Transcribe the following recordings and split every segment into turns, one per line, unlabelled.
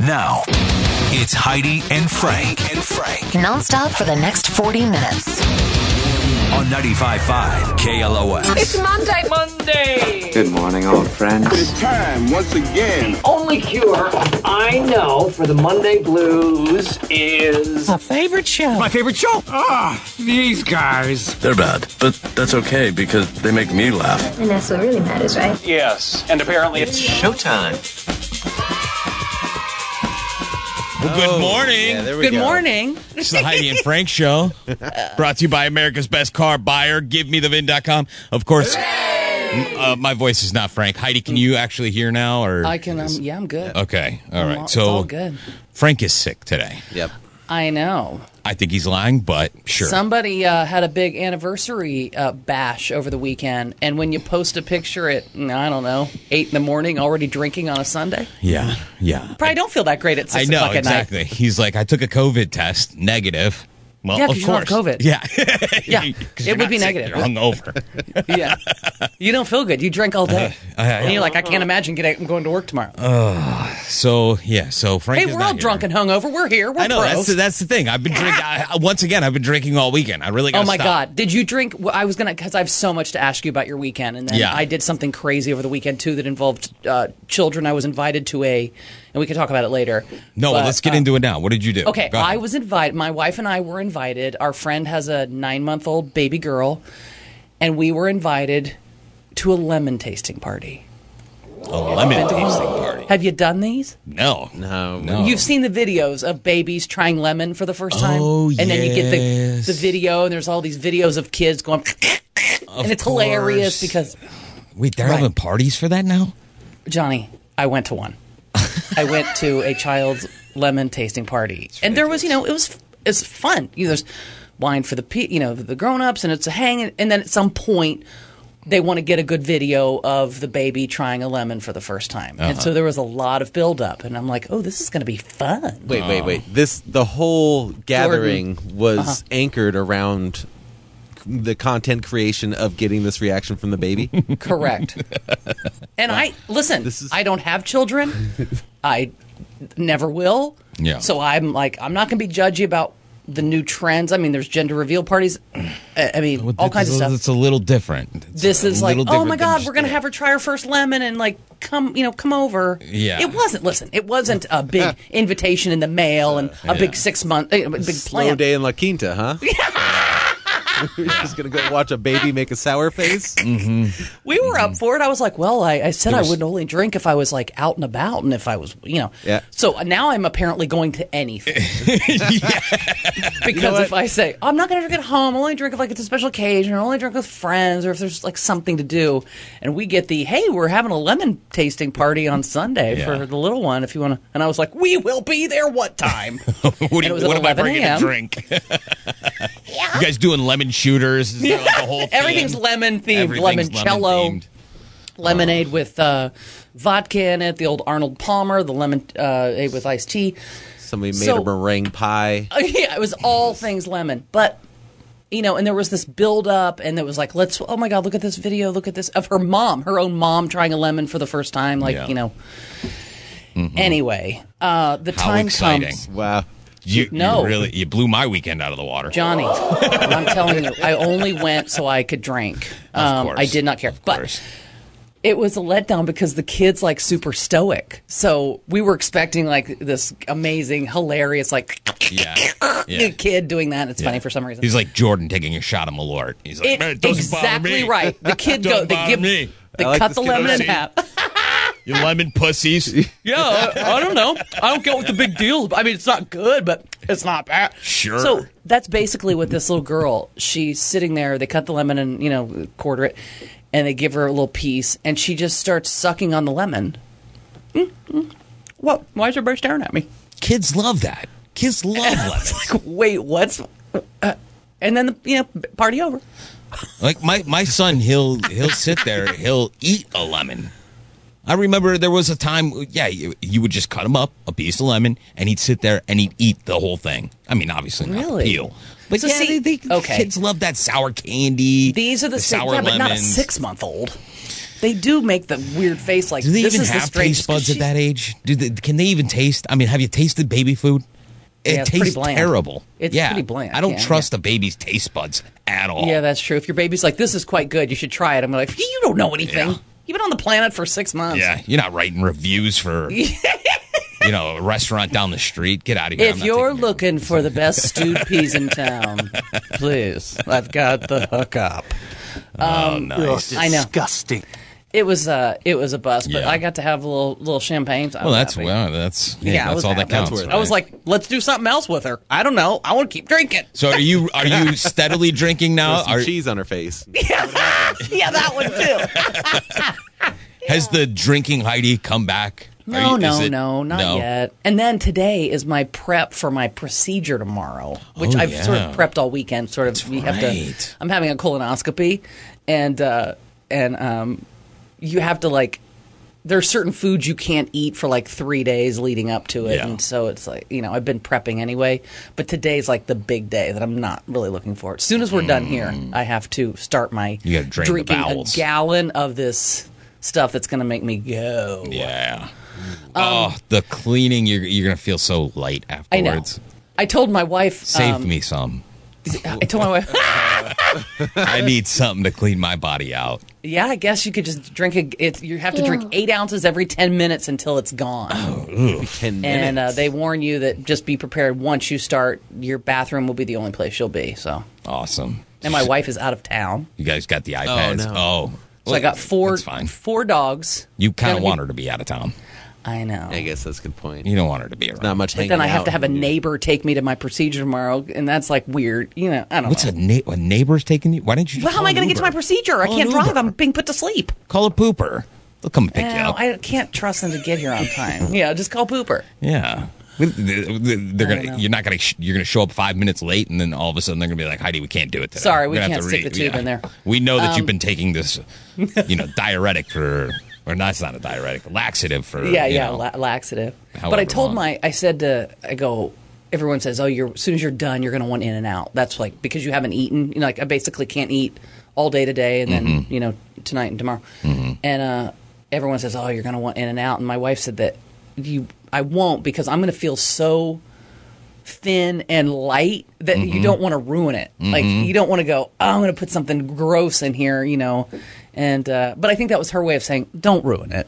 Now, it's Heidi and Frank. And Frank
nonstop for the next 40 minutes.
on 95.5 KLOS.
It's Monday. Monday.
Good morning, old friend.
It's time once again.
only cure I know for the Monday blues is
My favorite show.
Ah, these guys.
They're bad, but that's okay because they make me laugh.
And that's what really matters, right?
yes, and apparently it's
Showtime.
good morning.
Good morning.
It's the Heidi and Frank show. Brought to you by America's Best Car Buyer. GiveMeTheVin.com. Of course, m- uh, my voice is not Frank. Heidi, can you actually hear now? Or
I can. Um, yeah, I'm good.
Okay. All
I'm
right.
all- it's
so
all good.
Frank is sick today.
I know.
I think he's lying, but sure.
Somebody uh, had a big anniversary uh, bash over the weekend, and when you post a picture at mm, I don't know eight in the morning, already drinking on a Sunday,
yeah. Yeah.
probably don't feel that great at
I
six
know
o'clock at
exactly. He's like, I took a COVID test, negative. Well,
Yeah,
of
'cause you don't
course.
have COVID.
Yeah, 'Cause
it
you're
would
not
be
sick,
negative.
You're hungover.
night. Yeah, you don't feel good. You drink all day,
I-
and you're like, I can't imagine getting going to work tomorrow.
so yeah, so Frank.
hey,
is
we're
not
all
here.
drunk and hungover. We're here. We're
I know
pros.
that's the, that's the thing. I've been drinking I, once again. I've been drinking all weekend. I really.
Oh
gotta
my
stop.
God! Did you drink? well, I was gonna because I have so much to ask you about your weekend, and then
Yeah.
I did something crazy over the weekend too that involved uh, children. I was invited to a, and we can talk about it later.
No, well,
But,
let's get
uh,
into it now. What did you do?
Okay,
Go ahead.
I was invited. My wife and I were invited. Our friend has a nine-month-old baby girl, and we were invited to a lemon tasting party.
a lemon tasting party.
Have you done these?
No, no, no.
You've seen the videos of babies trying lemon for the first time,
Oh,
and then you get
yes.
the the video, and there's all these videos of kids going, and it's hilarious because.
course. wait. They're
Right.
having parties for that now.
Johnny, I went to one. I went to a child's lemon tasting party, and there was, you know, it was it's fun. You know, there's wine for the pe- you know the grown ups, and it's a hang. And then at some point, they want to get a good video of the baby trying a lemon for the first time, and
Uh-huh.
so there was a lot of build up. And I'm like, oh, this is going to be fun.
Wait, wait, wait. This the whole gathering was anchored around the content creation of getting this reaction from the baby.
Correct. and I listen.
This is-
I don't have children. I never will.
Yeah.
So I'm like, I'm not going to be judgy about the new trends. I mean, there's gender reveal parties. I I mean, all kinds of
It's a-
stuff.
It's a little different. It's
This
a
is like,
little
oh
different
my
than
God,
just
we're going to
that.
have her try her first lemon and like come, you know, come over.
Yeah.
It wasn't. Listen, it wasn't a big invitation in the mail and a big six month, a big
Slow
plan.
day in La Quinta, huh? You're just gonna go watch a baby make a sour face.
we were up for it. I was like, well, I, I said I would only drink if I was like out and about and if I was, you know.
Yeah.
So uh, now I'm apparently going to anything. because if I say, I'm not going to drink at home, I'll only drink if like it's a special occasion or only drink with friends or if there's like something to do. And we get the, hey, we're having a lemon tasting party on Sunday
Yeah.
for the little one if you want to. And I was like, we will be there what time?
What, do
it
you,
was at
what am I
11
bringing to
a.m..
drink? You guys doing lemon shooters? Is there like a whole thing?
Everything's lemon themed,
Everything's
lemoncello.
lemon-themed.
lemonade with uh, vodka in it, the old Arnold Palmer, the lemon uh, with iced tea.
Somebody made
So-
a meringue pie.
Oh, yeah, it was all things lemon. But you know, and there was this build up, and it was like, let's, oh my god, look at this video, look at this of her mom, her own mom trying a lemon for the first time, like
Yeah. Mm-hmm.
you know. Anyway, uh, the
How
time
exciting.
comes,
Wow.
You, you
No.
really you blew my weekend out of the water.
Johnny. I'm telling you, I only went so I could drink.
Of
Um,
course.
I did not care,
Of
but.
course.
it was a letdown because the kids like super stoic. So we were expecting like this amazing, hilarious, like
Yeah.
new kid doing that. And it's funny for some reason.
He's like Jordan taking a shot at Malort. He's like,
It-
"Man, it doesn't bother
exactly
me.
right. The kid go.
Don't
They
bother
give.
me.
They
I like
cut
this
the
kid.
lemon in
See?
half.
You lemon pussies.
yeah, I I don't know. I don't get what the big deal. is. I mean, it's not good, but it's not bad.
Sure.
So that's basically what this little girl. She's sitting there. They cut the lemon and you know quarter it, and they give her a little piece, and she just starts sucking on the lemon. Mm, Mm-mm. What? Why is everybody staring at me?
Kids love that. Kids love lemons.
Wait, what's? Uh, and then you know, party over.
Like my, my son, he'll he'll sit there, he'll eat a lemon. I remember there was a time, yeah, you, you would just cut him up, a piece of lemon, and he'd sit there and he'd eat the whole thing. I mean, obviously not the
Really?
peel, but
So
yeah,
see-
they, they,
okay.
kids love that sour candy.
These are the,
sour
yeah, but not a
lemons.
six month old. They do make the weird face like
Do they
this
even
is the
have
strangest
taste buds
'cause
at that age? Do they, can they even taste? I mean, have you tasted baby food? It
Yeah, it's pretty
tastes
bland.
terrible.
It's
yeah.
pretty bland,
I don't
yeah,
trust a baby's taste buds at all.
she's- Yeah, that's true. If your baby's like, this is quite good, you should try it. I'm like, you don't know anything.
Yeah.
You've been on the planet for six months.
Yeah, you're not writing reviews for you know a restaurant down the street. Get out of here. I'm
If
not
you're
taking your-
looking for the best stewed peas in town, please, I've got the hookup. Um,
oh, nice.
I know.
Disgusting.
It was uh, it was a bust, but
Yeah.
I got to have a little little champagne. so I
well,
was
that's
happy.
well, that's yeah,
Yeah, I
that's
was
all that
happy. That's
counts.
worth it.
I was like, let's do something else with her. I don't know. I want to keep drinking.
so are you are you steadily drinking now?
There's some
Are,
cheese on her face.
yeah, that one too.
Has the drinking Heidi come back? Are
No,
you- is
no,
it-
no, not
no?
yet. And then today is my prep for my procedure tomorrow, which
Oh,
I've sort
yeah.
of prepped all weekend. Sort of, we have
right.
to. I'm having a colonoscopy, and uh, and um, you have to like. There are certain foods you can't eat for like three days leading up to it,
Yeah.
and so it's like you know I've been prepping anyway. But today's like the big day that I'm not really looking forward. As soon as we're done here, I have to start my
Mm. You gotta drain the
drinking a
bowels.
gallon of this stuff that's going to make me go.
Yeah. oh, the cleaning you're you're gonna feel so light
I know.
afterwards.
I told my wife.
Save
um,
me some.
I told my wife.
I need something to clean my body out.
yeah, I guess you could just drink a. It, you have to drink eight ounces every ten minutes until it's gone.
Oh,
Ten
and uh,
minutes.
they warn you that just be prepared. Once you start, your bathroom will be the only place you'll be. So,
Awesome.
and my wife is out of town,
You guys got the iPads.
no.
Oh,
so I got four
That's fine.
four dogs.
You kind
Gotta
of
be-
want her to be out of town.
I know.
I guess that's a good point.
You don't want her to be around.
Not much.
But then I have to have a neighbor take me to my procedure tomorrow, and that's like weird. You know, I don't
What's
know.
a, na- a neighbor's taking you? Why didn't you? Just
well, how am
call
I going
an
to get to
Uber?
my procedure? I
Call an
can't drive.
Uber.
I'm being put to sleep.
Call a pooper. They'll come and pick you
Well,
up.
I can't trust them to get here on time. yeah, just call Pooper.
yeah. With- th- th- They're
know.
gonna. You're not gonna. Sh- you're gonna show up five minutes late, and then all of a sudden they're gonna be like, "Heidi, we can't do it today."
Sorry, we
We're gonna
can't stick the tube in there. Um,
We know that you've been taking this, you know, diuretic for, or not. It's not a diuretic, laxative for.
Yeah,
you
yeah,
know.
la- laxative. But I
however
told
long.
my, I said to, I go, everyone says, oh, you're as soon as you're done, you're going to want in and out. That's like because you haven't eaten. You know, like I basically can't eat all day today, and then
Mm-hmm.
you know tonight and tomorrow. And uh, everyone says, oh, you're going to want in and out. And my wife said that you, I won't because I'm going to feel so thin and light that
Mm-hmm.
you don't want to ruin it. Like you don't want to go, oh, I'm going to put something gross in here, you know. And uh, but I think that was her way of saying, don't ruin it.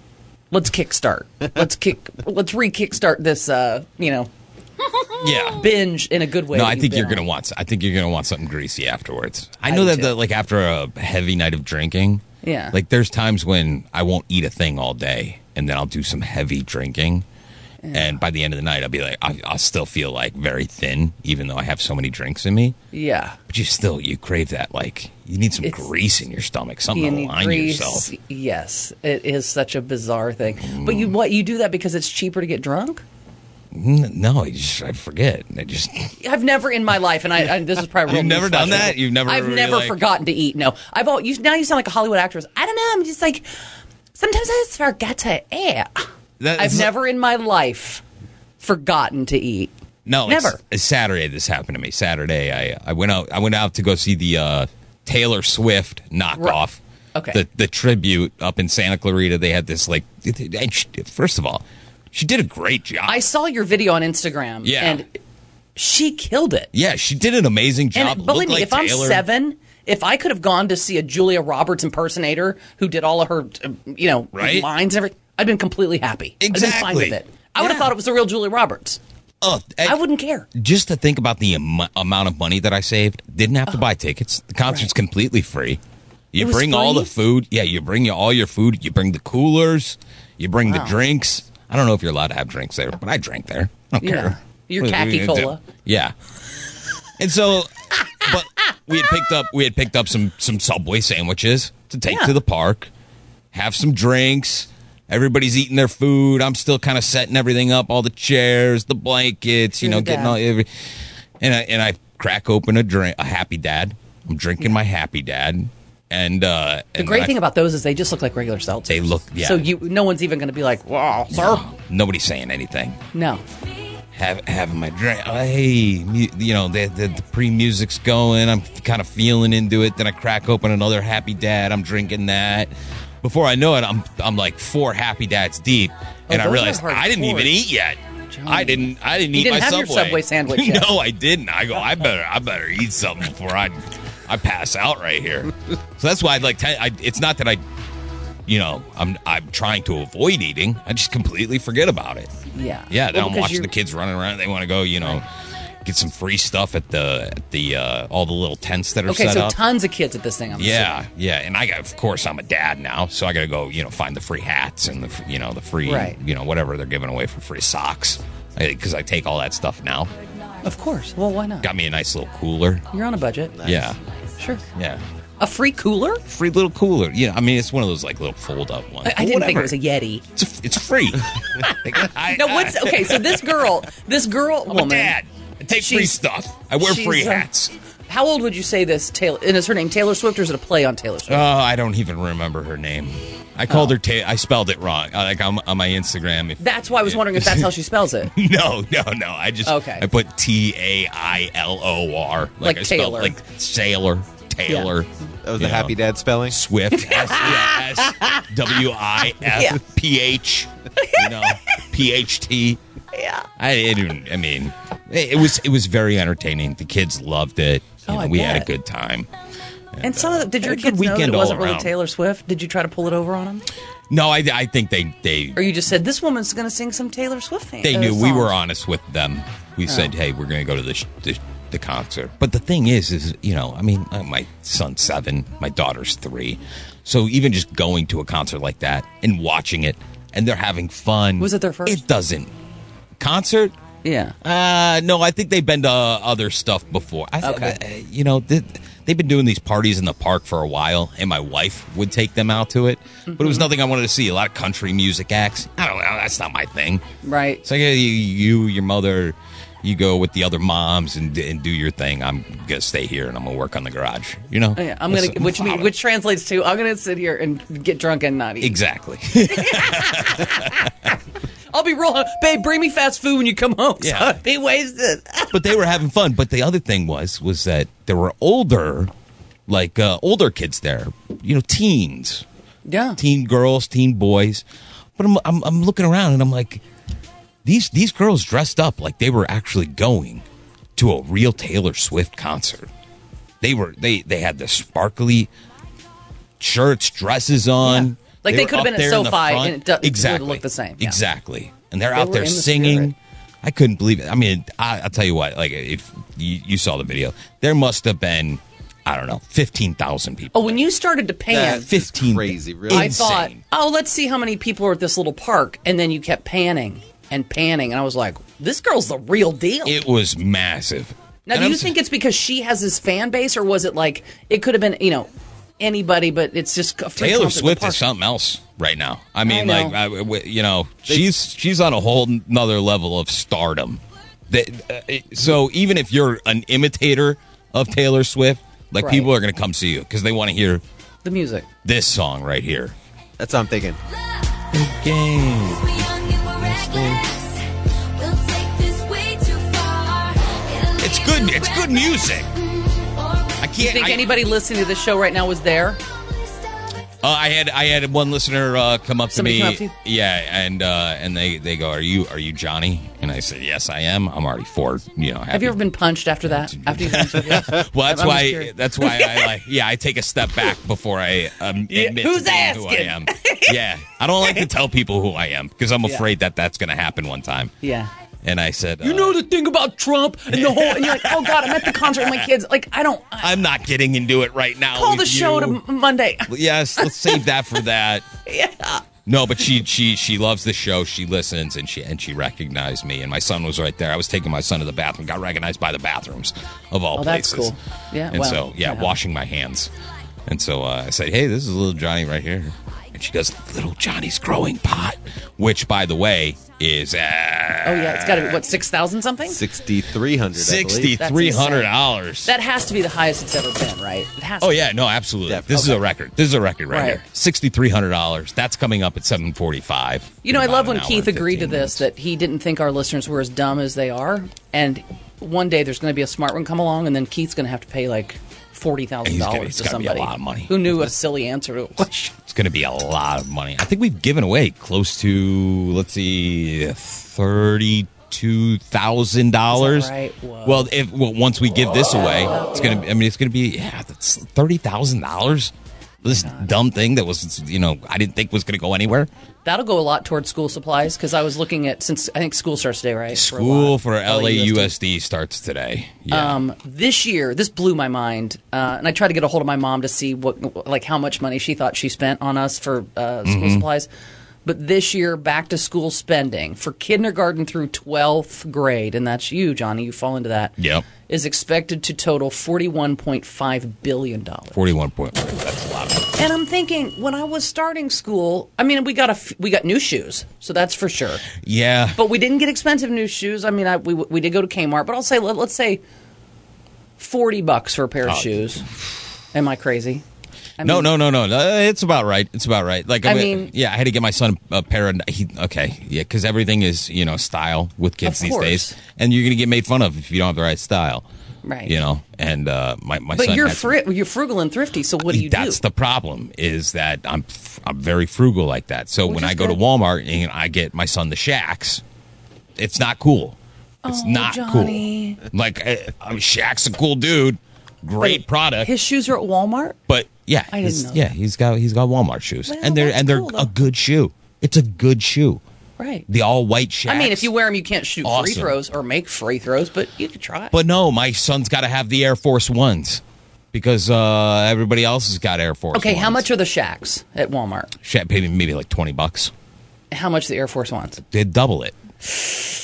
Let's kickstart. Let's kick. Let's re-kickstart this. Uh, you know,
yeah.
binge in a good way.
No,
that
I
you've
think
been
you're
on.
gonna want. s- I think you're gonna want something greasy afterwards. I know
do
that,
too.
that like after a heavy night of drinking,
Yeah.
Like there's times when I won't eat a thing all day, and then I'll do some heavy drinking, and by the end of the night, I'll be like, I, I'll still feel like very thin, even though I have so many drinks in me.
Yeah.
But you still you crave that. Like you need some
It's-
grease in your stomach, something
You
to
need
align
grease.
yourself.
Yes, it is such a bizarre thing. But you what you do that because it's cheaper to get drunk?
N- No, I just I forget. I just
I've never in my life, and I, I this is probably
You've
real
never
newsflash.
done that? You've never
I've
really,
never
like-
forgotten to eat. No, I've all you now. You sound like a Hollywood actress. I don't know. I'm just like sometimes I just forget to eat.
that-
I've never in my life forgotten to eat.
No, it's-
Never.
It's Saturday. This happened to me. Saturday, I I went out. I went out to go see the uh, Taylor Swift knockoff.
Okay.
The the tribute up in Santa Clarita. They had this like. And she, first of all, she did a great job.
I saw your video on Instagram.
Yeah.
and she killed it.
yeah, she did an amazing job.
And believe
Looked
me,
like
if I'm
Taylor.
seven, if I could have gone to see a Julia Roberts impersonator who did all of her, uh, you know,
Right?
lines and everything, I'd been completely happy. I'd been fine
Exactly.
with it. I would have
Yeah.
thought it was the real Julia Roberts.
oh,
I wouldn't care.
Just to think about the am- amount of money that I saved, didn't have to buy tickets. The concert's completely free. You
Oh. It was
bring all
free?
the food. Yeah, you bring you all your food. You bring the coolers. You bring the drinks. I don't know if you're allowed to have drinks there, but I drank there. I don't
Yeah.
care.
Your
What are we
khaki
gonna do?
cola.
Yeah. And so, but we had picked up we had picked up some some Subway sandwiches to take
Yeah.
to the park, have some drinks. Everybody's eating their food. I'm still kind of setting everything up, all the chairs, the blankets, you
You're
know,
the
getting
dad.
all every. And I, and I crack open a drink, a Happy Dad. I'm drinking my Happy Dad, and uh,
The great thing about those is they just look like regular seltzers.
They look- yeah.
So you, no one's even going to be like, "Wow, sir."
nobody's saying anything.
No.
have, having my drink. Oh, hey, mu- you know, the, the, the pre music's going. I'm kind of feeling into it. Then I crack open another Happy Dad. I'm drinking that. Before I know it, I'm I'm like four happy dads deep, and I
Oh, those are
realized
hard
I didn't even
cores.
eat yet. I
Johnny.
didn't. I didn't
You
eat
didn't
my
have your
subway.
Subway sandwich yet.
no, I didn't. I go. I better. I better eat something before I, I pass out right here. So that's why I'd like. To, I, it's not that I, you know, I'm I'm trying to avoid eating. I just completely forget about it.
Yeah.
Yeah,
Well,
now I'm
because
watching
you're-
the kids running around. They want to go, you know, get some free stuff at the at the uh, all the little tents that are
Okay,
set
so
up.
tons of kids at this thing. I'm
yeah, yeah, and I got, of course, I'm a dad now, so I got to go, you know, find the free hats and the, f- you know, the free,
Right.
you know, whatever they're giving away for free socks, because I take all that stuff now.
assuming. Of course. Well, why not?
Got me a nice little cooler.
You're on a budget.
Yeah,
Sure.
yeah,
A free cooler?
free little cooler. Yeah, I mean, it's one of those like little fold up ones.
I, I
But
didn't think
whatever.
it was a Yeti.
It's, it's free. I-
Now, what's
I-
okay? So this girl, this girl
I'm a
woman.
dad. I take free
She's-
stuff. I wear
she's,
free
uh,
hats.
How old would you say this Taylor? And is her name Taylor Swift or is it a play on Taylor Swift?
Oh, I don't even remember her name. I called
Oh.
her. Ta- I spelled it wrong. Uh, Like on, on my Instagram. If,
that's why I was wondering if that's how she spells it.
no, no, no. I just
Okay.
I put T A I L O R.
Like
I spelled
Taylor.
Like sailor. Taylor.
That was
you
the happy
know,
dad spelling.
Swift. S yeah, S W I
Yeah.
F P H. You know, P H T.
Yeah.
I I didn't. I mean, it it was it was very entertaining. The kids loved it. You
Oh,
know,
I
we had a
bet.
good time.
And some of the, did
Had
your
a good
kids know that
weekend
it
all
wasn't really
around.
Taylor Swift? Did you try to pull it over on them,
No, I, I think they they
or you just said this woman's going to sing some Taylor Swift? Fan-
they
uh,
knew we
songs?"
were honest with them. We said, "Hey, we're going to go to the, sh- the the concert." But the thing is, is you know, I mean, uh, my son's seven, my daughter's three, so even just going to a concert like that and watching it, and they're having fun.
Was it their first?
It doesn't concert.
Yeah.
Uh, no, I think they've been to other stuff before. I,
Okay.
I- I- you know, th- they've been doing these parties in the park for a while, and my wife would take them out to it. But it
Mm-hmm.
was nothing I wanted to see. A lot of country music acts. I don't know. That's not my thing.
Right.
It's like uh, you, you, your mother, you go with the other moms and, and do your thing. I'm gonna stay here and I'm gonna work on the garage. You know.
Oh, Yeah, I'm
That's-
gonna, which mean,
follow.
which translates to I'm gonna sit here and get drunk and not eat.
exactly.
I'll be real, babe. Bring me fast food when you come home.
Yeah.
Yeah, I'll be wasted.
but they were having fun. But the other thing was was that there were older, like uh, older kids there. You know, teens.
yeah,
teen girls, teen boys. But I'm, I'm, I'm looking around and I'm like, these these girls dressed up like they were actually going to a real Taylor Swift concert. They were they they had the sparkly shirts, dresses on.
Yeah. Like, they
were
could've
up
been at
there in the
SoFi
front.
and it do- it would've
exactly
looked the same. Yeah.
Exactly, and they're
They
out
were
there
in the
singing.
spirit.
I couldn't believe it. I mean, I, I'll tell you what. Like, if you, you saw the video, there must have been, I don't know, fifteen thousand people.
Oh, when you started to pan,
That's
Fifteen
crazy, really.
I thought,
insane.
oh, let's see how many people are at this little park, and then you kept panning and panning, and I was like, this girl's the real deal.
It was massive.
now,
And
do
I'm
you
s-
think it's because she has this fan base, or was it like it could have been, you know, anybody? But it's just a free
Taylor
concert at the
Swift
park.
is something else right now? I mean,
know.
like, I, w- you know, she's she's on a whole another level of stardom. That, uh, it- so even if you're an imitator of Taylor Swift, like
Right.
people are going to come see you because they want to hear
The music.
this song right here.
That's what I'm thinking.
Game.
It's good. It's good music.
I
I
can't.
Think
I,
anybody listening to this show right now was there?
Uh, I had I had one listener uh, come up
Somebody
to
come
me.
up to you?
Yeah, and uh, and they, they go, "Are you are you Johnny?" And I said, "Yes, I am. I'm already four. You know,
Have you ever been punched after that? After you've been
Well, that's
I'm just
why.
curious.
That's why I like. Yeah, I take a step back before I um, admit
Who's
to being who I
asking?
am. Yeah, I don't like to tell people who I am because I'm
Yeah.
afraid that that's going to happen one time.
Yeah.
And I said,
You
uh,
know the thing about Trump and the whole, and you're like, oh God, I'm at the concert with my kids. Like, I don't I
I'm not getting into it right now.
call
with
the show
you.
to M- Monday.
Yes, let's save that for that.
yeah.
No, but she she she loves the show. She listens and she and she recognized me. And my son was right there. I was taking my son to the bathroom. Got recognized by the bathrooms of all
Oh, that's
places.
cool. Yeah,
And
wow.
so yeah,
Yeah.
washing my hands. And so uh, I said, "Hey, this is little Johnny right here." And she goes, "Little Johnny's growing pot," which by the way is uh,
Oh yeah, it's got to be what six thousand something.
6,300. I believe.
sixty three hundred dollars.
That has to be the highest it's ever been, right? It has.
Oh
to.
yeah, no, absolutely.
Yeah,
This is a record. This is a record right,
Right.
here. Sixty three hundred dollars. That's coming up at seven forty five.
You know, I love when Keith agreed to this that he didn't think our listeners were as dumb as they are, and one day there's going to be a smart one come along, and then Keith's going to have to pay like forty thousand
He's gonna-
dollars
it's
to
gotta be a
somebody
lot of money.
who knew a silly answer to a question.
It's going to be a lot of money. I think we've given away close to let's see, thirty-two thousand dollars.
right? Whoa.
Well, if well, once we give this away, it's going to. I mean, it's going to be yeah, that's thirty thousand dollars. This dumb thing that was, you know, I didn't think was going to go anywhere.
That'll go a lot towards school supplies because I was looking at since I think school starts today, right? a
School
lot.
for LAUSD starts today. Yeah.
Um, this year, this blew my mind, uh, and I tried to get a hold of my mom to see what, like, how much money she thought she spent on us for uh, school supplies. But this year, back to school spending for kindergarten through twelfth grade, and that's you, Johnny. You fall into that.
Yep.
Is expected to total forty-one point five billion dollars.
Forty-one point. That's a lot. Of
And I'm thinking, when I was starting school, I mean, we got a f- we got new shoes, so that's for sure.
yeah.
But we didn't get expensive new shoes. I mean, I, we we did go to Kmart, but I'll say let, let's say forty bucks for a pair of shoes. Am I crazy? I
Uh, No,
mean,
no, no, no, no. Uh, It's about right. It's about right. Like I,
I
mean,
mean-
yeah, I had to get my son a pair of. He, okay, yeah, because everything is you know style with kids
Of
these days,
course.
and you're gonna get made fun of if you don't have the right style.
Right.
You know, and uh, my my
But
son.
you're
had some-
fri- you're frugal and thrifty, so what do you
that's
do?
the problem is that I'm f- I'm very frugal like that. So when
is
I go to
good.
Walmart and I get my son the shacks, it's not cool. It's not
Oh, Johnny.
cool. Like eh, I, I'm Shaq's a cool dude, great product.
His shoes are at Walmart.
But yeah,
I didn't
he's-
know
yeah,
that.
he's got he's got Walmart shoes,
Well,
and they're
that's
and they're
cool, though.
a good shoe. It's a good shoe.
Right.
The all white shoe.
I mean, if you wear them, you can't shoot free
Awesome.
throws or make free throws, but you could try.
but no, my son's got to have the Air Force Ones because uh, everybody else has got Air Force.
okay, how
Ones.
much are the shacks at Walmart?
Shit, maybe maybe like twenty bucks.
How much the Air Force wants?
They double it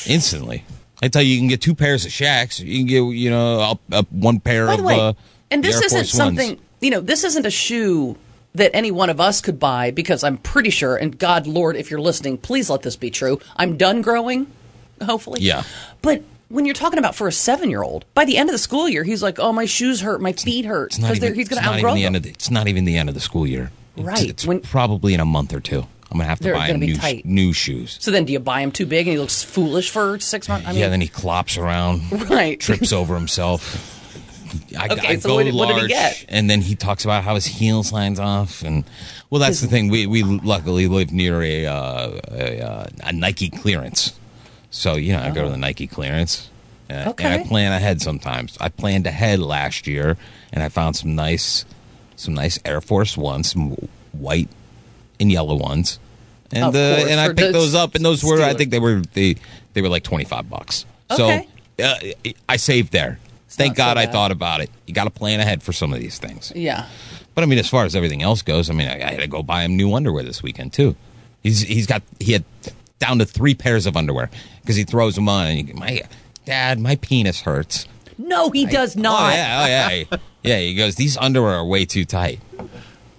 instantly. I tell you, you can get two pairs of Shacks. You can get you know a, a, one pair
By
of.
the way,
uh,
and
the
this
Air
isn't
Force Ones.
something you know. This isn't a shoe that any one of us could buy because I'm pretty sure. And God, Lord, if you're listening, please let this be true. I'm done growing, hopefully.
Yeah.
But when you're talking about for a seven year old, by the end of the school year, he's like, "Oh, my shoes hurt, my feet hurt,"
It's not
because
even,
they're- he's going
it's
to
not
outgrow
even the
them.
end of the, It's not even the end of the school year. It's-
Right,
It's
when-
probably in a month or two. I'm gonna have to
They're
buy
gonna be
new
tight.
new shoes.
so then, do you buy him too big and he looks foolish for six months? I mean,
yeah, then he clops around,
right.
trips over himself. I,
Okay,
I
so
go
what did- what
large,
did he get?
and then he talks about how his heel signs off, and well, that's the thing. We we luckily live near a uh, a, uh, a Nike clearance, so you know I go to the Nike clearance. And, and I
Oh. Okay.
plan ahead sometimes. I planned ahead last year, and I found some nice, some nice Air Force ones, some white and yellow ones, and
Of
uh,
course,
and I
for
picked
the
those up, and those were I
Steelers.
think they were they they were like twenty five bucks.
Okay.
So uh, I saved there. Thank
not so
God I
bad.
thought about it. You got to plan ahead for some of these things.
yeah.
But I mean, as far as everything else goes, I mean, I, I had to go buy him new underwear this weekend too. He's he's got he had down to three pairs of underwear because he throws them on and he, my dad, my penis hurts.
No, he does not.
Oh yeah, oh yeah, yeah. He goes, these underwear are way too tight.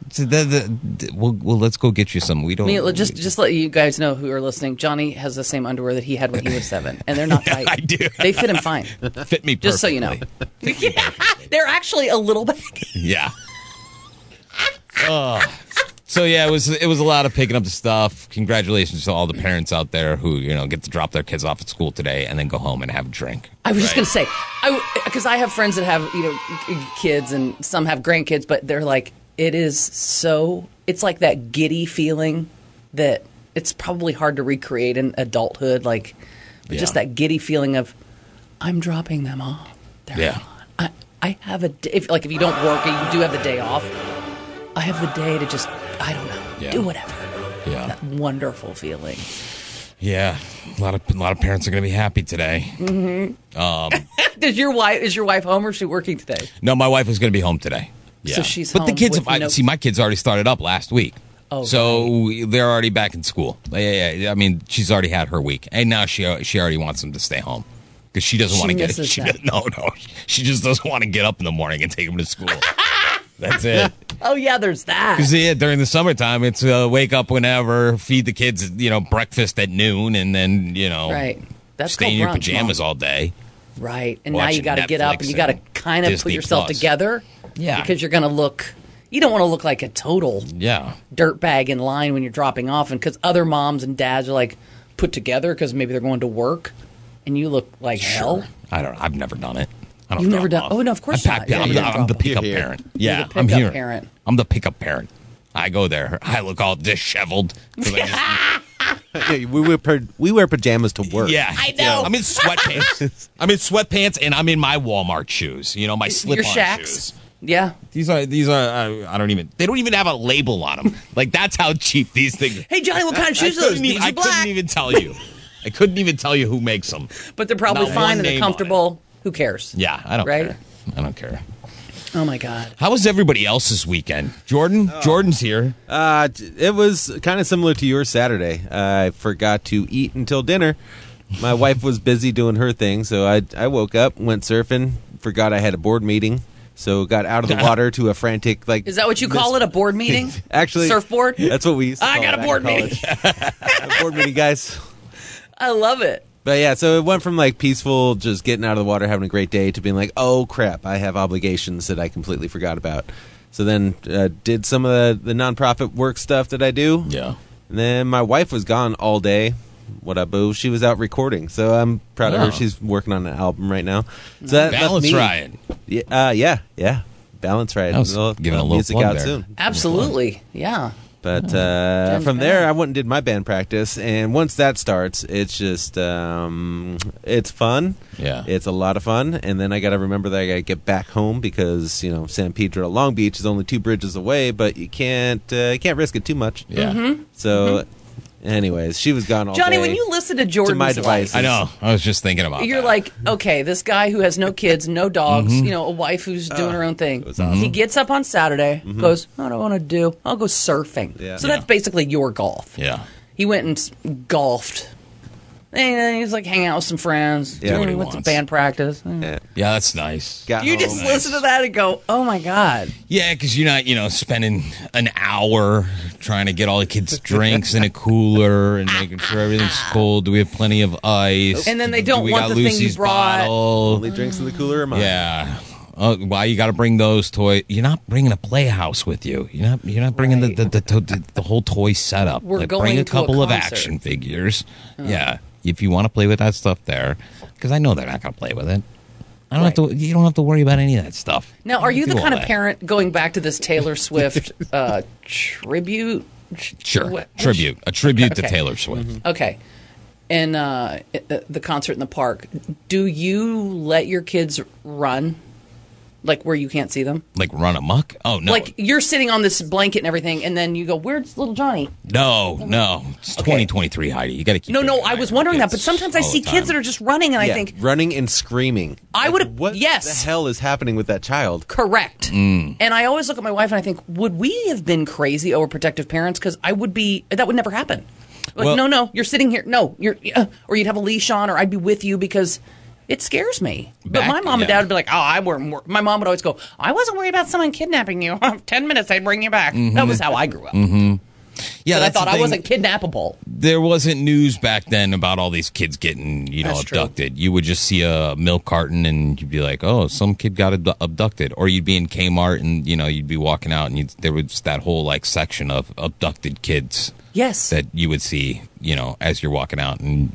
So the, the, the- well, well, let's go get you some. We don't
I mean, let- just just let you guys know who are listening. Johnny has the same underwear that he had when he was seven, and they're not tight.
I do.
They fit him fine.
fit me.
Just so you know,
perfectly.
Yeah, they're actually a little baggy.
Yeah. Ugh. So yeah, it was it was a lot of picking up the stuff. Congratulations to all the parents out there who you know get to drop their kids off at school today and then go home and have a drink.
I was just gonna say, I because I have friends that have you know k- kids, and some have grandkids, but they're like, it is so. It's like that giddy feeling that it's probably hard to recreate in adulthood, like but just
Yeah.
that giddy feeling of, I'm dropping them off. They're
Yeah.
gone. I, I have a day, if, like if you don't work and you do have the day off, I have the day to just I don't know
Yeah.
do whatever.
Yeah,
Wonderful feeling.
yeah. A lot of a lot of parents are going to be happy today. Um,
Does your wife Mm-hmm. is your wife home or is she working today?
No, my wife is going to be home today. Yeah.
So she's
but the
home
kids.
with
I,
no-
See, my kids already started up last week.
Oh,
so we- they're already back in school. Yeah, yeah, yeah. I mean, she's already had her week, and now she she already wants them to stay home because she doesn't
She
want to get
misses
she
that.
does- no no she just doesn't want to get up in the morning and take them to school. That's it.
Oh yeah, there's that.
Because yeah, during the summertime, it's uh, wake up whenever, feed the kids, you know, breakfast at noon, and then you know,
Right. That's
stay
called
in your
brunch,
pajamas
Mom.
all day.
Right. And now you
watching
got to get up
Netflix
and you got to
and
kind of put
Disney
yourself
Plus.
together.
Yeah.
Because you're going to look, you don't want to look like a total
Yeah,
dirtbag in line when you're dropping off. And because other moms and dads are like put together because maybe they're going to work and you look like hell.
I don't. I've never done it. I don't
You've
drop
never done-
off.
oh, no, of course
I'm,
not.
pack-
Yeah,
I'm,
you
the,
don't
I'm the
drop off.
pickup
You're here.
parent. Yeah,
You're the
I'm
pickup
here.
parent.
I'm the pickup parent. I go there. I look all disheveled. 'cause I just-
Yeah, we wear pa- we wear pajamas to work.
yeah, I know. I'm in sweatpants. I'm in sweatpants, and I'm in my Walmart shoes. You know, my
Your
slip-on
shacks.
shoes.
Yeah.
These are these are. I, I don't even. They don't even have a label on them. Like that's how cheap these things.
Hey Johnny, what kind of
I
shoes are those?
couldn't,
These
even, I
are black.
couldn't even tell you. I couldn't even tell you who makes them.
but they're probably
Not one
fine and
name
they're
on it.
comfortable. Who cares?
Yeah, I don't
Right?
care. I don't care.
Oh my god.
How was everybody else's weekend? Jordan, Jordan's here.
Oh. Uh, t- it was kind of similar to your Saturday. I forgot to eat until dinner. My wife was busy doing her thing, so I I woke up, went surfing, forgot I had a board meeting, so got out of the water to a frantic like.
Is that what you call it? A board meeting?
Actually,
surfboard.
That's what we used. To
I
call
got
it
a
back in
board
college. A board meeting, guys.
I love it.
But yeah, so it went from like peaceful, just getting out of the water, having a great day, to being like, oh crap, I have obligations that I completely forgot about. So then uh, did some of the, the nonprofit work stuff that I do.
Yeah.
And then my wife was gone all day. What up, boo? She was out recording, so I'm proud of
Oh.
her. She's working on an album right now. So that left
Balance
me-
Riot.
Yeah, uh, yeah, yeah. Balance Riot.
That was
We'll
giving
put
a little
music
plug
out
there.
soon.
Absolutely. Yeah.
But
Oh.
uh,
Jim's
from there,
band.
I went and did my band practice, and once that starts, it's just um, it's fun.
Yeah.
it's a lot of fun. And then I got to remember that I got to get back home because you know San Pedro, Long Beach is only two bridges away, but you can't uh, you can't risk it too much.
Yeah.
So, anyways, she was gone all
Mm-hmm. Johnny,
day.
when you listen to Jordan's
my
life,
devices.
I know. I was just thinking about
you're
that.
like, okay, this guy who has no kids, no dogs,
Mm-hmm.
you know, a wife
Ah,
who's doing her own thing. He gets up on Saturday, goes, I don't want to do. I'll go surfing.
Mm-hmm. Yeah.
So
Yeah.
that's basically your golf.
Yeah.
He went and s- golfed. And then he was like hanging out with some friends.
Yeah. Do what
he
he
went to
wants.
band practice.
Yeah. Oh,
Yeah, that's nice.
Got
You
home.
just listen to that and go, oh my God.
Yeah, because you're not, you know, spending an hour trying to get all the kids' drinks in a cooler and making sure everything's cold. Do we have plenty of ice?
And then they
Do
don't
we
want
got
the thing you
Lucy's
brought.
bottle?
only drinks in the cooler. Am I?
Yeah. Oh, why you got to bring those toys? You're not bringing a playhouse with you. You're not. You're not bringing the, the, the, to- the the whole toy setup.
We're
like,
going
bring
to
a
a
couple of
concert. Uh-huh.
action figures. Yeah, if you want to play with that stuff there, because I know they're not going to play with it. I don't have
Right.
to. You don't have to worry about any of that stuff.
Now, are you
Do
the
all
kind of
that.
parent going back to this Taylor Swift uh, tribute? Ch-
Sure,
what- which-
tribute. A tribute to
Okay. Mm-hmm.
Taylor Swift.
Okay. And uh, at the- the concert in the park, do you let your kids run, like where you can't see them?
Like run amok. Oh no,
Like you're sitting on this blanket and everything, and then you go, "Where's little Johnny?"
no, no. It's 2023, Heidi. You got to keep.
No,
an
no.
eye
I was
on
wondering that,
kids
but sometimes I
all
see
the
kids that
time.
are just running, and I
Yeah,
think
running and screaming.
I
Like,
would've-
What
yes.
the hell is happening with that child?
correct.
Mm.
And I always look at my wife and I think, would we have been crazy overprotective parents? Because I would be. That would never happen. Like,
Well-
no, no. You're sitting here. No, you're. Uh, or you'd have a leash on, or I'd be with you because it scares me. but
Back-
my mom and
yeah.
dad would be like, oh, I weren't. wor-" My mom would always go, I wasn't worried about someone kidnapping you. Ten minutes, I'd bring you back. That was how I grew up.
Mm-hmm.
But
Yeah,
I
that's the
thought I
thing.
wasn't kidnappable.
there wasn't news back then about all these kids getting you know
That's true.
abducted. You would just see a milk carton and you'd be like, "Oh, some kid got abdu- abducted," or you'd be in Kmart and you know you'd be walking out and you'd, there was that whole like section of abducted kids
Yes.
that you would see you know as you're walking out and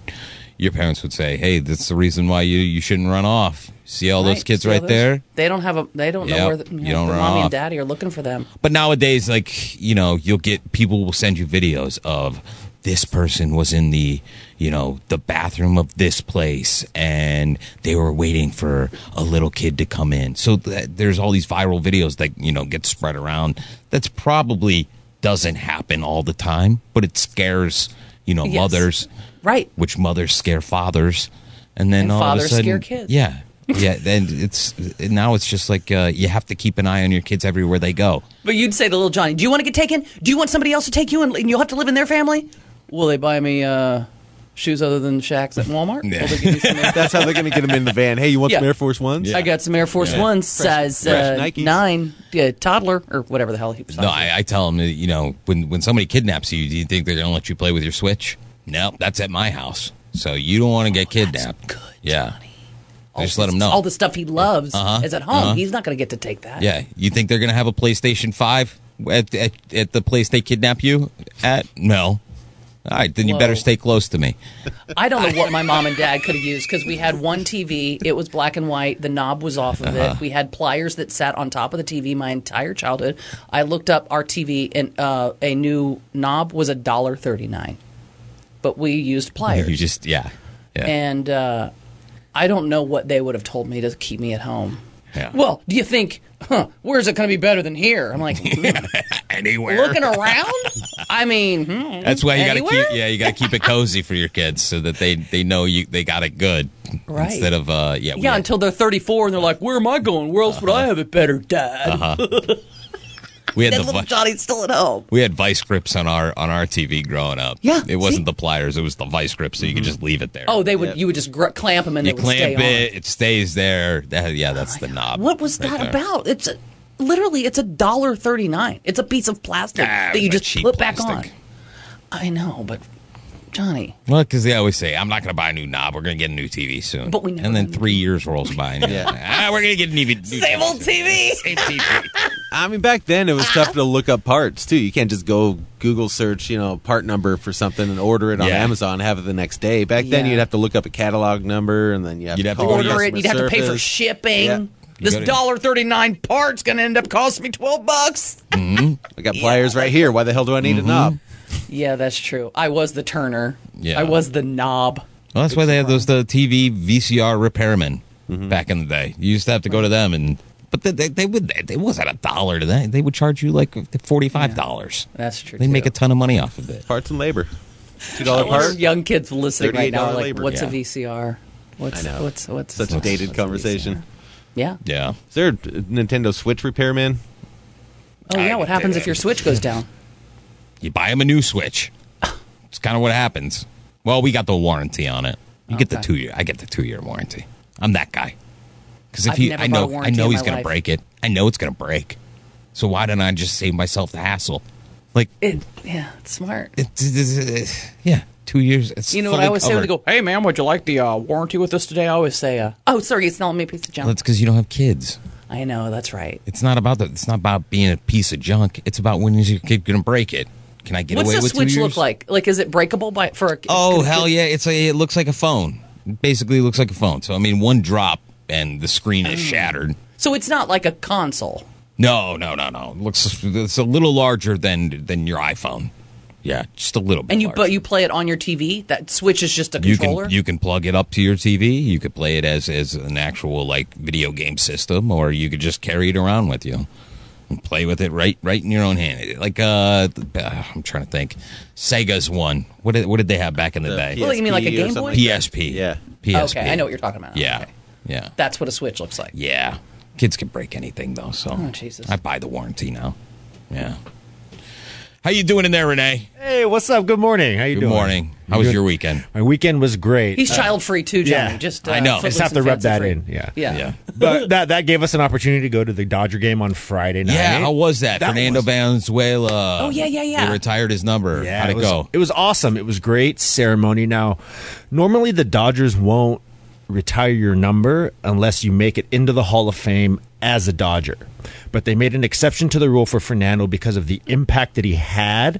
your parents would say, "Hey, that's the reason why you you shouldn't run off. See all those
Right.
kids
See all
right
those-
there."
They don't have a. They don't know
Yep.
where the, you
You
know,
don't
the
run
mommy and
off.
daddy are looking for them.
But nowadays, like you know, you'll get people will send you videos of this person was in the you know the bathroom of this place and they were waiting for a little kid to come in. So th- there's all these viral videos that you know get spread around. That's probably doesn't happen all the time, but it scares you know
Yes.
mothers,
Right.
which mothers scare fathers, and then
And
all
fathers
of a sudden,
scare kids.
yeah. yeah, then it's now it's just like uh, you have to keep an eye on your kids everywhere they go.
But you'd say to little Johnny, "Do you want to get taken? Do you want somebody else to take you, and, and you'll have to live in their family? Will they buy me uh, shoes other than Shaq's at Walmart? Will they give me some Air-
That's how they're going to get him in the van. Hey, you want
Yeah.
some Air Force Ones?
I got some Air Force
Yeah.
One size
fresh
uh,
Nikes.
nine uh, toddler or whatever the hell he was.
No,
on.
I, I tell them, you know, when when somebody kidnaps you, do you think they're going to let you play with your Switch? No, that's at my house. So you don't want to get kidnapped.
good,
yeah.
All
Just let them know.
all the stuff he loves
Uh-huh,
is at home.
uh-huh.
He's not going to get to take that.
yeah. You think they're going to have a PlayStation 5 at, at, at the place they kidnap you at? No. All right, then you better
Whoa.
stay close to me.
I don't know what my mom and dad could have used because we had one TV. It was black and white. The knob was off of
Uh-huh.
it. We had pliers that sat on top of the TV my entire childhood. I looked up our TV, and uh, a new knob was a dollar thirty nine, but we used pliers.
You just yeah, yeah.
and uh, I don't know what they would have told me to keep me at home.
Yeah.
Well, do you think? Huh, where's it going to be better than here? I'm like "Hmm,
anywhere.
looking around. I mean, hmm,
That's why you got to
anywhere?
keep yeah, you got to keep it cozy for your kids so that they they know you they got it good
Right.
instead of uh yeah. we- Uh-huh.
Yeah, until they're 34 and they're like, where am I going? Where else would I have it better, Dad?
we had
That
the
little
vi-
Johnny's still at home.
we had vice grips on our on our TV growing up.
Yeah,
it wasn't
see?
the pliers; it was the vice grip, so you could just leave it there.
Oh, they would. You would just gr- clamp them and
you
they would stay
clamp it;
on. Oh,
it stays there. That- yeah, that's the knob.
What was
right
that
there.
about? It's a, literally it's a dollar thirty nine. It's a piece of plastic
Ah, it
that you
was a
just
cheap
put back on.
plastic.
I know, but Johnny,
Well, because they always say, "I'm not going to buy a new knob. We're going to get a new TV soon."
But we never
and then
got a new
three years rolls by, and yeah, ah, we're going to get a new, new
same old
soon."
TV.
Same TV.
I mean, back then it was
Uh-huh.
tough to look up parts too. You can't just go Google search, you know, part number for something and order it on
Yeah.
Amazon, have it the next day. Back then,
Yeah.
you'd have to look up a catalog number, and then you have
You'd
to
have to
call
go to
Order it.
customer
You'd have to pay for
service.
shipping.
Yeah.
This
gotta-
dollar thirty nine part's gonna end up costing me twelve bucks.
Mm-hmm.
Mm-hmm.
I got pliers right here. Why the hell do I need a knob?
Yeah, that's true. I was the turner.
Yeah.
I was the knob.
Well, that's why they had those the TV VCR repairmen back in the day. You used to have to go to them, and but they they, they would they wasn't a dollar to them. They would charge you like forty five dollars.
That's true,
They make
too.
a ton of money off of it.
Parts and labor, two dollar
Well, there's
part.
young kids listening right now,
$38
are like,
labor,
what's
yeah.
a VCR? What's what's what's
Such a
what's-
dated
what's a
conversation.
VCR? Yeah.
Yeah,
Is there a Nintendo Switch repairman?
Oh yeah. What happens if your Switch goes down?
you buy them a new Switch. It's kind of what happens. Well, we got the warranty on it. You get the
Okay.
two year. I get the two year warranty. I'm that guy. Because if
I've
he,
never bought
I
a
know, I
warranty
know
in
he's
my
going to
life.
break it. I know it's going to break. So why don't I just save myself the hassle? Like,
It, yeah, it's smart.
it, it- it- yeah, two years. It's
you know what
fully
I always say when
covered.
they go, "Hey ma'am, would you like the uh, warranty with us today?" I always say, uh, "Oh, sorry, it's not me a piece of junk."
That's because you don't have kids.
I know that's right.
It's not about that. It's not about being a piece of junk. It's about when is your kid going to break it? Can I get
What's
away
the
with
Switch
two years?
look like? Like, is it breakable by for? A,
Oh hell yeah! It's a, it looks like a phone. Basically, it looks like a phone. So I mean, one drop and the screen is shattered.
So it's not like a console.
No, no, no, no. It looks it's a little larger than than your iPhone. Yeah, just a little bit.
And you
larger.
but you play it on your TV. That Switch is just a
you
controller.
can you can plug it up to your TV. You could play it as as an actual like video game system, or you could just carry it around with you and play with it right right in your own hand. Like uh, uh, I'm trying to think, Sega's one. What did, what did they have back in the, day?
Well, you mean like a
PSP or
Game
something
Boy?
like that.
PSP.
Yeah.
PSP.
Okay, I know what you're talking about.
Yeah,
Okay.
yeah,
That's what a Switch looks like.
yeah. Kids can break anything though, so
Oh, Jesus.
I buy the warranty now. Yeah. How you doing in there, Renee?
Hey, what's up? Good morning. How you
Good
doing?
morning. How was
doing-
your weekend?
My weekend was great. Uh,
He's child free too, Johnny.
yeah.
Just uh,
I know.
Footloose
Just
Just have to
and
rub that
Fancy-Free.
in. Yeah.
Yeah.
Yeah.
But that that gave us an opportunity to go to the Dodger game on Friday night.
Yeah, how was that? Fernando
was-
Valenzuela.
Oh, yeah, yeah, yeah.
They retired his number. How'd it,
was,
go?
It was awesome. It was great ceremony. Now, normally the Dodgers won't retire your number unless you make it into the Hall of Fame as a Dodger. But they made an exception to the rule for Fernando because of the impact that he had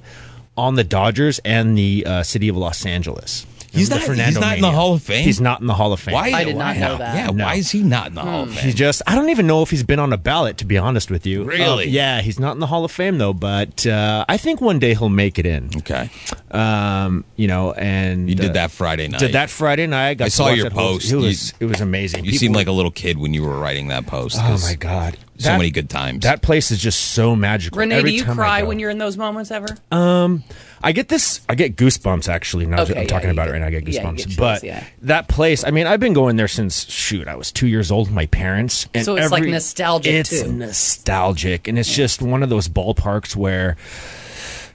on the Dodgers and the uh, city of Los Angeles.
He's
The
not- he's
Fernando
not in the
Mania.
Hall of Fame?
He's not in the Hall of Fame.
why?
I did not
why
know that.
Yeah,
No. Hmm.
why is he not in the Hall of Fame?
He just, I don't even know if he's been on a ballot, to be honest with you.
Really?
Uh, yeah, he's not in the Hall of Fame, though, but uh, I think one day he'll make it in.
okay.
Um, you know, and.
You
uh,
did that Friday night.
Did that Friday night. I, got
I
to
saw
watch
your
that whole-
post.
It
You-
was, it was amazing.
You
People
seemed
were-
like a little kid when you were writing that post.
Oh,
'cause
my God.
So
That-
many good times.
That place is just so magical.
Renee,
Every
do you
time I
cry
go.
when you're in those moments ever? Uh,
Um, I get this. I get goosebumps actually. Now
Okay,
that I'm
yeah,
talking
you
about
get-
it right now. I get
yeah, you
goosebumps.
get chills,
but
yeah.
that place. I mean, I've been going there since shoot. I was two years old with my parents. And
So it's, like,
every-
nostalgic,
It's
too.
nostalgic, and it's just one of those ballparks where.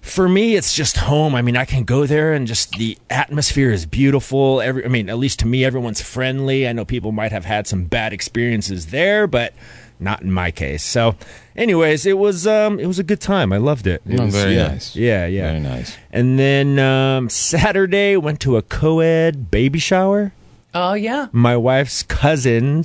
For me, it's just home. I mean, I can go there and just the atmosphere is beautiful. Every, I mean, at least to me, everyone's friendly. I know people might have had some bad experiences there, but not in my case. So, anyways, it was um, it was a good time. I loved it. It
Oh,
was-
very
yeah.
nice.
Yeah, yeah.
Very nice.
And then um, Saturday went to a co-ed baby shower.
Oh yeah.
My wife's cousin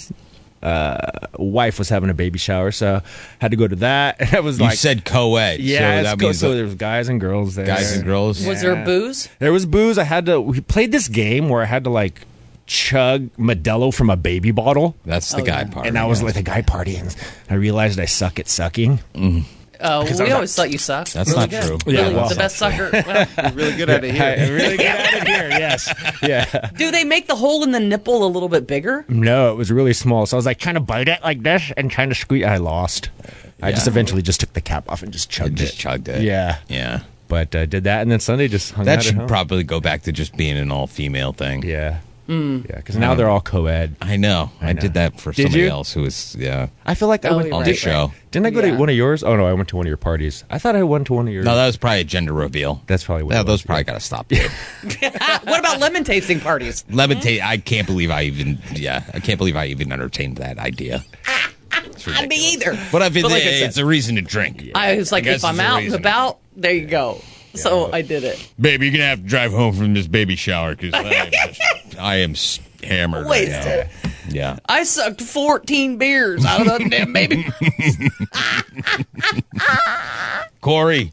uh, wife was having a baby shower, so had to go to that. And I was
You
like,
said co-ed, so
Yeah, it's
that
co-
means
so
that-
there was guys and girls there.
Guys and girls.
Was there booze?
There was booze. I had to. We played this game where I had to like chug Modelo from a baby bottle.
That's
the Oh, guy yeah. party,
And I was
yeah.
like the guy party, and I realized I suck at sucking.
Mm.
Oh,
Because
we
I'm-
always thought you sucked.
That's
Really
not
good.
true.
Really,
Yeah, well,
the best sucker. Well,
really good at it here.
I- really good at it here. Yes. Yeah.
do they make the hole in the nipple a little bit bigger?
No, it was really small. So I was like trying to bite it like this and trying to squeeze. I lost. I just
Yeah.
eventually just took the cap off and just chugged
just
it.
chugged it.
Yeah.
Yeah.
But uh, did that, and then Sunday just hung out
That
at
should
home.
probably go back to just being an all-female thing. Um,
Yeah. Yeah, because
Mm.
now they're all co-ed.
I know. I,
know.
did that for
Did
somebody
you?
else who was yeah.
I feel like I
Oh,
went
you're
On
right,
the
right.
show.
Didn't I go
Yeah.
to one of yours? Oh no, I went to one of your parties. I thought I went to one of yours.
No, that was probably a gender reveal.
That's probably what
yeah,
it
those
was,
probably
yeah.
got to stop. too.
Ah, what about lemon tasting parties?
Lemon tea. I can't believe I even. Yeah, I can't believe I even entertained that idea. It's
I me
ridiculous.
either.
But I've been.
But like I
it's,
said-
a reason to drink.
I was like,
guess
if I'm
it's a
out and
reason.
about, there you go. So I did it.
babe, you're gonna have to drive home from this baby shower because I am s- hammered. right now.
Wasted.
Yeah.
I sucked 14 beers out of that damn baby.
Corey,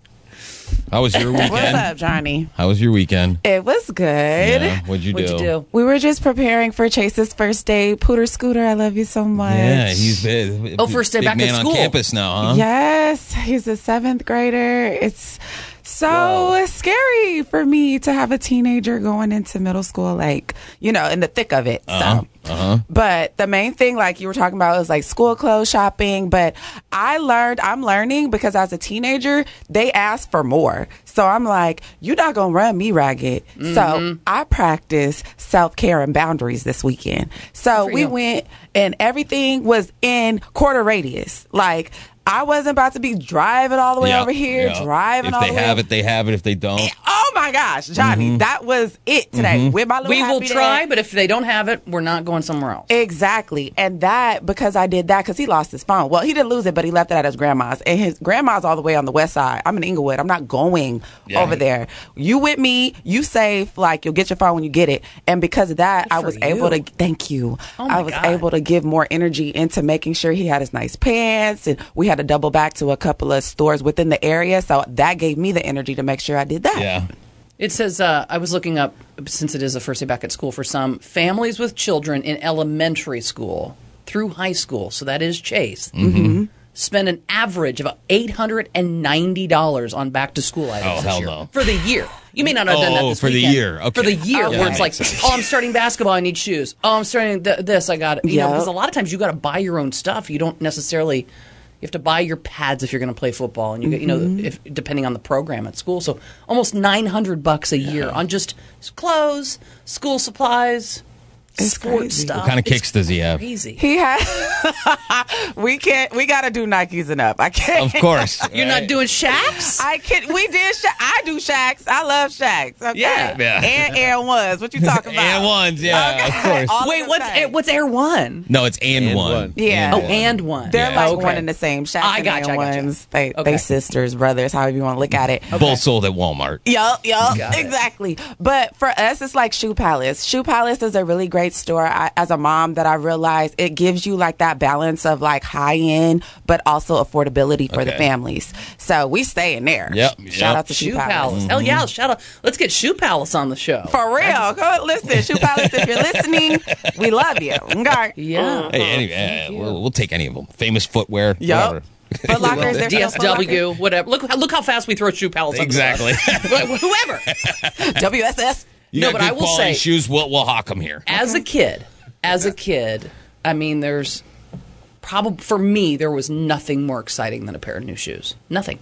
how was your
What's
weekend?
up, Johnny?
How was your weekend?
It was good.
Yeah, what'd you do?
What'd you do?
We were just preparing for Chase's first day. Pooter Scooter, I love you so much.
Yeah, he's big,
Oh, first day
big
back at
man on
school.
campus now, huh?
Yes, he's a seventh grader. It's so scary for me to have a teenager going into middle school, like, you know, in the thick of it.
Uh-huh,
So. But the main thing, like you were talking about, was like school clothes shopping. But I learned, I'm learning because as a teenager, they ask for more. So I'm like, you're not going to run me ragged. So I practiced self care and boundaries this weekend. So we
you.
went and everything was in quarter radius. Like, I wasn't about to be driving all the way
Yeah,
over here,
yeah.
driving
If
all
they
the way.
have it, they have it. If they don't,
Oh my gosh, Johnny, that was it today with my little
we will
happy dad.
try, but if they don't have it, we're not going somewhere else.
Exactly. And that, because I did that, because he lost his phone. Well, he didn't lose it, but he left it at his grandma's. And his grandma's all the way on the west side. I'm in Inglewood. I'm not going
Yeah.
over there. You with me, you safe. Like, you'll get your phone when you get it. And because of that,
Good
I
for
was
you.
able to, thank you.
Oh my
I was
God.
able to give more energy into making sure he had his nice pants. And we had to double back to a couple of stores within the area. So that gave me the energy to make sure I did that.
yeah.
It says uh, I was looking up since it is the first day back at school for some families with children in elementary school through high school. So that is Chase. Mm-hmm. Spend an average of eight hundred and ninety dollars on back to school items.
Oh,
this
hell
year.
no.
For the year, you may not have done that
Oh,
this
for the
weekend.
year. Okay.
For the year,
Yeah,
where
that
it's like,
makes sense.
oh, I'm starting basketball, I need shoes. Oh, I'm starting th- this, I got you know.
Yeah.
Because a lot of times you got to buy your own stuff. You don't necessarily you have to buy your pads if you're going to play football, and you get you
Mm-hmm.
know if depending on the program at school. So almost nine hundred bucks a year on just clothes, school supplies,
It's
sports
crazy.
stuff.
What kind of
It's
kicks does he have?
Crazy.
He had, we can't, we got to do Nikes and up. I can't.
Of course.
You're
right?
not doing shacks.
I kid. We did. Sha- I do shacks. I love shacks. Okay.
Yeah. Yeah.
And Air Ones. What you talking about?
and ones, yeah, of course.
All of
Wait,
them
what's
things.
Air, what's Air One?
No, it's and,
And
one.
one.
Yeah.
Oh, and one.
They're
Yeah.
like
Okay.
one and the same. Shacks
I
and
gotcha,
Air
I gotcha.
Ones. They,
Okay.
they sisters, brothers, however you want to look at it.
Both sold at Walmart.
Yup, yup,
Got it.
exactly. But for us, it's like Shoe Palace. Shoe Palace is a really great store. I, as a mom, that I realized it gives you like that balance of like high end, but also affordability for the
Okay.
families. So we stay in there.
Yep, Mm-hmm.
Shout
yep.
out to Shoe, Mm-hmm.
Shoe Palace. Hell yeah! Shout out. Let's get Shoe Palace on the show.
For real, go listen, Shoe Palace. If you're listening, we love you. Okay.
yeah.
Hey, anyway, eh, we'll, we'll take any of them. Famous footwear.
Yup. Foot Lockers, there's no Foot
DSW, whatever. Look, look how fast we throw Shoe Palace. under the
Exactly.
bus. Whoever.
Locker. WSS.
You
No,
got
but I
good
will
quality
say-
shoes. We'll, we'll hawk them here.
as a kid, as a kid, I mean, there's probably for me there was nothing more exciting than a pair of new shoes. Nothing.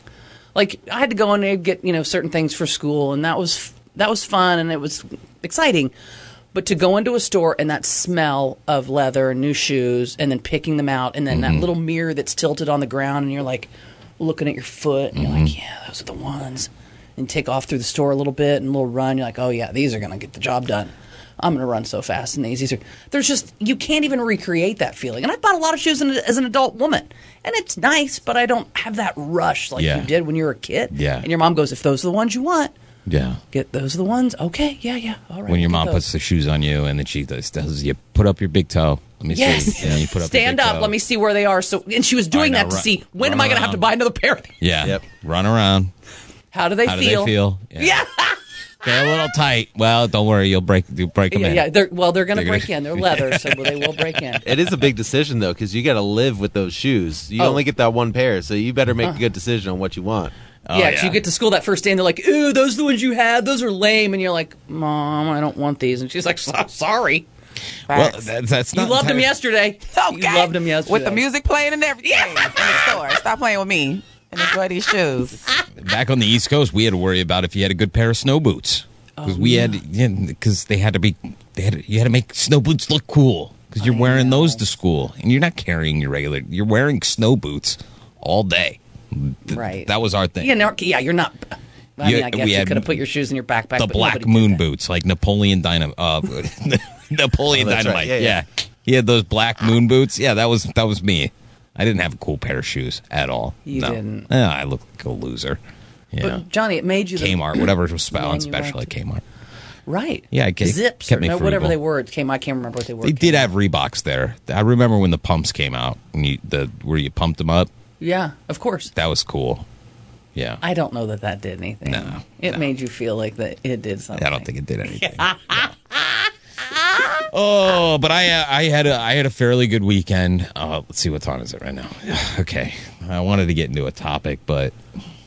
Like I had to go in and get you know certain things for school, and that was that was fun and it was exciting. But to go into a store and that smell of leather and new shoes, and then picking them out, and
Mm-hmm.
then that little mirror that's tilted on the ground, and you're like looking at your foot, and you're like,
Mm-hmm.
yeah, those are the ones. And take off through the store a little bit and a little run. You're like, oh yeah, these are gonna get the job done. I'm going to run so fast in these. These are there's just you can't even recreate that feeling. And I bought a lot of shoes in, as an adult woman, and it's nice, but I don't have that rush like
Yeah.
you did when you were a kid.
Yeah.
And your mom goes, if those are the ones you want,
Yeah.
get those are the ones. Okay, yeah, yeah, all right.
When your
get
mom
those."
puts the shoes on you and then she does, does you put up your big toe. Let me
Yes.
see. Yeah, you put up your
Stand
big
up.
toe.
Let me see where they are. So, and she was doing
I know,
that to
run-
see when am
run
I going to have to
around.
buy another pair? of these?
Yeah. Run around.
How do they
How do they
feel?
feel? Yeah.
Yeah.
They're a little tight. Well, don't worry. You'll break. You'll break them
Yeah,
in.
yeah. They're, well, they're going to
They're gonna-
break in. They're leather, so they will break in.
It is a big decision though, because you got to live with those shoes. You
Oh.
only get that one pair, so you better make
Uh.
a good decision on what you want.
Oh,
yeah, 'cause you get to school that first day and they're like, ooh, those are the ones you had. Those are lame. And you're like, Mom, I don't want these. And she's like, "So- sorry.
Well, that, that's
You
not.
loved them
entirely-
yesterday. You loved them yesterday.
With the music playing and everything in the store. Stop playing with me and enjoy these shoes.
Back on the East Coast, we had to worry about if you had a good pair of snow boots
Oh,
because we had because they had to be they had to, you had to make snow boots look cool because you're wearing those to school and you're not carrying your regular. You're wearing snow boots all day. Th-
Right.
That was our thing.
Yeah, no, yeah, you're not. I mean,
Yeah,
I guess
we
you
had
could have put your shoes in your backpack.
the
but
black
nobody-
moon boots, like Napoleon Dynam- uh, Napoleon
Oh, that's right.
Dynamite.
Yeah,
Yeah,
yeah.
he had those black moon boots. Yeah, that was that was me. I didn't have a cool pair of shoes at all.
You
no.
didn't.
Yeah, I looked like a loser. Yeah,
But Johnny, it made you the
Kmart, whatever was spe-
man
on
you
special at Kmart.
Right.
Yeah, it kept-
zips
kept
or
me
no, whatever
frugal.
they were. It came. I can't remember what they were.
They did have Reeboks there. I remember when the pumps came out, and you, the where you pumped them up.
Yeah, of course.
That was cool. Yeah,
I don't know that that did anything. No, it made you feel like that it did something.
I don't think it did anything. Oh, but I uh, I had a I had a fairly good weekend. Uh, let's see what time is it right now. okay, I wanted to get into a topic, but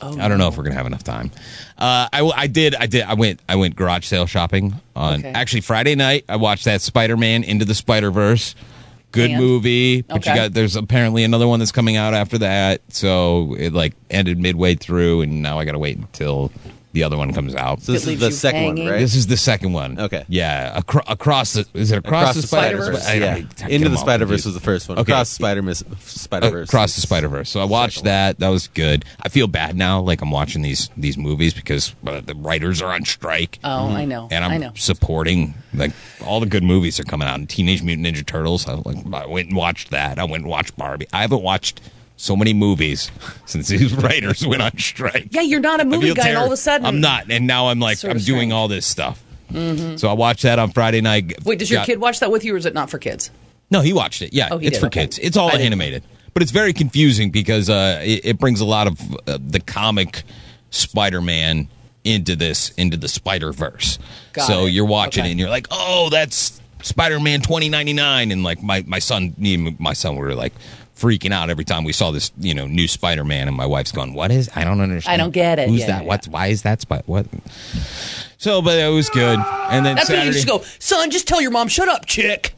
Oh,
I don't know if we're gonna have enough time. Uh, I w- I did I did I went I went garage sale shopping on
Okay.
actually Friday night. I watched that Spider Man Into the Spider Verse. Good
And?
movie, but you
Okay.
got there's apparently another one that's coming out after that. So it like ended midway through, and now I got to wait until the other one comes out.
So this It is leaves the you second one, hanging? right?
This is the second one. Okay. Yeah, acro- across the is it across, the, Spider-Verse? I- I- I
yeah.
get
Into
them
the
all
Spider Verse
confused.
was the first one.
Okay.
Across Spider Spider Verse.
Across the Spider Verse. So I watched that. That was good. I feel bad now, like I'm watching these these movies because uh, the writers are on strike.
Oh,
Mm-hmm.
I know.
And I'm
I know.
supporting like all the good movies are coming out. And Teenage Mutant Ninja Turtles. I like I went and watched that. I went and watched Barbie. I haven't watched so many movies since these writers went on strike.
Yeah, you're not a
I
movie
feel
guy, and all of
terrible.
a sudden
I'm not, and now I'm like
Sort
I'm
of
doing
strange.
all this stuff.
Mhm.
So I watched that on Friday night.
Wait, does your
Got-
kid watch that with you, or is it not for kids?
No, he watched it. Yeah,
Oh, he
it's
did,
for
okay.
kids. It's all animated, but it's very confusing because uh, it, it brings a lot of uh, the comic Spider-Man into this into the Spider Verse.
Got
So
it.
you're watching
Okay.
it and you're like, oh, that's Spider-Man 2099, and like my my son, me and my son were like freaking out every time we saw this you know new Spider-Man, and my wife's going, what is? I don't understand.
I don't get it.
Who's
Yeah,
that?
yeah,
What's why is that? Spider? What? So, but it was good. And then
That's when you
Saturday,
just go, son. Just tell your mom, shut up, chick.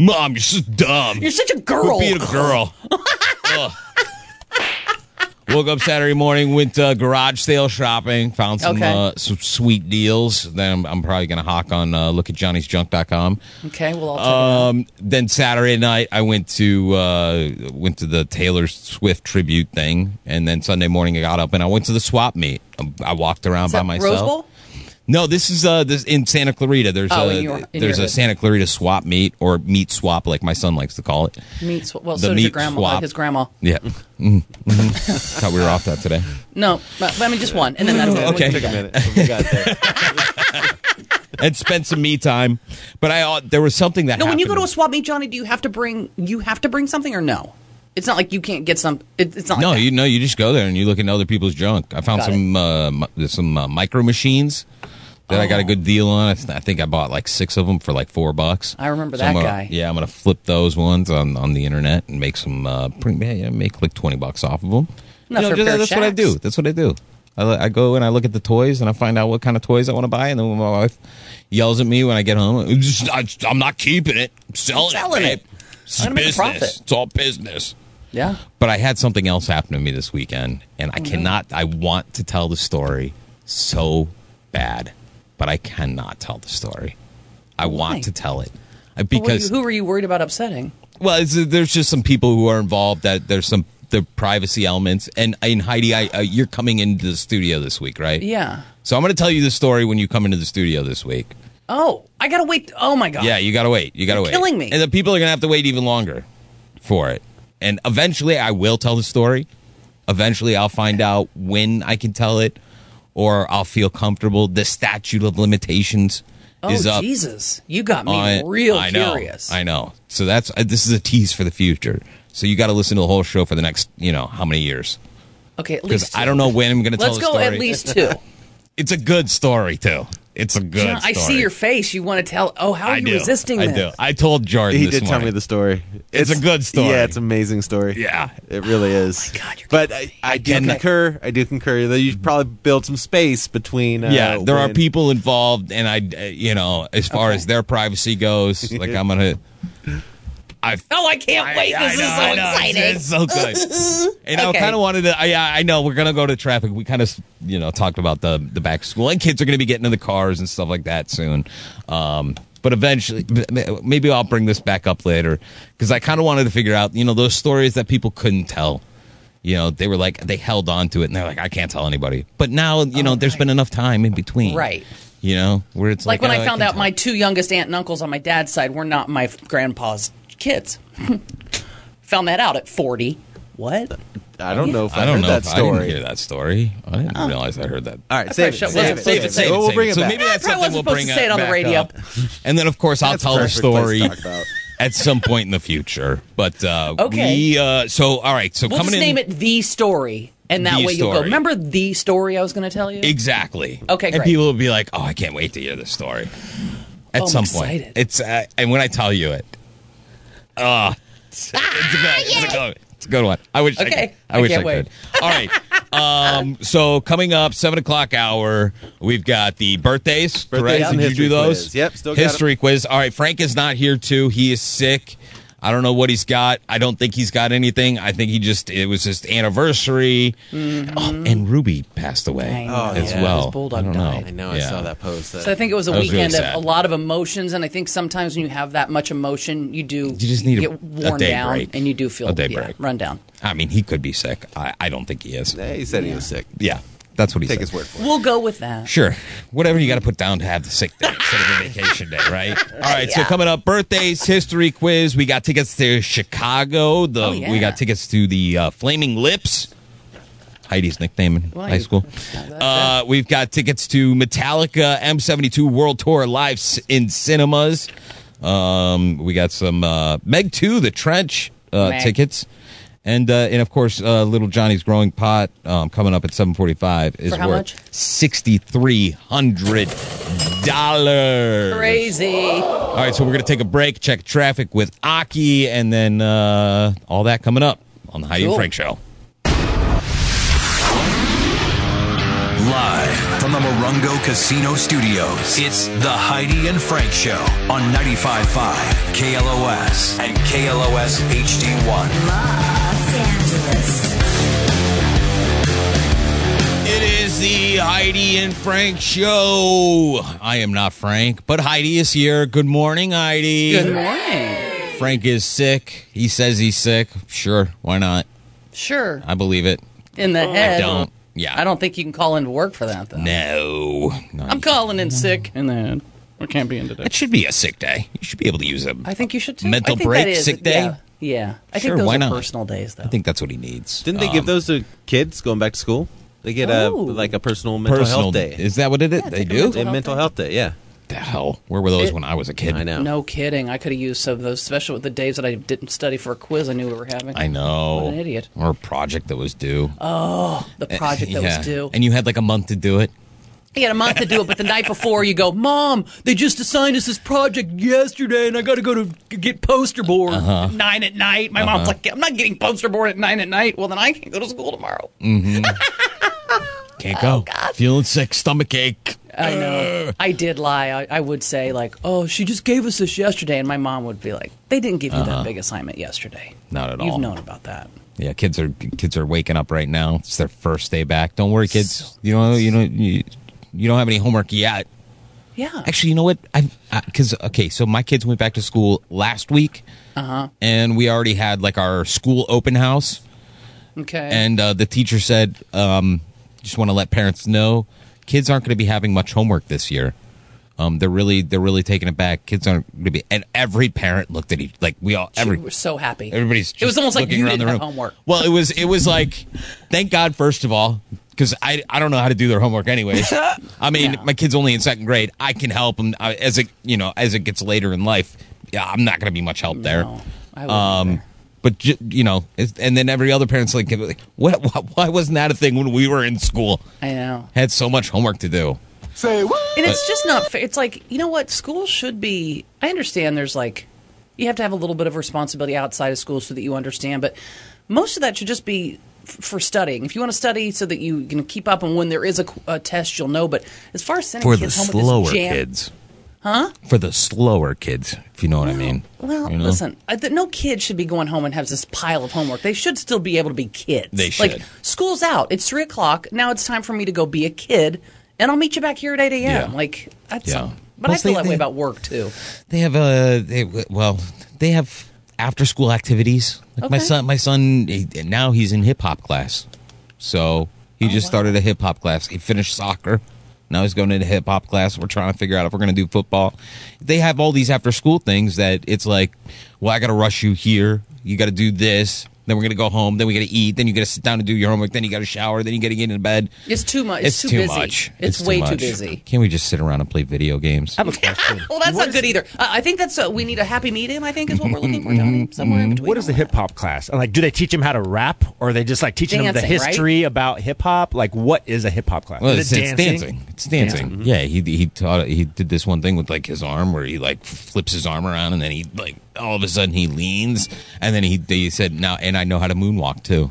Mom, you're so dumb.
You're such a girl."
Quit being a girl. Ugh. Woke up Saturday morning, went uh, garage sale shopping, found some
Okay.
uh, some sweet deals. Then I'm, I'm probably gonna hawk on uh, look at Johnny's Junk.com.
Okay, well, I'll
Um, then Saturday night I went to uh, went to the Taylor Swift tribute thing, and then Sunday morning I got up and I went to the swap meet. Um, I walked around
Is
by
that
myself.
Rose Bowl?
No, this is uh this in Santa Clarita. There's
Oh,
a
in your- in
there's
your
a
hood.
Santa Clarita swap meet or meat swap, like my son likes to call it.
meet. Sw- well,
The
so did your
meat
grandma,
swap.
like his grandma.
Yeah, mm Mhm. thought we were off that today.
No, but, but I mean just one, and then that's it.
Okay. Took a minute. and spent some me time, but I uh, there was something that
No, when you go to
happened-
a swap meet, Johnny, do you have to bring you have to bring something or no? It's not like you can't get some. It, it's not.
no,
like
you know, you just go there and you look into other people's junk. I found
Got
some uh, mi- some uh, micro machines that I got
Oh.
a good deal on. I, th- I think I bought like six of them for like four bucks.
I remember
I'm
that
gonna-
guy.
Yeah, I'm gonna flip those ones on, on the internet and make some uh, pretty, yeah, yeah, make like twenty bucks off of them.
Enough for a pair of
that's what I do.
shacks.
That's what I do. I, lo- I go and I look at the toys and I find out what kind of toys I want to buy, and then when my wife yells at me when I get home, "I'm just- I, am not keeping it. I'm selling,
Selling
it.
it.
babe. This is
I'm gonna make a
business.
profit.
It's all business.
Yeah.
But I had something else happen to me this weekend, and I
Oh, no.
cannot. I want to tell the story so bad, but I cannot tell the story. I
Why?
want to tell it I-
But were you-
because
who were you worried about upsetting?
well, it's, there's just some people who are involved that there's some the privacy elements, and and Heidi, I, uh, you're coming into the studio this week, right?
Yeah.
So I'm going to tell you the story when you come into the studio this week.
Oh, I gotta wait. Oh my god.
Yeah, you gotta wait. You gotta
You're
wait.
killing me.
And the people are gonna have to wait even longer for it. And eventually, I will tell the story. Eventually, I'll find out when I can tell it, or I'll feel comfortable. The statute of limitations
Oh,
is up.
Jesus. You got me
on-
real
I know,
curious.
I know. So that's uh, this is a tease for the future. So you got to listen to the whole show for the next, you know, how many years?
Okay, at
Because
least
I don't know when I'm going to tell
Let's
the
go
story.
at least two.
it's a good story too. It's a good.
John, I
story.
see your face. You want to tell. Oh, how are
I
you
do.
resisting
I
this?
do. I told Jordan.
He
this
did tell
morning.
me the story.
It's a good story.
Yeah, it's an amazing story.
Yeah, Oh,
it really is. but I, I do
cannot-
concur. I do concur that you should probably build some space between. Uh,
yeah, there are
when-
people involved, and I, uh, you know, as far as their privacy goes, like I'm gonna. I
Oh, I can't wait.
I
This
know,
is so
I know. It's-
exciting.
it's so good. And I
Okay.
kind of wanted to. I, yeah, I know we're gonna go to traffic. We kind of, you know, talked about the the back to school, and kids are gonna be getting in the cars and stuff like that soon. Um, but eventually, maybe I'll bring this back up later because I kind of wanted to figure out, you know, those stories that people couldn't tell. You know, they were like they held on to it, and they're like, I can't tell anybody. But now, you know, there's been enough time in between,
Right.
You know, where it's like,
like, when
oh,
I found
can
out my two youngest aunt and uncles on my dad's side were not my grandpa's kids. found that out at 40. What?
I don't know if I,
I don't
heard
know.
that
if
story.
I didn't hear that story. I didn't realize I heard that.
All right, save it.
Sure,
Save
we'll-
it. Save it. Save it. We'll bring it
So
back.
maybe that's
I probably
something we'll
wasn't
bring
supposed to say it
up-
on the
back
radio.
up. And then, of course, I'll
That's
tell the
perfect place to
story
talk about.
at some point in the future. But uh,
Okay.
we uh, so all right. So
We'll
coming
just
in,
name it The Story. And that
The
way you'll go.
Story.
Remember the story I was going to tell you?
Exactly.
Okay,
And
great.
people will be like, "Oh, I can't wait to hear this story." At
Oh, I'm
some
excited.
point, it's uh, and when I tell you it, uh, it's, it's, a good, it's, a good, it's a good one. I wish. I,
Ah, Okay.
could. I
I
wish I
can't
could.
wait.
All right. Um, so coming up, seven o'clock hour, we've got the birthdays.
Birthdays
correct?
and
Did you
history
do those?
quiz. Yep, still got 'em.
history quiz. All right. Frank is not here too. He is sick. I don't know what he's got. I don't think he's got anything. I think he just it was just anniversary.
Mm-hmm.
Oh, and Ruby passed away
I
as
know.
well.
His bulldog
I don't know.
died.
I know. I
Yeah.
saw that post.
So I think it was a
That was really
weekend
sad.
of a lot of emotions, and I think sometimes when you have that much emotion, you do you
just need a-
get
a
worn
day
down,
break.
and you do feel
A day
yeah,
break.
run down.
I mean, he could be sick. I, I don't think he is.
he said he was sick.
Yeah, that's what he
Take
said.
his word for it.
Well go with that.
Sure, whatever you got to put down to have the sick day instead of a vacation day, right? All right. So coming up, birthdays, history quiz. We got tickets to Chicago. The
Oh, yeah.
we got tickets to the uh, Flaming Lips. Heidi's nickname in
Well,
high
you-
school. Uh, we've got tickets to Metallica M72 World Tour live s- in cinemas. Um, we got some uh, Meg 2, The Trench uh,
Meg.
tickets. And uh, and of course, uh, Little Johnny's Growing Pot um, coming up at 745 is
For how
worth
much?
$6,300.
Crazy.
All right, so we're going to take a break, check traffic with Aki, and then uh, all that coming up on the Heidi
Cool.
and Frank Show.
Live from the Morongo Casino Studios, it's the Heidi and Frank Show on 95.5 KLOS and KLOS HD1.
It is the Heidi and Frank show. I am not Frank, but Heidi is here. Good morning, Heidi.
Good morning.
Frank is sick. He says he's sick. Sure, why not?
Sure.
I believe it.
In the
I
head.
don't. Yeah.
I don't think you can call into work for that though.
No. No,
I'm
you-
calling in sick in the head. I can't be in today.
It should be a sick day. You should be able to use it.
I think you should too.
Mental
I think
break,
that is-
sick day?
Yeah. yeah. I
Sure,
think those
why
are
not?
personal days though.
I think that's what he needs.
Didn't they give those to kids going back to school? They get a
Oh.
like a personal mental
personal
health day.
Is that what it is? they do.
They have mental health day. Yeah,
the hell? Where were those when I was a kid?
I know.
no kidding. I could have used some of those, especially with the days that I didn't study for a quiz I knew we were having.
I know.
What an idiot.
Or a project that was due.
Oh, The project that
Eh, yeah.
was due.
And you had like a month to do it.
You had a month to do it, but the night before you go, Mom, they just assigned us this project yesterday, and I got to go to get poster board
Uh-huh.
at nine at night. My mom's like, I'm not getting poster board at nine at night. Well, then I can't go to school tomorrow.
Mm-hmm. Can't
Oh,
go. Feeling sick, stomach ache.
I
Uh.
know. I did lie. I, I would say like, Oh, she just gave us this yesterday, and my mom would be like, They didn't give you that big assignment yesterday.
Uh-huh. Not at all.
You've known about that.
Yeah, kids are kids are waking up right now. It's their first day back. Don't worry, kids. You know you don't you, you don't have any homework yet.
Yeah.
Actually, you know what? I because okay, so my kids went back to school last week, uh-huh. and we already had like our school open house,
Okay.
and uh, the teacher said, um, just want to let parents know, kids aren't going to be having much homework this year. Um, they're really they're really taking it back. Kids aren't going to be, and every parent looked at each like we all every
we were so happy.
Everybody's.
It was
just
almost like
looking
you
around
didn't
the room.
have homework.
Well, it was. It was like, thank God, first of all, because I, I don't know how to do their homework anyway. I mean, my kid's only in second grade. I can help him I, as it you know as it gets later in life. Yeah, I'm not going to be much help there.
I wouldn't
um, but ju- you know, it's, and then every other parent's like, like, what, what? Why wasn't that a thing when we were in school?
I know.
Had so much homework to do.
Say what? And it's
But-
just not fair. It's like, you know what? School should be. I understand there's like, you have to have a little bit of responsibility outside of school so that you understand, but most of that should just be f- for studying. If you want to study so that you can keep up and when there is a, qu- a test, you'll know. But as far as sending
for the
kids home with
slower
this jam,
kids.
Huh?
For the slower kids, if you know what I mean.
Well,
You know?
listen, I, th- no kid should be going home and has this pile of homework. They should still be able to be kids.
They
Like,
should.
school's out. It's 3 o'clock. Now it's time for me to go be a kid, and I'll meet you back here at 8 a.m.
Yeah.
Like, that's.
Yeah.
But I
Plus,
feel
they-
that way
they-
about work, too.
They have uh, they well, they have after school activities. Like my
Okay.
son, my son he, now he's in hip hop class, so
Oh,
he just started a hip hop class. He finished soccer. Now he's going into hip hop class. We're trying to figure out if we're going to do football. They have all these after school things that it's like, well, I got to rush you here. You got to do this. Then we're going to go home. Then we got to eat. Then you got to sit down and do your homework. Then you got to shower. Then you got to get into bed.
It's too much. It's,
It's,
too,
too
busy.
much.
It's, way too
much.
busy.
Can't we just sit around and play video games?
I have a question. well, that's not good either. Uh, I think that's uh we need a happy medium. I think is what we're
Mm-hmm.
looking for. somewhere between.
What is the hip hop class? And, Like, do they teach him how to rap, or are they just like teaching him the
Dancing, right?
history about hip hop? Like, what is a hip hop class?
Well,
Is
it's,
it Mm-hmm.
it's dancing. It's dancing. Yeah, he he taught he did this one thing with like his arm where he like flips his arm around and then he like all of a sudden he leans and then he they said now and I know how to moonwalk too.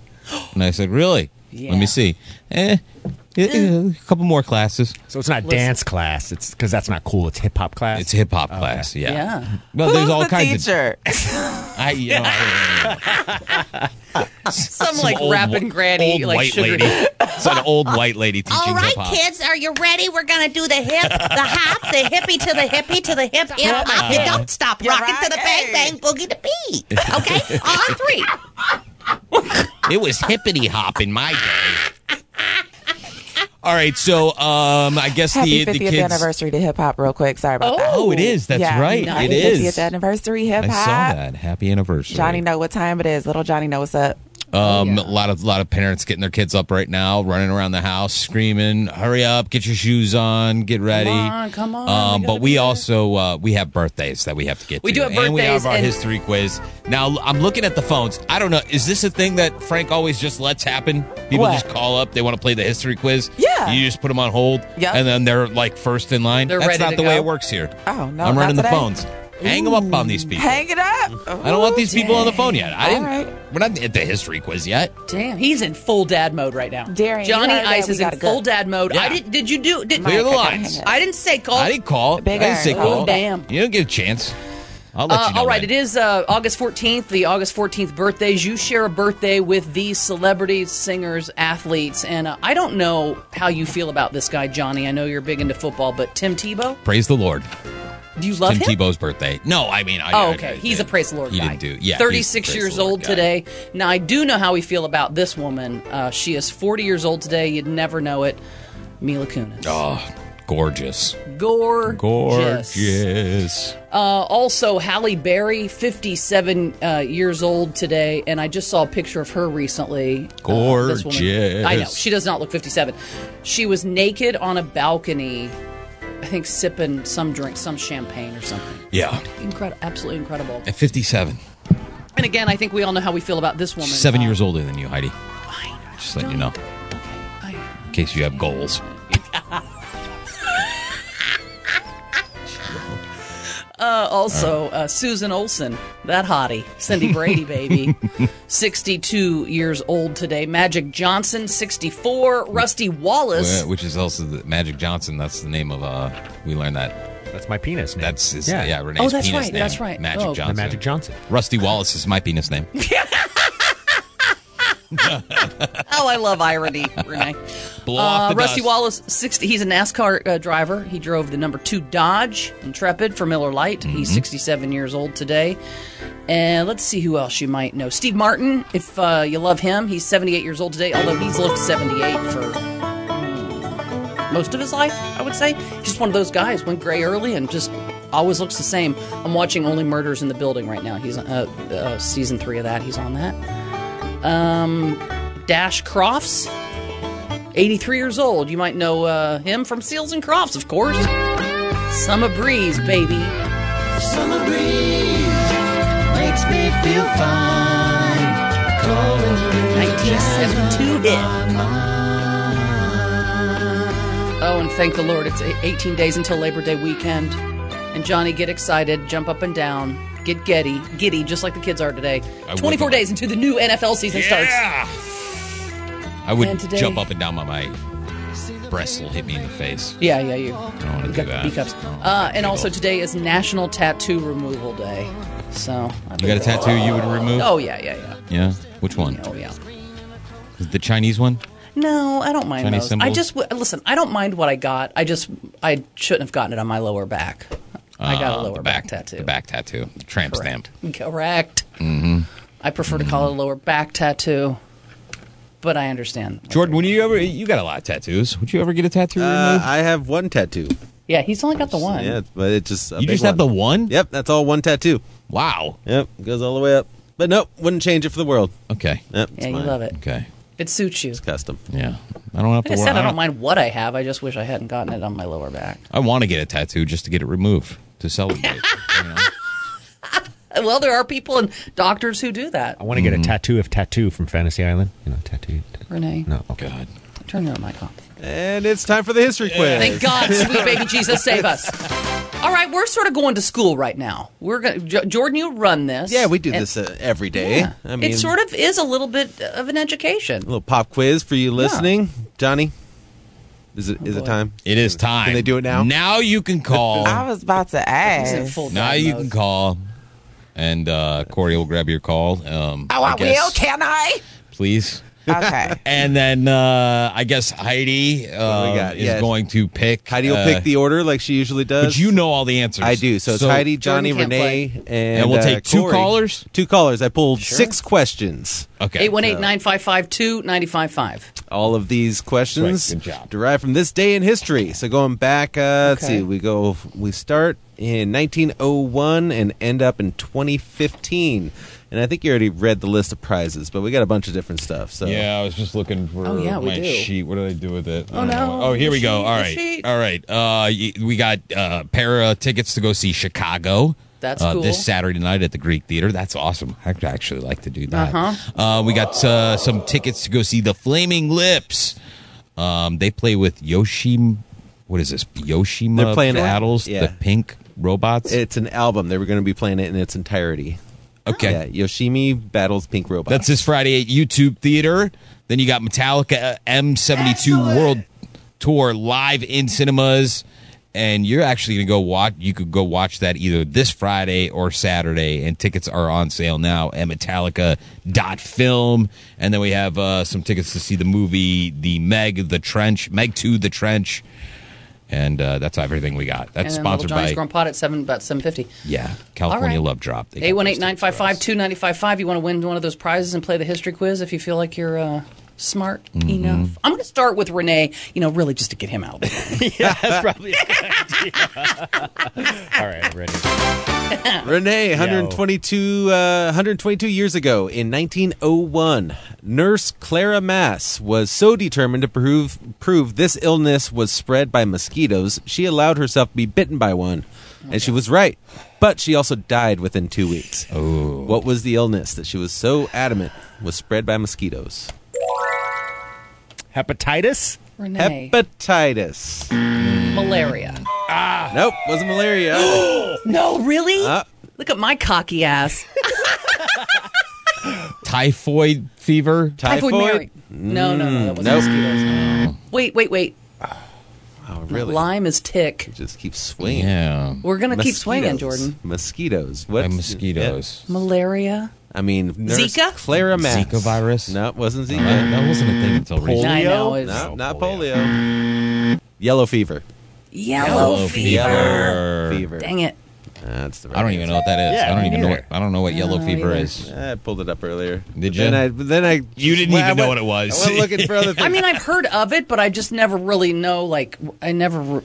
And I said, "Really? Let
Yeah.
me see." Eh, eh, eh, a couple more classes.
So it's not
Listen.
dance class. It's because that's not cool. It's hip hop class. It's
hip hop class. Yeah. Well,
Who's
there's all
the
kinds
teacher?
of I you know, I-
Some, like
old
rapping
whi-
granny,
old
like
white
sugar.
lady. It's an old white lady teaching
All right,
hip hop.
kids, are you ready? We're gonna do the hip, the hop, the hippie to the hippie to the hip. Hip hop, you
Uh-huh.
don't stop. Rock it to the bang bang boogie to beat. Okay, all three.
It was hippity hop in my day. All right, so um, I guess
Happy
the the
50th
kids.
anniversary to hip hop, real quick. Sorry about that.
Oh, it is. That's
Yeah.
right. It
Happy
is.
50th anniversary hip
I saw
hop.
that. Happy anniversary.
Johnny know what time it is. Little Johnny know what's up.
Um, a lot of lot of parents getting their kids up right now, running around the house, screaming, "Hurry up! Get your shoes on! Get ready!"
on, come on,
Um, but we also uh, we have birthdays that we have to get.
We
to.
do have
and we have
birthdays
our
and-
history quiz. Now l- I'm looking at the phones. I don't know. Is this a thing that Frank always just lets happen? People
What?
just call up. They want to play the history quiz.
Yeah.
You just put them on hold.
Yep.
And then they're like first in line.
They're
That's
ready
not
to
the way
go.
it works here.
Oh no, not
I'm running the
today.
phones. Hang them up on these people.
Hang it up.
I don't want these people on the phone yet. I
All
didn't.
right.
We're not at the history quiz yet.
Damn, he's in full dad mode right now.
Darren,
Johnny
you heard that.
Ice
We
is in
gotta go.
full dad mode.
Yeah.
I did. Did you do? Did,
Clear the lines.
I didn't say call.
I didn't call.
Big
I didn't say
iron.
call.
Oh, damn.
You don't get a chance. I'll let
Uh,
you know.
all right,
when.
it is uh, August 14th, the August 14th birthdays. You share a birthday with these celebrities, singers, athletes. And uh, I don't know how you feel about this guy, Johnny. I know you're big into football, but Tim Tebow,
Praise the Lord.
do you love
Tim
him?
Tebow's birthday. No, I mean, I,
oh,
I-
okay.
I-
he's a praise the Lord
he
guy.
didn't do- yeah, he's a
36
praise
years
the Lord
old
guy.
today. Now, I do know how we feel about this woman. Uh, she is 40 years old today. You'd never know it. Mila Kunis.
Oh, gorgeous.
Gorgeous.
Gorgeous.
Uh, also, Halle Berry, 57 uh, years old today, and I just saw a picture of her recently. Uh, this woman-
Gorgeous.
I know. She does not look 57. She was naked on a balcony, I think sipping some drink, some champagne or something.
Yeah.
Incredible. Absolutely incredible.
At 57.
And again, I think we all know how we feel about this woman.
Seven
Uh,
years older than you, Heidi. Just letting you know. In case you have goals.
Uh, also, uh, Susan Olson, that hottie. Cindy Brady, baby. 62 years old today. Magic Johnson, 64. Rusty Wallace.
Wh- Which is also the Magic Johnson. That's the name of, uh, we learned that.
That's my penis name.
That's his,
Yeah.
yeah. Renee's
Oh, that's
penis
right,
name.
that's right.
Magic
Oh. The
Johnson.
Magic Johnson.
Rusty Wallace is my penis name.
Oh, I love irony, Renee. Uh,
Blow off the
Rusty
dust.
Wallace, 60, he's a NASCAR uh, driver. He drove the number two Dodge Intrepid for Miller Lite. He's 67 years old today. And let's see who else you might know. Steve Martin, if uh, you love him, he's 78 years old today, although he's lived 78 for mm, most of his life, I would say. Just one of those guys, went gray early and just always looks the same. I'm watching Only Murders in the Building right now. He's uh, uh, season three of that. He's on that. Um, Dash Crofts, 83 years old. You might know uh, him from Seals and Crofts, of course. Summer breeze, baby.
Summer breeze makes me feel fine. Calling you
1972 hit. Oh, and thank the Lord, it's 18 days until Labor Day weekend. And Johnny, get excited, jump up and down, get giddy, giddy, just like the kids are today.
I would
24
be.
days until the new NFL season
Yeah!
starts.
I would
And today-
jump up and down by my breasts will hit me in the face.
Yeah, yeah, you.
I don't want to do that.
B cups. Uh, and also today is National Tattoo Removal Day. So I
You got a
think-
tattoo you would remove?
Oh yeah, yeah, yeah.
Yeah. Which one?
Oh yeah.
The Chinese one?
No, I don't mind
Chinese
those. I
symbols?
just w- listen. I don't mind what I got. I just I shouldn't have gotten it on my lower back. I got a
Uh,
lower
the
back, tattoo.
The back tattoo. The tramp stamp.
Correct.
Mm-hmm.
I prefer to call it a lower back tattoo, but I understand.
Jordan, when you ever you got a lot of tattoos. Would you ever get a tattoo removed?
Uh, I have one tattoo.
Yeah, he's only got the one.
Yeah, but it just
You just have the one.
Yep, that's all one tattoo.
Wow.
Yep, goes all the way up. But nope, wouldn't change it for the world.
Okay.
Yep, it's
Yeah, you
mine.
love it.
Okay.
It suits you.
It's custom.
Yeah. I don't have
Like I
to worry.
said, I don't
I,
mind what I have. I just wish I hadn't gotten it on my lower back.
want to get a tattoo just to get it removed to celebrate.
Well, there are people and doctors who do that.
I want to get
Mm-hmm.
a tattoo of tattoo from Fantasy Island. You know, tattoo.
Renee,
No, okay. God.
turn your mic off.
And it's time for the history quiz.
Thank God, sweet baby Jesus, save us. All right, we're sort of going to school right now. We're gonna, Jo- Jordan, you run this.
Yeah, we do
And
this uh, every day.
Yeah.
I mean,
it sort of is a little bit of an education.
a little pop quiz for you listening, Johnny. Is it
Oh,
is it time?
It is time.
Can they do it now?
Now you can call.
I was about to
He's in
ask.
full
now
dad
you
mode.
can call, and uh, Corey will grab your call. Um,
Oh, I,
guess.
will. Can I?
please.
Okay.
And then uh, I guess Heidi uh,
we got?
is
Yeah.
going to pick.
Heidi will
uh,
pick the order like she usually does.
But you know all the answers.
I do. So it's Heidi, Johnny, Renee, and,
we'll
uh,
take two
Corey.
callers?
Two callers. I pulled six questions.
Okay.
818 955 2955.
All of these questions
Right, good job.
derived from this day in history. So going back, uh, let's
Okay.
see, we go, we start in 1901 and end up in 2015. And I think you already read the list of prizes, but we got a bunch of different stuff. So
Yeah, I was just looking for
Oh, yeah, we
my
do.
sheet. What did I do with it?
Oh, no.
Oh, here
The
we go.
sheet,
All
the
right.
sheet.
All right. Uh, y- we got uh, pair of tickets to go see Chicago.
That's
uh,
cool.
This Saturday night at the Greek Theater. That's awesome. I'd actually like to do that.
Uh-huh.
Uh, we got uh, some tickets to go see the Flaming Lips. Um, they play with Yoshi. What is this? Yoshima
They're playing it.
Battles,
Yeah.
the pink robots.
it's an album. They were going to be playing it in its entirety.
okay.
Yeah, Yoshimi battles Pink Robot.
That's this Friday at YouTube Theater. Then you got Metallica uh, M72 World Tour live in cinemas. And you're actually going to go watch, you could go watch that either this Friday or Saturday. And tickets are on sale now at Metallica.film. And then we have uh, some tickets to see the movie The Meg, The Trench, Meg 2, The Trench. And uh, that's everything we got. That's
and then
sponsored
Little Johnny's
by,
Grown Pot at seven about seven fifty.
yeah, California
All right.
Love Drop. They got
Eight one
those
eight nine
tickets.
five five two ninety five five. You want to win one of those prizes and play the history quiz if you feel like you're uh, smart
Mm-hmm.
enough. I'm going to start with Renee. You know, really just to get him out.
yeah, that's probably. A good idea. All right, I'm ready.
Renee, 122, uh, 122 years ago in 1901, nurse Clara Mass was so determined to prove, prove this illness was spread by mosquitoes, she allowed herself to be bitten by one. And she was right. But she also died within two weeks.
Oh.
What was the illness that she was so adamant was spread by mosquitoes?
Hepatitis.
Renee,
Hepatitis.
malaria.
Nope, wasn't malaria.
No, really?
Uh,
Look at my cocky ass.
Typhoid fever.
Typhoid Mary. No, no, no, that wasn't
Nope.
mosquitoes. Wait, wait, wait.
Oh, really?
Lyme is tick.
Just keep swinging.
Yeah.
We're going to keep swinging,
Mosquitoes.
Jordan.
Mosquitoes. What?
And mosquitoes.
Malaria.
I mean, nurse
Zika?
Clara Mass.
Zika virus.
No, it wasn't
Uh, that,
Zika.
that wasn't a thing until recently.
I know. It's
No, not polio. Yellow fever.
yellow, fever.
Fever.
Dang it.
That's the right
I don't even know what that is.
Yeah,
I don't
me
even know. What,
neither.
I don't know what yellow fever is.
Eh, I pulled it up earlier.
Did
Then
you?
I, then I
You didn't
well, I
even know
went-
what it was.
I went looking for other things.
I mean, I've heard of it, but I just never really know. Like, I never. re-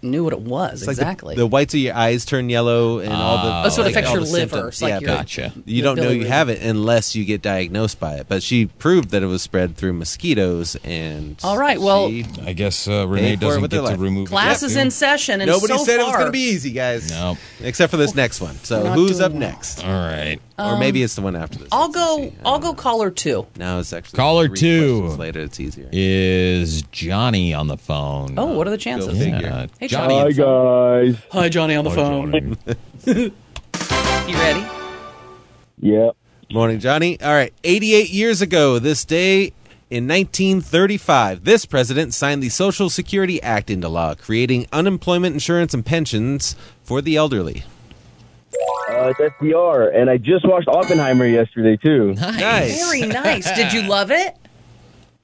knew what it was
It's like the-
exactly.
the, whites of your eyes turn yellow, and all the
Ah,
Oh. That's what
like,
affects
all
your
the
liver.
symptoms.
It's like
yeah,
your-
but
Gotcha.
You
your
don't know you
bilirubin.
have it unless you get diagnosed by it. But she proved that it was spread through mosquitoes, and
All right, well,
I guess uh,
Paid
Renee
for it
doesn't
with their
get to
life.
remove
class is in session, Oh. and
nobody
so
said it was
far-
going to be easy, guys. No, except for this next one.
We're
So
not
who's
doing
up
well.
next?
All right,
or
Um,
maybe it's the one after this.
I'll go. I'll go caller two.
No, it's actually
Caller
three
two
questions Later, it's easier.
is Johnny on the phone.
Oh, what are the chances?
Yeah.
Hey,
Johnny.
Johnny.
guys.
Hi, Johnny on the phone. you ready?
Yep. Morning, Johnny. All right. 88 years ago, this day in 1935, this president signed the Social Security Act into law, creating unemployment insurance and pensions for the elderly.
Uh, it's FDR, and I just watched Oppenheimer yesterday too.
Very nice. Did you love it?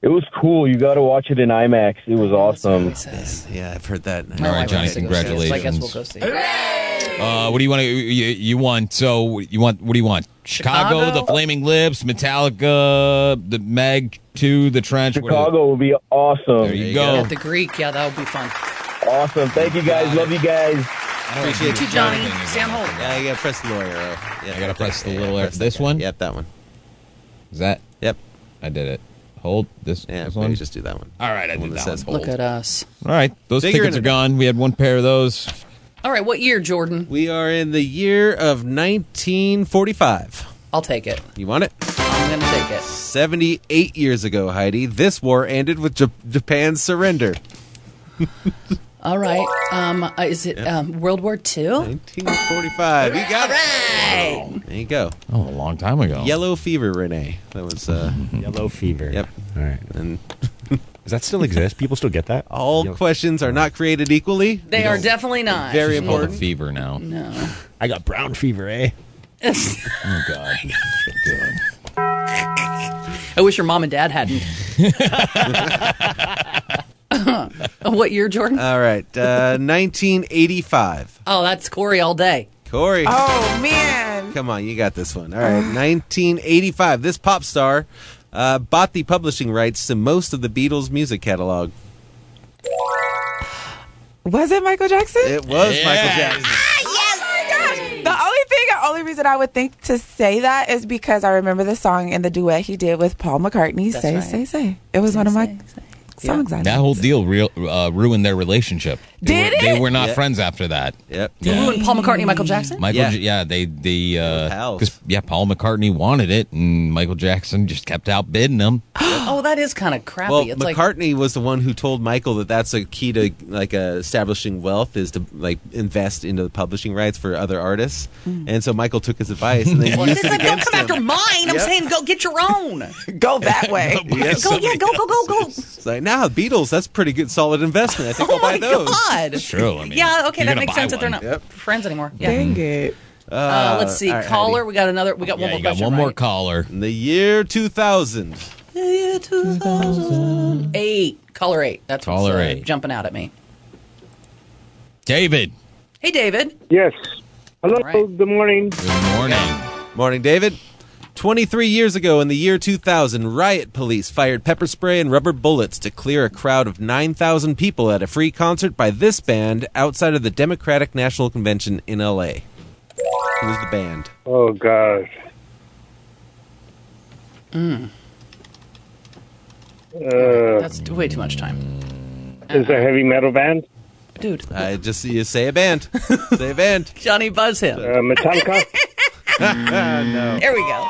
It was cool. You got to watch it in IMAX. It was awesome.
Yeah, I've heard that.
Oh,
All right, Johnny. Congratulations.
I guess we'll go see.
Uh, what do you want to you, you want? So you want what do you want? Chicago,
Chicago?
the Flaming Lips, Metallica, the Mag Two, the Trench. what are the-
Chicago will be awesome.
There you go.
At the Greek, yeah, that would be fun.
Awesome. Thank you guys. Love you guys.
Appreciate you, Johnny. Sam Holt.
Yeah, you got to press the little arrow. Yeah, I got to press the
little arrow. This one?
Yep, that one.
Is that?
Yep.
I did it. Hold this. Yeah, this
maybe
one?
just do that one.
All right, I
The one
did
that
that.
says
one.
Look at us.
All right, those
Figuring
tickets are
it
gone. We had one pair of those.
All right, what year, Jordan?
We are in the year of 1945.
I'll take it.
You want it?
I'm gonna take it.
78 years ago, Heidi, this war ended with Jap Japan's surrender.
All right. Um, uh, is it um, World War II?
1945. You got
it.
There you go.
Oh, a long time ago.
Yellow fever, Renee. That was uh,
Yellow fever.
Yep.
All right.
And
Does that still exist? People still get that?
all
Yellow-
questions are not created equally.
They are definitely not.
Very important.
Fever now.
No.
I got brown fever, eh?
Oh God.
I wish your mom and dad hadn't. what year, Jordan?
All right, uh, 1985.
Oh, that's Corey all day.
Corey.
Oh man.
Come on, you got this one. All right, 1985. This pop star uh, bought the publishing rights to most of the Beatles' music catalog.
Was it Michael Jackson?
It was Michael Jackson.
The only thing, the only reason I would think to say that is because I remember the song and the duet he did with Paul McCartney.
That's
say,
right.
say, say. It was one of my songs. I
That whole deal real, uh, ruined their relationship. They
Did
were, They
it?
were not
Yeah.
friends after that.
Yep.
Yeah.
Ruined Paul McCartney, Michael Jackson.
Michael,
Yeah.
yeah, yeah they, they, uh, 'cause, yeah, Paul McCartney wanted it, and Michael Jackson just kept outbidding him.
oh, that is kind of crappy.
Well,
it's like
McCartney was the one who told Michael that that's a key to like uh, establishing wealth is to like invest into the publishing rights for other artists, and so Michael took his advice and then
Hmm. Well,
used
it's
it
like, don't
against
come
him.
after mine. I'm
Yep.
saying go get your own.
go that way.
Go, yeah, go, go, go, go.
It's like, nah, Beatles, that's pretty good, solid investment. I think I'll buy those.
Oh God. yeah, okay, that makes sense that they're not
Yep.
friends anymore. Yeah.
it.
Uh,
Uh, let's see.
all right,
caller, we got another. We got
Heidi.
one more question. right?
caller.
In the year 2000.
Yeah, 2008. Caller 8. That's what's,
Caller
uh,
eight.
jumping out at me.
David.
Hey, David.
Yes. Hello.
right.
Good morning.
Good morning.
Morning, David. 23 years ago in the year 2000, riot police fired pepper spray and rubber bullets to clear a crowd of 9,000 people at a free concert by this band outside of the Democratic National Convention in LA. Who was the band?
Oh gosh. Uh,
That's way too much time.
is a heavy metal band.
Dude.
I just you say a band. say a band.
Johnny Buzz him.
Uh, Metallica.
no.
There we go.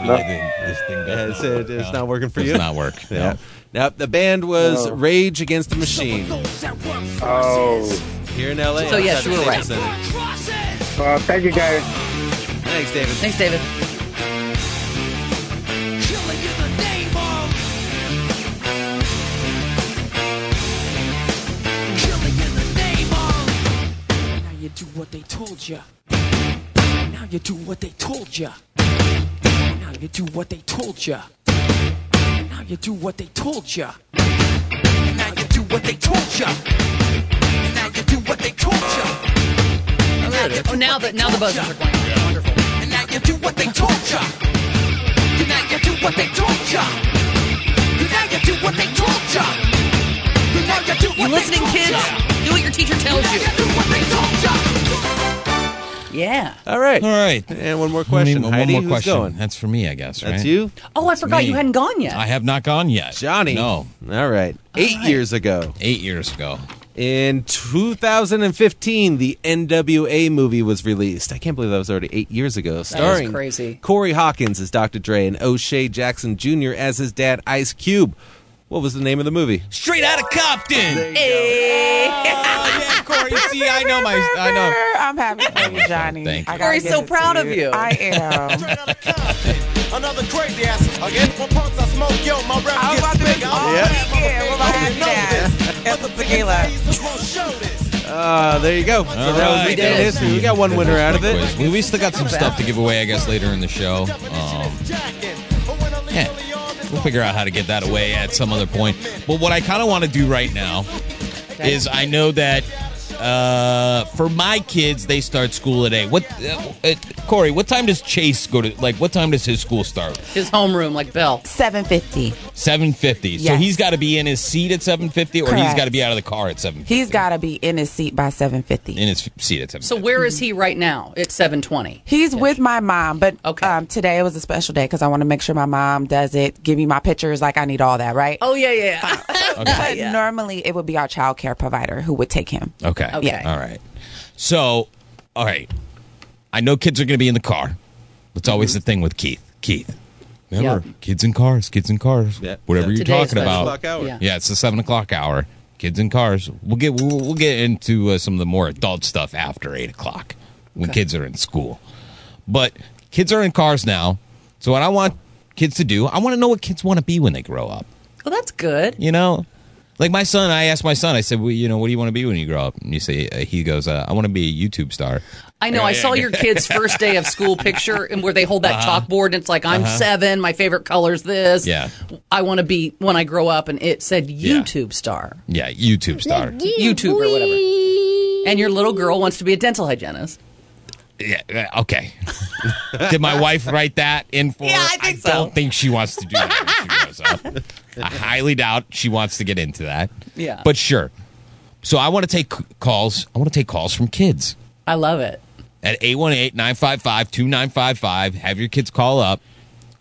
really
this thing
it's, it- it's not working for
Does
you.
not work.
Yeah. Now, the band was
No.
Rage Against the Machine.
Oh.
Here in LA.
So, yes,
outside
you
the
were
Staples
right.
Center.
Uh, thank you guys.
Thanks, David.
Thanks, David.
Now you do what they told ya. Now you do what they told ya. Now you do what they told ya. Now you do what they told ya. Now you do what they told ya. Now you do what they told ya.
Oh, now the, now the buzzers are going. Wonderful.
And now you do what they told ya. And now you do what they told ya. And now you do what they told ya. And now you do what
You listening,
they told
kids?
ya.
Do what your teacher tells you. Yeah.
All right.
All right.
And one more question,
One,
Heidi,
more
who's
question.
going?
That's for me, I guess.
That's
right?
you?
Oh, I forgot
me.
you hadn't gone yet.
I have not gone yet.
Johnny.
No.
All right. Eight years ago.
Eight years ago.
In 2015, the NWA movie was released. I can't believe that was already eight years ago. Starring
crazy.
Corey Hawkins as Dr. Dre and O'Shea Jackson Jr. as his dad, Ice Cube. What was the name of the movie?
Straight out of Compton.
Oh,
yeah, Corey. See, I know my. I know.
I'm happy for you, Johnny.
Thank you.
gotta
Corey's
give
so
it to
proud of you.
I am.
Another crazy ass again. What punks I smoke, yo, my rap
I was about to
gets big.
mention all weekend with my
You know
ass
this.
down and some tequila.
Uh, there you go. So that was
right.
weekend history. We got one winner out of it.
Quiz. We, we still got some stuff to give away, I guess, later in the show. Um, yeah, we'll figure out how to get that away at some other point. But what I kind of want to do right now is I know that uh, for my kids, they start school at eight. What, uh, uh, Corey? What time does Chase go to? Like, what time does his school start?
His homeroom, like Bill.
Seven fifty.
Seven fifty. So
Yes.
he's got to be in his seat at seven fifty, or he's
Correct.
got to be out of the car at seven.
He's got to be in his seat by seven fifty.
In his seat at seven.
So where is he right now? It's seven twenty.
He's with my mom, but um, today it was a special day because I want to make sure my mom does it. Give me my pictures, like I need all that, right? Uh,
Oh yeah, yeah.
But normally it would be our child care provider who would take him.
Okay.
Okay. Yeah.
All right. So, all right. I know kids are going to be in the car. That's always
Mm-hmm.
the thing with Keith. Keith. Remember, kids in cars, kids in cars. Whatever you're
Today is
talking
seven
about.
o'clock hour.
Yeah.
Yeah.
it's the seven o'clock hour. Kids in cars. We'll get we'll, we'll get into uh, some of the more adult stuff after eight o'clock when kids are in school. But kids are in cars now. So what I want kids to do, I want to know what kids want to be when they grow up.
Well, that's good.
You know, like my son, I asked my son, I said, well, you know, what do you want to be when you grow up? And you say, uh, he goes, uh, I want to be a YouTube star.
I know. I saw your kid's first day of school picture, and where they hold that
Uh-huh.
chalkboard, and it's like, "I'm
Uh-huh.
seven. My favorite color's this.
Yeah.
I want to be when I grow up." And it said YouTube star,
Yeah, YouTube star.
YouTube or whatever. And your little girl wants to be a dental hygienist.
Yeah, uh, okay. Did my wife write that in for? Yeah, I think I don't think she wants to do that. when she grows up. I highly doubt she wants to get into that.
Yeah.
But sure. So I want to take c- calls. I want to take calls from kids.
I love it.
at 818-955-2955 have your kids call up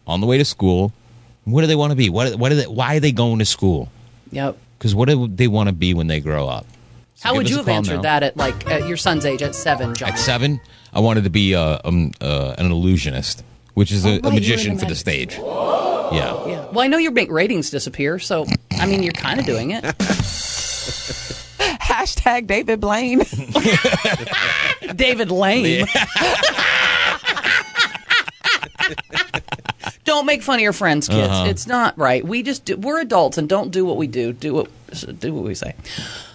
on the way to school what do they want to be what, what are they, why are they going to school
Yep.
because what do they want to be when they grow up So
How
give
would
us
you
a
have
call
answered
now.
that at like at your son's age at seven, John?
at seven i wanted to be uh, um, uh, an illusionist which is a,
right, you
a
were
magician
the
for the
magic-
stage yeah
Yeah. Well, I know you make ratings disappear, so I mean, you're kind of doing it.
Hashtag David Blaine.
David Lane. don't make fun of your friends, kids.
Uh-huh.
It's not right. We just do, we're adults and don't do what we do. Do what do what we say.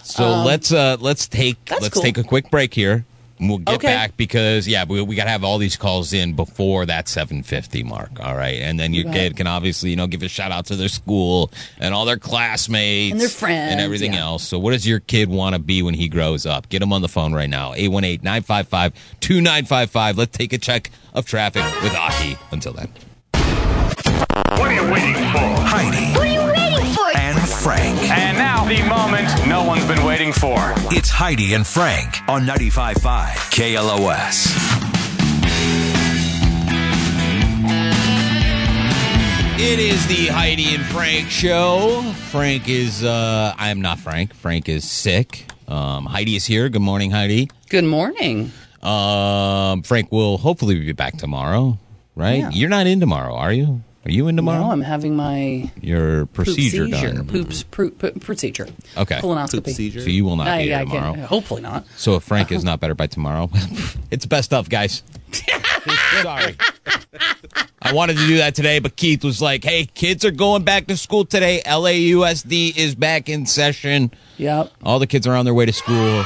so
Um,
let's uh let's take
that's
let's
cool.
take a quick break here and we'll get
Okay.
back because yeah we, we gotta have all these calls in before that 750 mark all right and then your
Right.
kid can obviously you know give a shout out to their school and all their classmates
And their friends,
and everything
yeah.
else so what does your kid want to be when he grows up get him on the phone right now 818-955-2955 let's take a check of traffic with aki until then
What are you waiting for? Heidi. What are you waiting for?
And Frank.
And now the moment no one's been waiting for.
It's Heidi and Frank on 95.5 KLOS.
It is the Heidi and Frank show. Frank is, uh, I am not Frank. Frank is sick. Um, Heidi is here. Good morning, Heidi.
Good morning.
Um, Frank will hopefully be back tomorrow, right?
Yeah.
You're not in tomorrow, are you? Are you in tomorrow?
No, I'm having my
Your
poop seizure.
procedure done.
Poops, pro- po- procedure.
Okay.
Colonoscopy.
So you will not
I-
be here
I can't-
tomorrow.
Hopefully not.
So if Frank is not better by tomorrow, it's best of, guys. Sorry. I wanted to do that today, but Keith was like, hey, kids are going back to school today. LAUSD is back in session.
Yep.
All the kids are on their way to school.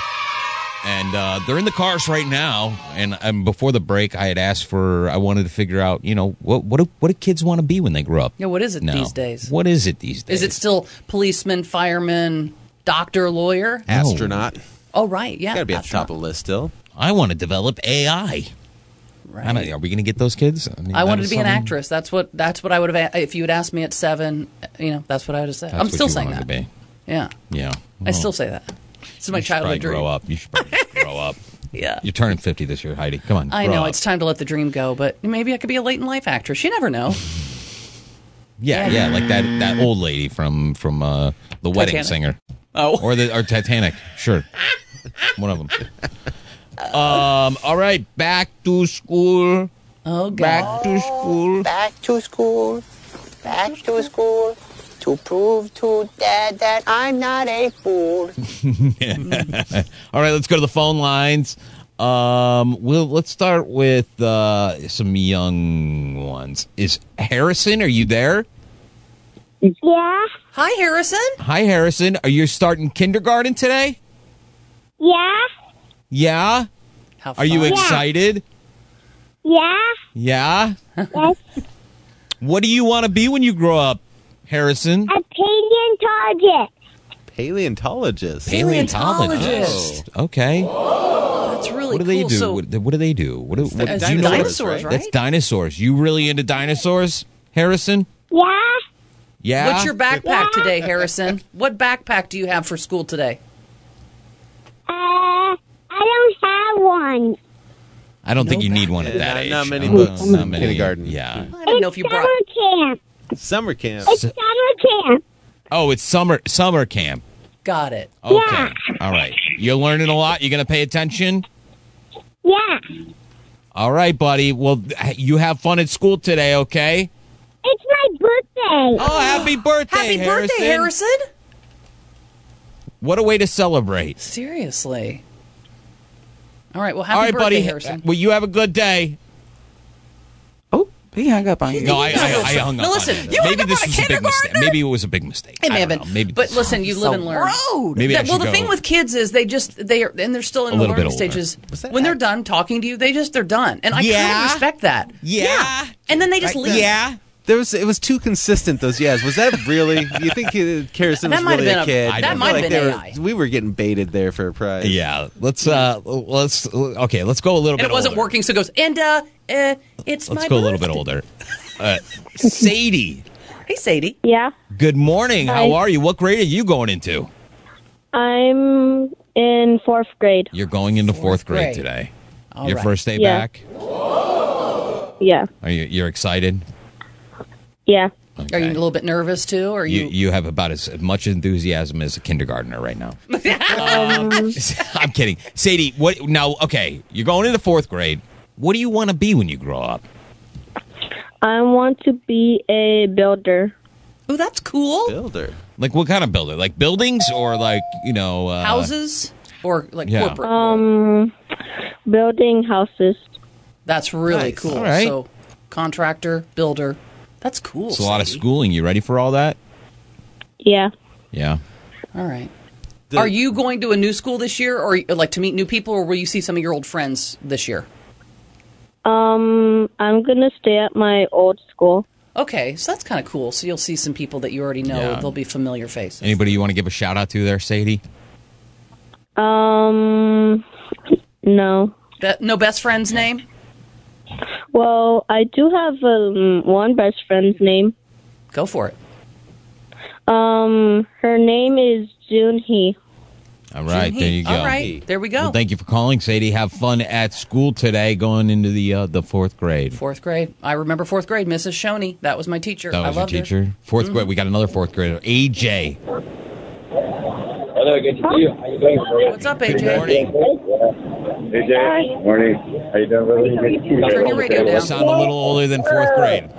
And uh, they're in the cars right now. And um, before the break, I had asked for, I wanted to figure out, you know, what what do, what do kids want to be when they grow up?
Yeah, what is it
now?
these days?
What is it these
Is
days?
it still policeman, fireman, doctor, lawyer?
Astronaut.
Oh right, yeah.
Gotta be at the top of the list still.
I want to develop AI. I
Right.
mean, are we going to get those kids? I, mean,
I
that
wanted to
is
be an
something-
actress. That's what that's what I would have a- if you had asked me at seven. You know, that's what I would have said.
That's
I'm
what
still
you
saying
wanted
that.
to be.
Yeah,
Yeah.
I
Well,
still say that. This is my
You should probably
childhood dream.
grow up. You should probably just grow up.
Yeah.
You're turning 50 this year, Heidi. Come on.
I
grow
know
up.
it's time to let the dream go, but maybe I could be a late in life actress. You never know.
Yeah, yeah, like that that old lady from from uh, the wedding
Titanic.
singer.
Oh,
or the or Titanic. Sure, one of them. Um. All right, back to school.
Oh God.
Back to school.
Back to school. Back to school. To prove to dad that I'm not a fool.
all right, let's go to the phone lines. Um. We'll let's start with uh, some young ones. Is Harrison? Are you there?
Yeah.
Hi, Harrison.
Hi, Harrison. Are you starting kindergarten today?
Yeah.
Yeah.
How
Are you
fun. Yeah.
excited?
Yeah.
Yeah.
Yes.
What do you want to be when you grow up, Harrison?
A paleontologist.
Paleontologist.
Paleontologist. Okay.
That's really cool.
what do they do?
So
what, what do they do? What, do- what
It's
do you know?
dinosaurs, right?
That's dinosaurs. You really into dinosaurs, Harrison?
Yeah.
Yeah.
What's your backpack today, Harrison? What backpack do you have for school today?
Uh, I don't have one.
I don't think you need one at
Yeah,
that
not-
age.
not many
I don't-
books
Not
in
many.
kindergarten.
Yeah.
I don't know if you brought.
Summer camp.
Summer camp.
It's summer camp.
Oh, it's summer summer camp.
Got it.
Okay. All right. You're learning a lot. You're gonna pay attention.
Yeah.
All right, buddy. Well, th- you have fun at school today. Okay.
It's my birthday.
Oh, happy birthday,
Happy
Harrison.
birthday, Harrison!
What a way to celebrate.
Seriously. All right. Well, happy
All right,
birthday,
buddy. Uh,
Harrison.
Well, you have a good day.
Oh, He hung up on you.
No, I, I, I hung up.
No, listen,
on it.
you hung
Maybe
up
this
on a
was a big mistake. Maybe it was a big mistake.
It may
I
have
don't
been.
know. Maybe
but listen, you live
so
and learn.
rude.
Maybe I
That- well,
should
the
go-
thing with kids is they just they are and they're still in
A
the
little bit
learning
older.
stages. When they're done talking to you, they just they're done, and I kind
Yeah.
of respect that.
Yeah.
And then they just leave.
There was it was too consistent. Those yes, was that really? You think uh, Harrison
That
was
might
really
have been a-
a kid?
that
I feel
might have been
they were-
AI.
we were getting baited there for a prize.
Yeah. Let's uh let's okay, let's go a little
And
bit
it wasn't
older.
working, so it goes and uh, uh it's
Let's
my
go a
birth-
little bit older. Uh, Sadie,
Hey, Sadie.
Yeah,
good morning. How
Hi.
are you? What grade are you going into?
I'm in fourth grade.
You're going into fourth, grade,
grade.
today.
All
Your
right.
first day
Yeah.
back?
Yeah,
Are you you're excited?
yeah.
Are you a little bit nervous too, or are
You
you?
you have about as much enthusiasm as a kindergartner right now. Um,
Um.
I'm kidding. Sadie, what now okay, you're going into fourth grade. What do you want to be when you grow up?
I want to be a builder.
Oh, that's cool.
Builder.
Like what kind of builder? Like buildings or like, you know, uh,
houses or like
yeah.
corporate?
Um, building houses.
That's really
Nice.
cool.
All right.
So, contractor, builder. That's cool.
It's a lot of
Sadie.
schooling. You ready for all that?
Yeah,
Yeah.
All right. Are you going to a new school this year, or like to meet new people, or will you see some of your old friends this year?
Um, I'm gonna stay at my old school.
Okay, so that's kind of cool. So you'll see some people that you already know.
Yeah.
They'll be familiar faces.
Anybody you want to give a shout out to there, Sadie?
Um, no.
Be- no best friend's name.
Well, I do have um, one best friend's name.
Go for it.
Um, her name is Junhee.
All right, there you go.
All right, there we go.
Well, thank you for calling, Sadie. Have fun at school today, going into the uh, the fourth grade.
fourth grade. I remember fourth grade. Mrs. Shoney, that was my teacher.
That
I
was your
loved her.
teacher. 4th
Mhm.
grade. We got another fourth grader, AJ.
Hello, good to see you. How you doing, bro?
What's up, AJ? Good
morning. AJ, morning. How you doing, brother? Good to see you.
Turn your radio
You
down.
sound a little older than fourth grade.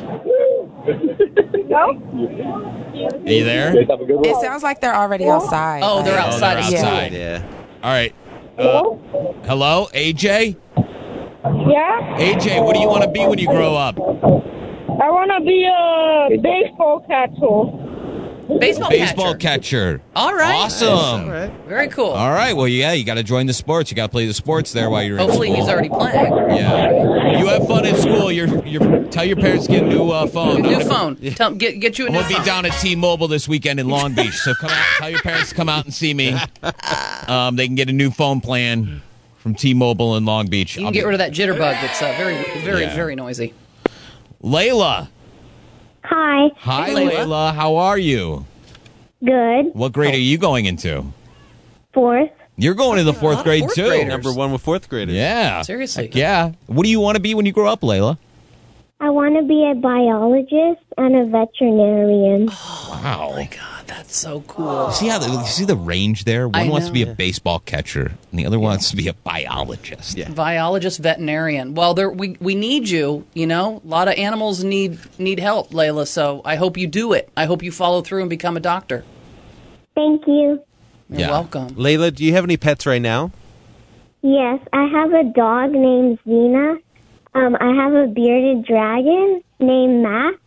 Are you there?
It sounds like they're already outside.
Oh, they're
Like,
outside.
Oh, they're outside.
Yeah.
All right. Uh, hello, AJ.
Yeah.
AJ, what do you want to be when you grow up?
I want to be a baseball catcher.
Baseball,
Baseball
catcher.
catcher.
All right.
Awesome. All right.
Very cool.
Well, yeah, you got to join the sports. You got to play the sports there while you're.
Hopefully
in school.
he's already playing.
Yeah. You have fun at school. You're, you're, tell your parents to get a new uh, phone.
New phone. Tell, get get you a
I'm
new
gonna
phone.
be down at T-Mobile this weekend in Long Beach, so come out. Tell your parents to come out and see me. Um, they can get a new phone plan from T-Mobile in Long Beach.
You
I'll
can
be-
get rid of that jitterbug that's uh, very, very,
Yeah.
very noisy.
Layla.
Hi.
Hi,
Hey,
Layla.
Layla.
How are you?
Good.
Oh.
What grade are you going into?
Fourth.
You're going to the fourth grade
fourth
too.
graders. Number
one with fourth graders. Yeah.
Seriously.
Heck yeah. What do you want to be when you grow up, Layla?
I want to be a biologist and a veterinarian.
Wow. my
Oh God, that's so cool.
See how the, you see the range there? One
I
wants to be a
know.
baseball catcher, and the other wants to be a biologist. Yeah.
Biologist, veterinarian. Well, there we we need you. You know, a lot of animals need need help, Layla. So I hope you do it. I hope you follow through and become a doctor.
Thank you.
You're welcome.
Layla, do you have any pets right now?
Yes, I have a dog named Zena. Um, I have a bearded dragon named Max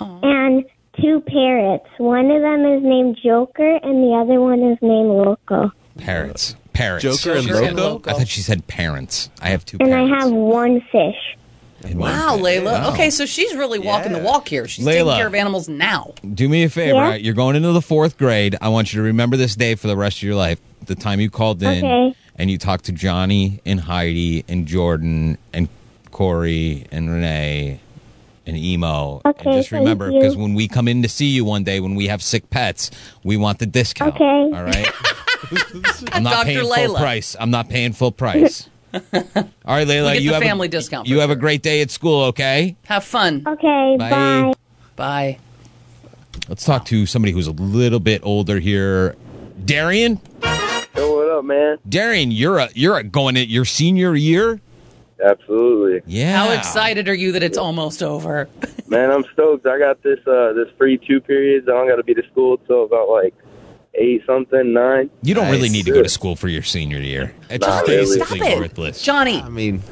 and two parrots. One of them is named Joker and the other one is named Loco.
Parrots. Parrots.
Joker and Joker and Loco?
I thought she said parents. I have two
And I
parents.
have one fish.
Wow, Layla.
Wow.
Okay, so she's really walking the walk here. She's
Layla.
taking care of animals now.
Do me a
Yeah.
favor. all right? You're going into the fourth grade. I want you to remember this day for the rest of your life. The time you called in
Okay.
and you talked to Johnny and Heidi and Jordan and Corey and Renee and Emo.
Okay,
and just
thank
remember,
you.
because when we come in to see you one day, when we have sick pets, we want the discount.
Okay.
All right. I'm not
Dr.
paying full
Layla.
price. I'm not paying full price. All right, Layla.
We get
you
the
have
family
a,
discount
You have a great day at school. Okay.
Have fun.
Okay,
Bye. bye.
Bye.
Let's talk to somebody who's a little bit older here. Darian?
Yo, what up, man?
Darian, you're a you're a going at your senior year?
Absolutely.
Yeah.
How excited are you that it's almost over?
Man, I'm stoked. I got this uh this free two periods. I don't got to be to school till about like eight something nine.
You don't really need to go to school for your senior year. It's
Not really.
basically
Stop it.
worthless.
Johnny.
I mean,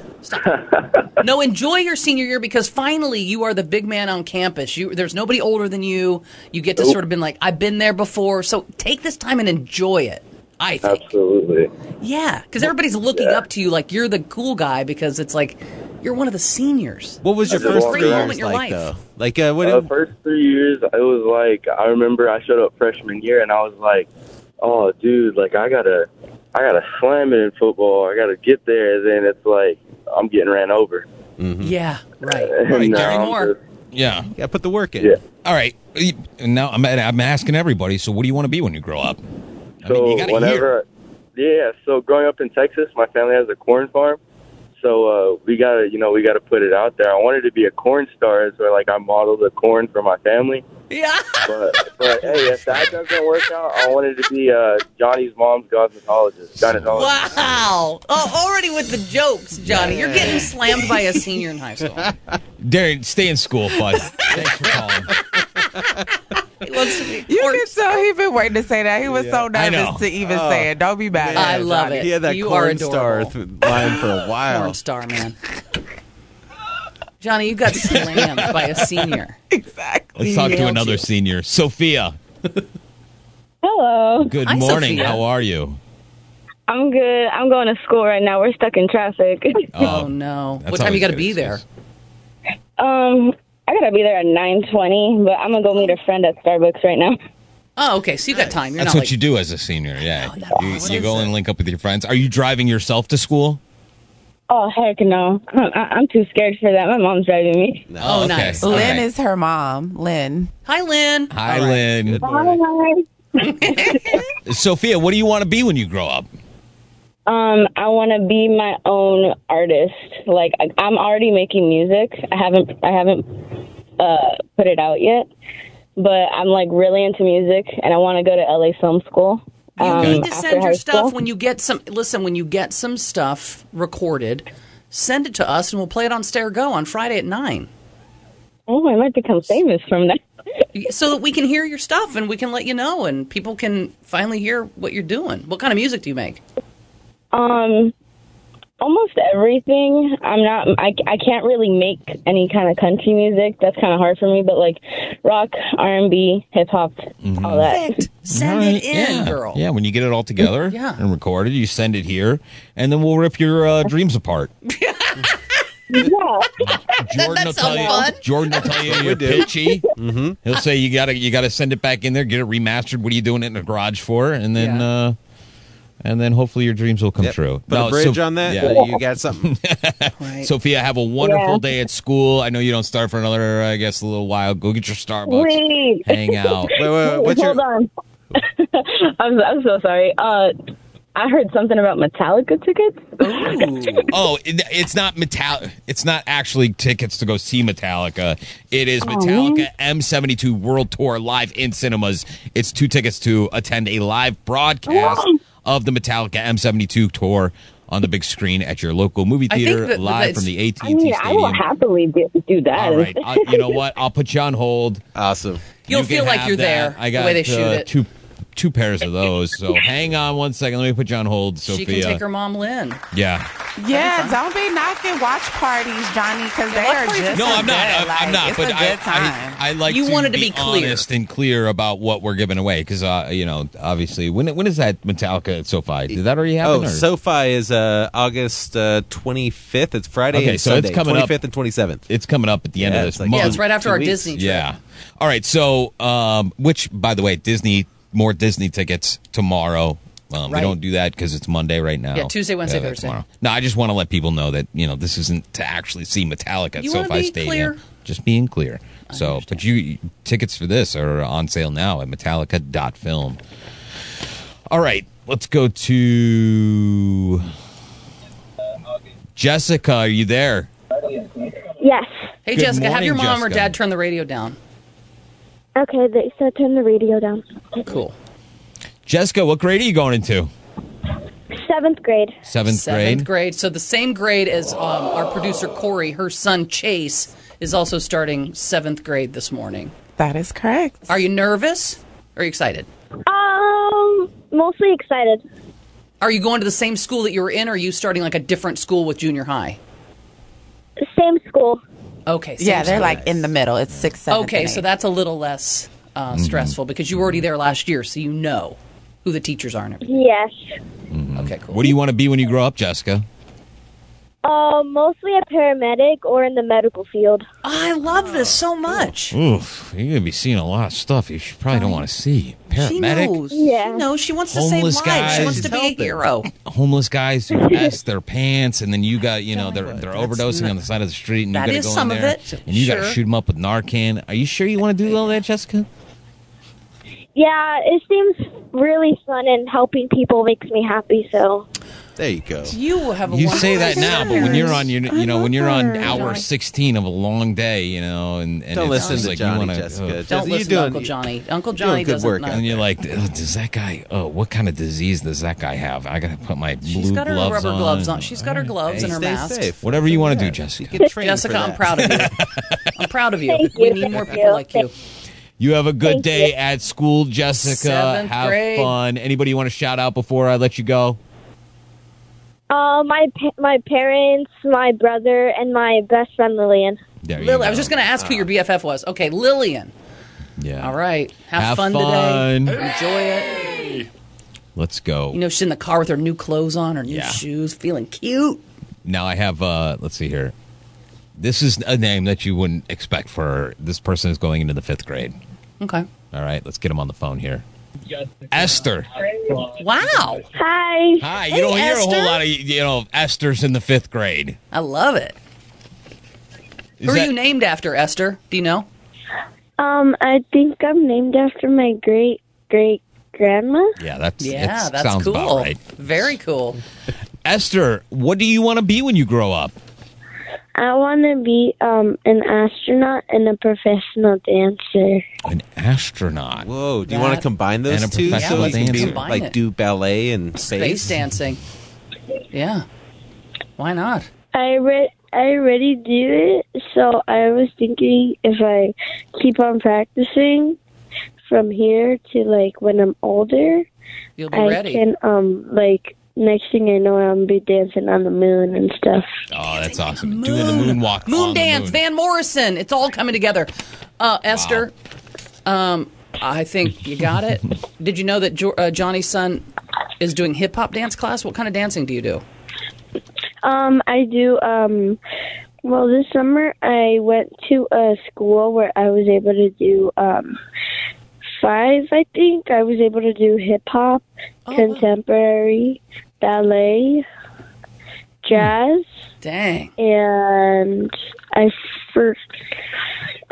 no, enjoy your senior year because finally you are the big man on campus. You, there's nobody older than you. You get to
Nope.
sort of been like, I've been there before. So take this time and enjoy it. I think.
Absolutely.
Yeah, because everybody's looking up to you like you're the cool guy because it's like you're one of the seniors.
What was your
That's
first
a
three
great
years
moment in your
like,
life.
though? Like, uh, what?
Uh, first three years, it was like I remember I showed up freshman year and I was like, "Oh, dude, like I gotta, I gotta slam it in football. I gotta get there." And then it's like I'm getting ran over.
Hmm. Yeah, right.
Right, Now
Gary
I'm
Moore.
just-
Yeah.
Yeah, put the work in.
Yeah.
All right. You- Now I'm I'm asking everybody, so what do you want to be when you grow up?
So
mean, you gotta
whenever, yeah. So growing up in Texas, my family has a corn farm. So uh, we gotta, you know, we gotta put it out there. I wanted to be a corn star, so like I modeled the corn for my family.
Yeah.
But, but hey, if that doesn't work out, I wanted to be uh, Johnny's mom's gynecologist. Gynecologist.
Wow. Oh, already with the jokes, Johnny. You're getting slammed by a senior in high school.
Darian, stay in school, bud. Thanks for calling.
You can tell he been waiting to say that. He was so
I know. Oh,
nervous to even say it. Don't be mad.
I love it.
He had that
you are
corn star
adorable.
th- line for a while.
Corn star, man. Johnny, you got slammed by a senior.
Let's talk to
Nailed
another senior. Sophia.
Hello.
Good morning. How are you?
I'm good. I'm going to school right now. We're stuck in traffic.
Oh,
Um,
no.
That's
what time you
always
got to
good
be there?
um, I gotta be there at 9:20, but I'm gonna go meet a friend at Starbucks right now.
Oh, okay. So you got time. You're
That's
not
what
like
you do as a senior. Yeah. you
was-
you go and link up with your friends. Are you driving yourself to school?
Oh heck no! I- I- I'm too scared for that. My mom's driving me.
Oh, okay. nice. All
Lynn
right.
is her mom. Lynn.
Hi, Lynn.
Hi, Lynn. Sophia, what do you want to be when you grow up?
Um, I want to be my own artist. Like I- I'm already making music. I haven't I haven't uh, put it out yet, but I'm like really into music, and I want to go to LA Film School.
You
um,
need to
after
send
high
your stuff
school.
when you get some. Listen, when you get some stuff recorded, send it to us, and we'll play it on Stair Go on Friday at nine,
Oh, I might become famous from that.
so that we can hear your stuff and we can let you know, and people can finally hear what you're doing. What kind of music do you make?
Um, almost everything. I'm not. I, I can't really make any kind of country music. That's kind of hard for me. But like rock, R and B, hip hop,
Mm-hmm.
all that.
Send it in,
yeah.
girl.
Yeah, when you get it all together
Yeah.
and recorded, you send it here, and then we'll rip your uh, dreams apart. Jordan will tell you. Jordan will tell you you're pitchy. Mm-hmm. He'll say you gotta you gotta send it back in there, get it remastered. What are you doing it in the garage for? And then uh, and then hopefully your dreams will come true.
Put
No,
a bridge
so-
on that.
yeah.
uh, You got something.
Sophia, have a wonderful
Yeah.
day at school. I know you don't start for another, I guess, a little while. Go get your Starbucks.
Wait.
Hang out.
Hold on. I'm, I'm so sorry. Uh, I heard something about Metallica tickets.
oh, it, it's not metal. It's not actually tickets to go see Metallica. It
Oh.
is Metallica M72 World Tour live in cinemas. It's two tickets to attend a live broadcast of the Metallica M72 tour on the big screen at your local movie
I think
theater,
that-
live
that's-
from the AT&T
I mean, I will
Stadium.
happily do, do that.
All right, I, you know what? I'll put you on hold.
Awesome.
You'll feel like you're there,
I
the
got
way they shoot
uh,
it.
two two pairs of those. So hang on one second. Let me put you on hold, Sophia.
She can take her mom Lynn.
yeah.
Yeah, don't be knocking watch parties, Johnny, because they are just.
No,
as
I'm not.
good.
I'm,
Like,
I'm not.
It's
but
a
I-
good time.
I, I, like
You
to
wanted to be
be
clear.
honest and clear about what we're giving away because uh, you know, obviously, when when is that Metallica at SoFi? Did that already happen?
Oh,
or?
SoFi is uh, August uh, 25th. It's Friday
Okay,
and
so
Sunday,
it's coming up-
25th and 27th.
It's coming up at the end of this month.
Yeah, it's right after our Disney trip.
Yeah. All right. So, um, which by the way, Disney more Disney tickets tomorrow. Um,
Right.
We don't do that because it's Monday right now.
Yeah, Tuesday, Wednesday,
that's
Thursday.
No, I just want to let people know that you know this isn't to actually see Metallica at
You wanna
SoFi
be
Stadium.
clear.
Just being clear. So, but you tickets for this are on sale now at Metallica.film. All right, let's go to Jessica. Are you there?
Yes.
Hey,
Good
Jessica, have
morning,
your mom or
Jessica.
dad turn the radio down.
Okay, they said turn the radio down.
Cool.
Jessica, what grade are you going into?
Seventh grade.
Seventh,
Seventh
grade.
grade. So the same grade as um, our producer Corey. Her son Chase is also starting seventh grade this morning.
That is correct.
Are you nervous? Are you excited?
Um, mostly excited.
Are you going to the same school that you were in, or are you starting like a different school with junior high?
Same school.
Okay. same
yeah, they're
school.
like in the middle. It's six, seven.
Okay, so that's a little less uh,
Mm-hmm.
stressful because you were already there last year, so you know who the teachers are and everything.
Yes.
Mm.
Okay, cool.
What do you want to be when you grow up, Jessica?
Uh, mostly a paramedic or in the medical field.
I love this so much.
Oof, you're gonna be seeing a lot of stuff you should probably don't want to see.
She
Paramedic,
knows. Yeah. She knows. She wants to save
Homeless
lives. She wants
guys.
to be a hero.
homeless guys who piss their pants, and then you got you know they're they're overdosing
not-
on the side of the street, and
That
you
is
gotta go
some
in
of
there
it.
and you gotta
Sure.
shoot them up with Narcan. Are you sure you want to do all that, Jessica?
Yeah, it seems really fun and helping people makes me happy. So
There you go.
You have a
You say that
wonderful
now, but when you're on your you know when you're on
her.
hour
Johnny.
16 of a long day, you know, and, and
Don't
it's
listen
just
to
like
Johnny,
you want
Jessica.
Don't listen to Uncle Johnny. Uncle
You're doing
Johnny
good
doesn't
work
know.
out And you're like, "Oh, does that guy? Oh, what kind of disease does that guy have? I gotta put my blue
She's got her
gloves
rubber
on.
gloves on. She's got her gloves and her mask.
Whatever you want to do, Jessica.
Jessica, I'm proud of you. I'm proud of you. we need more people like you.
You have a good day at school, Jessica.
Seventh
have
grade.
fun. Anybody you want to shout out before I let you go?
Uh, my pa- my parents, my brother, and my best friend Lillian.
There Ah.
Lily, I was just going to ask who your BFF was. Okay, Lillian.
Yeah.
All right. Have,
Have
fun,
fun.
today. Enjoy it.
Let's go.
You know, she's in the car with her new clothes on, her new shoes, feeling cute.
Now I have. uh Let's see here. This is a name that you wouldn't expect for this person is going into the fifth grade.
Okay.
All right, let's get him on the phone here. Esther.
Wow.
Hi.
Hi. You don't hear a whole lot of you know Esther's in the fifth grade.
I love it. who
Is that-
are you named after, Esther? Do you know?
Uh,
Um, I think I'm named after my great great grandma.
Yeah, that's
Yeah,
it
that's
sounds
cool.
about right.
Very cool.
Esther, what do you want to be when you grow up?
I want to be um an astronaut and a professional dancer.
An astronaut.
Whoa, do you want to combine those
And a
two?
professional
So you can be,
dancer.
like
it.
do ballet and
Space
space.
dancing. Yeah. Why not?
I re- I already do it, so I was thinking if I keep on practicing from here to like when I'm older,
You'll be
I
ready.
can um like next thing I know I'm be dancing on the moon and stuff.
Oh, that's awesome. Doing the moonwalk.
Moon
on the
Dance,
moon.
Van Morrison. It's all coming together. Uh, Esther, um, I think you got it. Did you know that jo- uh, Johnny's son is doing hip hop dance class? What kind of dancing do you do?
Um, I do. Um, well, this summer I went to a school where I was able to do um, five. I think I was able to do hip hop,
Oh,
contemporary, ballet, jazz.
Dang.
And I for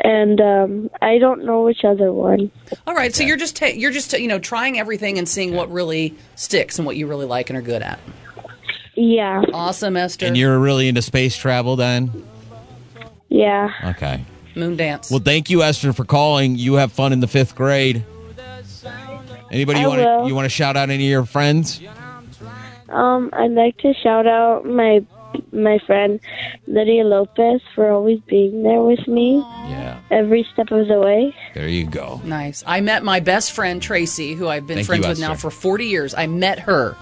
and um, I don't know which other one.
All right, so you're just ta- you're just you know trying everything and seeing what really sticks and what you really like and are good at.
Yeah.
Awesome, Esther.
And you're really into space travel then?
Yeah.
Okay.
Moon dance.
Well, thank you, Esther, for calling. You have fun in the fifth grade. Anybody
I
you want to
will.
you want to shout out any of your friends?
Um, I'd like to shout out my my friend Lydia Lopez for always being there with me.
Yeah.
Every step of the way.
There you go.
Nice. I met my best friend Tracy, who I've been
Thank
friends
you,
with now
Esther.
for 40 years. I met her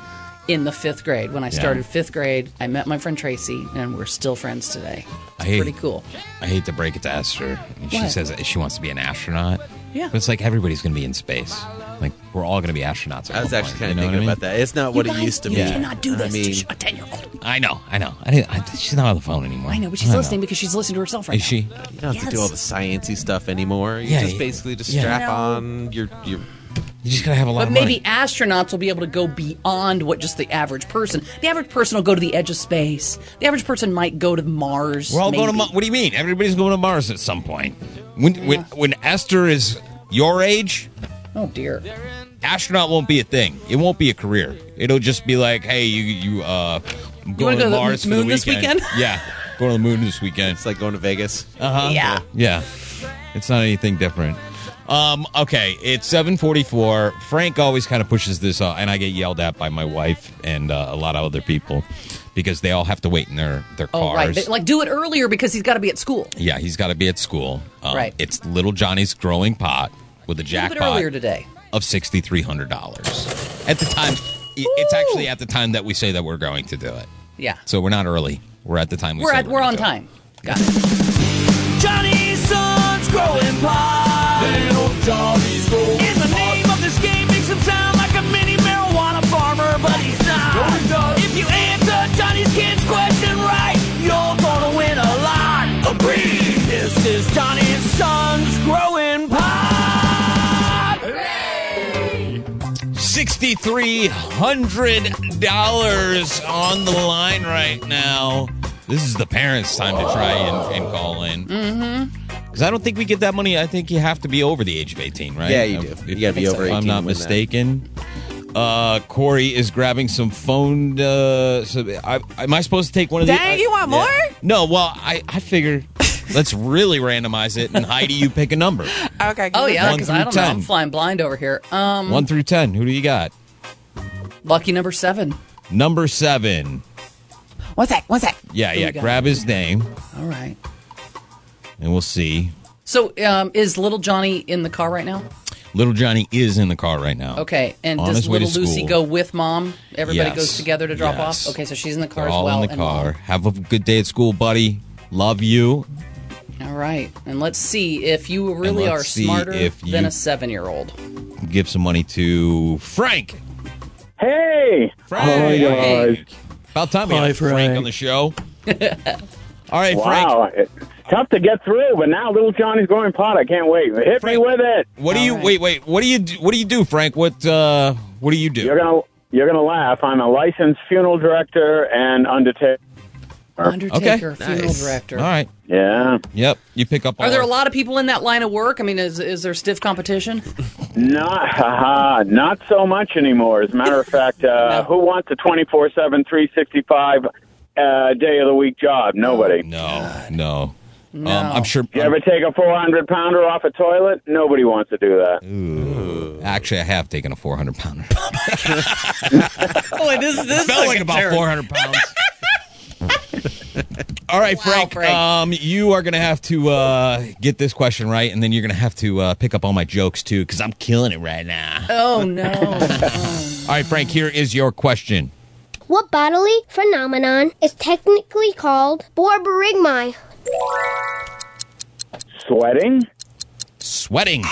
in the fifth grade when I
Yeah.
started fifth grade. I met my friend Tracy, and we're still friends today.
I
It's
hate-
pretty cool.
I hate to break it to Esther. She
What?
says that she wants to be an astronaut.
Yeah.
But it's like everybody's going to be in space. Like we're all going to be astronauts. I
was actually
kind
kinda thinking about that. It's not You what it guys, used to you be. cannot do I this to mean-
a ten-year-old.
I know. I know. I, didn't, I she's not on the phone anymore.
I know, but she's listening because she's listening to herself right
Is
now.
she?
You don't have to do
Yes.
all the sciencey stuff anymore. You
Yeah,
just
yeah,
basically just
yeah.
strap
No.
on your your.
You just gotta have a
But maybe astronauts will be able to go beyond what just the average person. The average person will go to the edge of space. The average person might go to Mars.
We're all going to
maybe.
Mars. What do you mean? Everybody's going to Mars at some point. When when when Esther is your age,
Oh dear.
astronaut won't be a thing. It won't be a career. It'll just be like, hey, you you uh, I'm
wanna
going
go to the
Mars for
moon
the
this
weekend.
weekend?
yeah, going to the moon this weekend. It's
like going to Vegas.
Uh huh.
Yeah.
Yeah. It's not anything different. Um, okay, it's 744. Frank always kind of pushes this off, and I get yelled at by my wife and uh, a lot of other people because they all have to wait in their, their
Oh right.
cars.
They- Like do it earlier because he's got to be at school.
yeah, he's got to be at school. Um,
Right.
It's Little Johnny's growing pot with
A
a
little
jackpot
bit earlier today.
of $6,300. At the time, i- it's actually at the time that we say that we're going to do it.
Yeah.
So we're not early. We're at the time we
We're
say
at,
we're
we're
gonna
on
do it.
time. Got it.
Johnny's son's growing pot. Little Johnny's growing In the name of this game makes him sound like a mini marijuana farmer, but he's not. If you answer Johnny's kid's question right, you're gonna win a lot of breed. This is Johnny's son's growing pot.
$6,300 on the line right now. This is the parents' time to try and, and call in.
Mm-hmm.
Because I don't think we get that money. I think you have to be over the age of 18, right?
Yeah, you
If-
do.
If,
You gotta be
if
over
I'm
18
not
to win that.
mistaken. Uh, Corey is grabbing some phone. Uh, so I, am I supposed to take one of these?
Dang, you want more?
No, well, I, I figure let's really randomize it. And Heidi, you pick a number.
Okay.
Oh
give me
yeah,
One
because
through
I don't know. I'm
ten.
flying blind over here. Um,
One through 10. Who do you got?
lucky number seven.
Number seven.
One sec. One sec.
Yeah,
Who
yeah.
we got?
Grab his name
All right.
and we'll see.
So um, is little Johnny in the car right now?
Little Johnny is in the car right now.
Okay. And
On
does
his way to
little Lucy
school.
go with mom? Everybody
Yes.
goes together to drop
Yes.
off. Okay, so she's in the car
They're all
as well.
in the
and
car. Have a good day at school, buddy. Love you.
All right, and let's see if you really
let's
are
see
smarter
if you-
than a seven-year-old.
Give some money to Frank.
Hey,
Frank.
Hi, guys.
About time we
Hi,
had Frank. on the show. All right,
wow. Frank. Tough to get through, but now little Johnny's growing pot. I can't wait. Hit me with it.
What do you wait? Wait. What do you do? What do you do, Frank? What uh, What do you do?
You're gonna you're gonna laugh. I'm a licensed funeral director and undertaker.
Undertaker, funeral director.
All right.
Yeah.
Yep. You pick up.
Are
all
there
our-
a lot of people in that line of work? I mean, is is there stiff competition?
Not haha, not so much anymore. As a matter of fact, uh, who wants a 24/7 365 uh, day of the week job? Nobody.
No. No. Um, I'm sure.
You ever take a 400 pounder off a toilet? Nobody wants to do that.
Actually, I have taken a 400 pounder.
Boy, this this
Felt like
a
about
terror.
400 pounds. All right, Frank. Um, you are gonna have to uh, get this question right, and then you're gonna have to uh, pick up all my jokes too, because I'm killing it right now.
Oh no!
All right, Frank. Here is your question.
What bodily phenomenon is technically called borborygmi?
Sweating?
Sweating,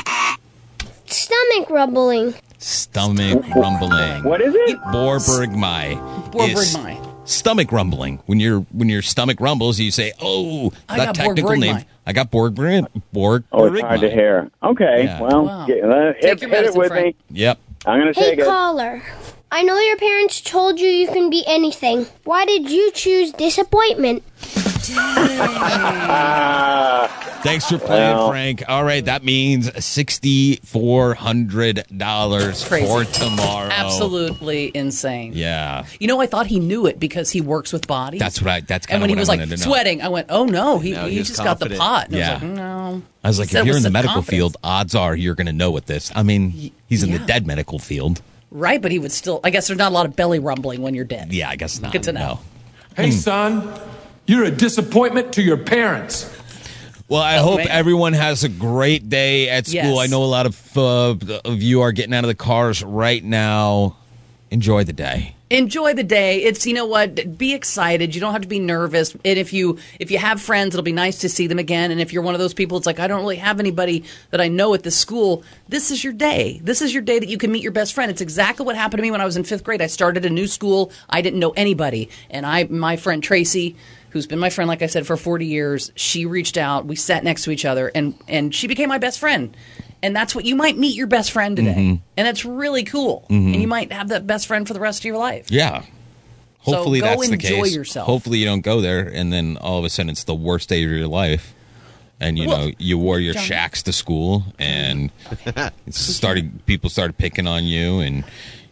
Stomach rumbling.
stomach rumbling.
What is it?
Borborygmi.
Borborygmi.
is Stomach rumbling. When your when your stomach rumbles, you say, "Oh,
I
that
got
technical name."
borborygmi.
I got borborygmi. Borg.
Oh, it's hard to hear. Okay,
Yeah.
well,
Wow.
get- uh, hit, hit it with me.
Yep.
I'm going to
Hey,
take it.
caller. I know your parents told you you can be anything. Why did you choose disappointment?
Ah,
Thanks for playing,
Wow.
Frank. All right, that means sixty four hundred dollars
Crazy.
for tomorrow.
Absolutely insane.
Yeah,
You know, I thought he knew it because he works with bodies.
that's what I. That's kind
and
of
when he
what
was
I
like
wanted to know.
sweating, I went, "Oh no, he,
No,
he,
he was
just got the
confident.
pot." And
Yeah.
I was like, "No."
I was like,
Said
if you're
with
in the
some
medical
confidence.
field, odds are you're going to know what this. I mean, he's in the dead medical field.
right? But he would still. I guess there's not a lot of belly rumbling when you're dead.
Yeah, I guess not.
Good to know.
Hey,
Hmm.
son, you're a disappointment to your parents.
Well, I hope everyone has a great day at school.
Yes.
I know a lot of uh, of you are getting out of the cars right now. Enjoy the day.
Enjoy the day. It's you know what. Be excited. You don't have to be nervous. And if you if you have friends, it'll be nice to see them again. And if you're one of those people, it's like I don't really have anybody that I know at this school. This is your day. This is your day that you can meet your best friend. It's exactly what happened to me when I was in fifth grade. I started a new school. I didn't know anybody, and I my friend Tracy. who's been my friend, like I said, for 40 years. She reached out. We sat next to each other, and and she became my best friend. And that's what you might meet your best friend today,
Mhm.
and that's really cool.
Mhm.
And you might have that best friend for the rest of your life.
Yeah.
So
Hopefully
go
that's the
enjoy
case.
yourself.
Hopefully you don't go there and then all of a sudden it's the worst day of your life. And you
Well,
know, you wore your
John-
shacks to school and it's started people started picking on you and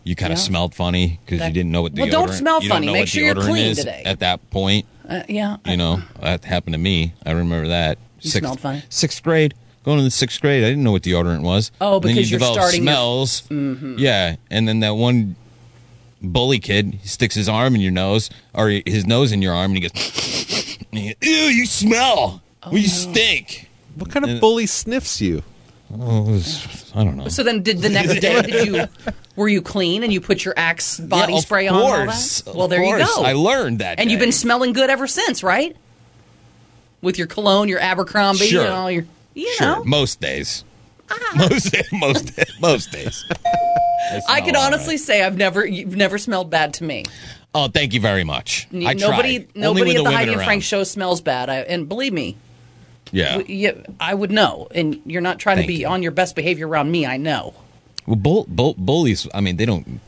you kind of
Yeah.
smelled funny because you
That-
didn't know what deodorant.
Well, don't smell
you don't
funny.
know
Make
what
sure you're
deodorant
clean
is
today.
At that point,
Uh, yeah,
you know that happened to me. I remember that.
You smelled funny.
Sixth grade, going into the sixth grade, I didn't know what deodorant was.
Oh,
And then
because
you
are
develop
starting your-
smells.
Mhm.
Yeah, and then that one bully kid he sticks his arm in your nose or his nose in your arm, and he goes, and he- "Ew, you smell!
Oh,
well, you stink."
What kind of bully sniffs you?
Oh, it was- I don't know.
So then, did the next day? Did you were you clean and you put your Axe body
Yeah, of
spray on? and all
course,
that?
of
Well, there you
course.
go.
I learned that,
and you've
day.
been smelling good ever since, right? With your cologne, your Abercrombie,
Sure.
and all your you
sure
know. Ah.
most days. Most day, most day, most days.
I can
smell all
honestly say I've never you've never smelled bad to me.
Oh, thank you very much.
N-
I
nobody
tried. Only
nobody
when
at the,
women
Heidi and
around.
Frank show smells bad. I, and believe me,
Yeah.
w- you, I would know. And you're not trying
Thank
to be on your best behavior around me. I know.
Well, bull, bull, bullies. I mean, they don't.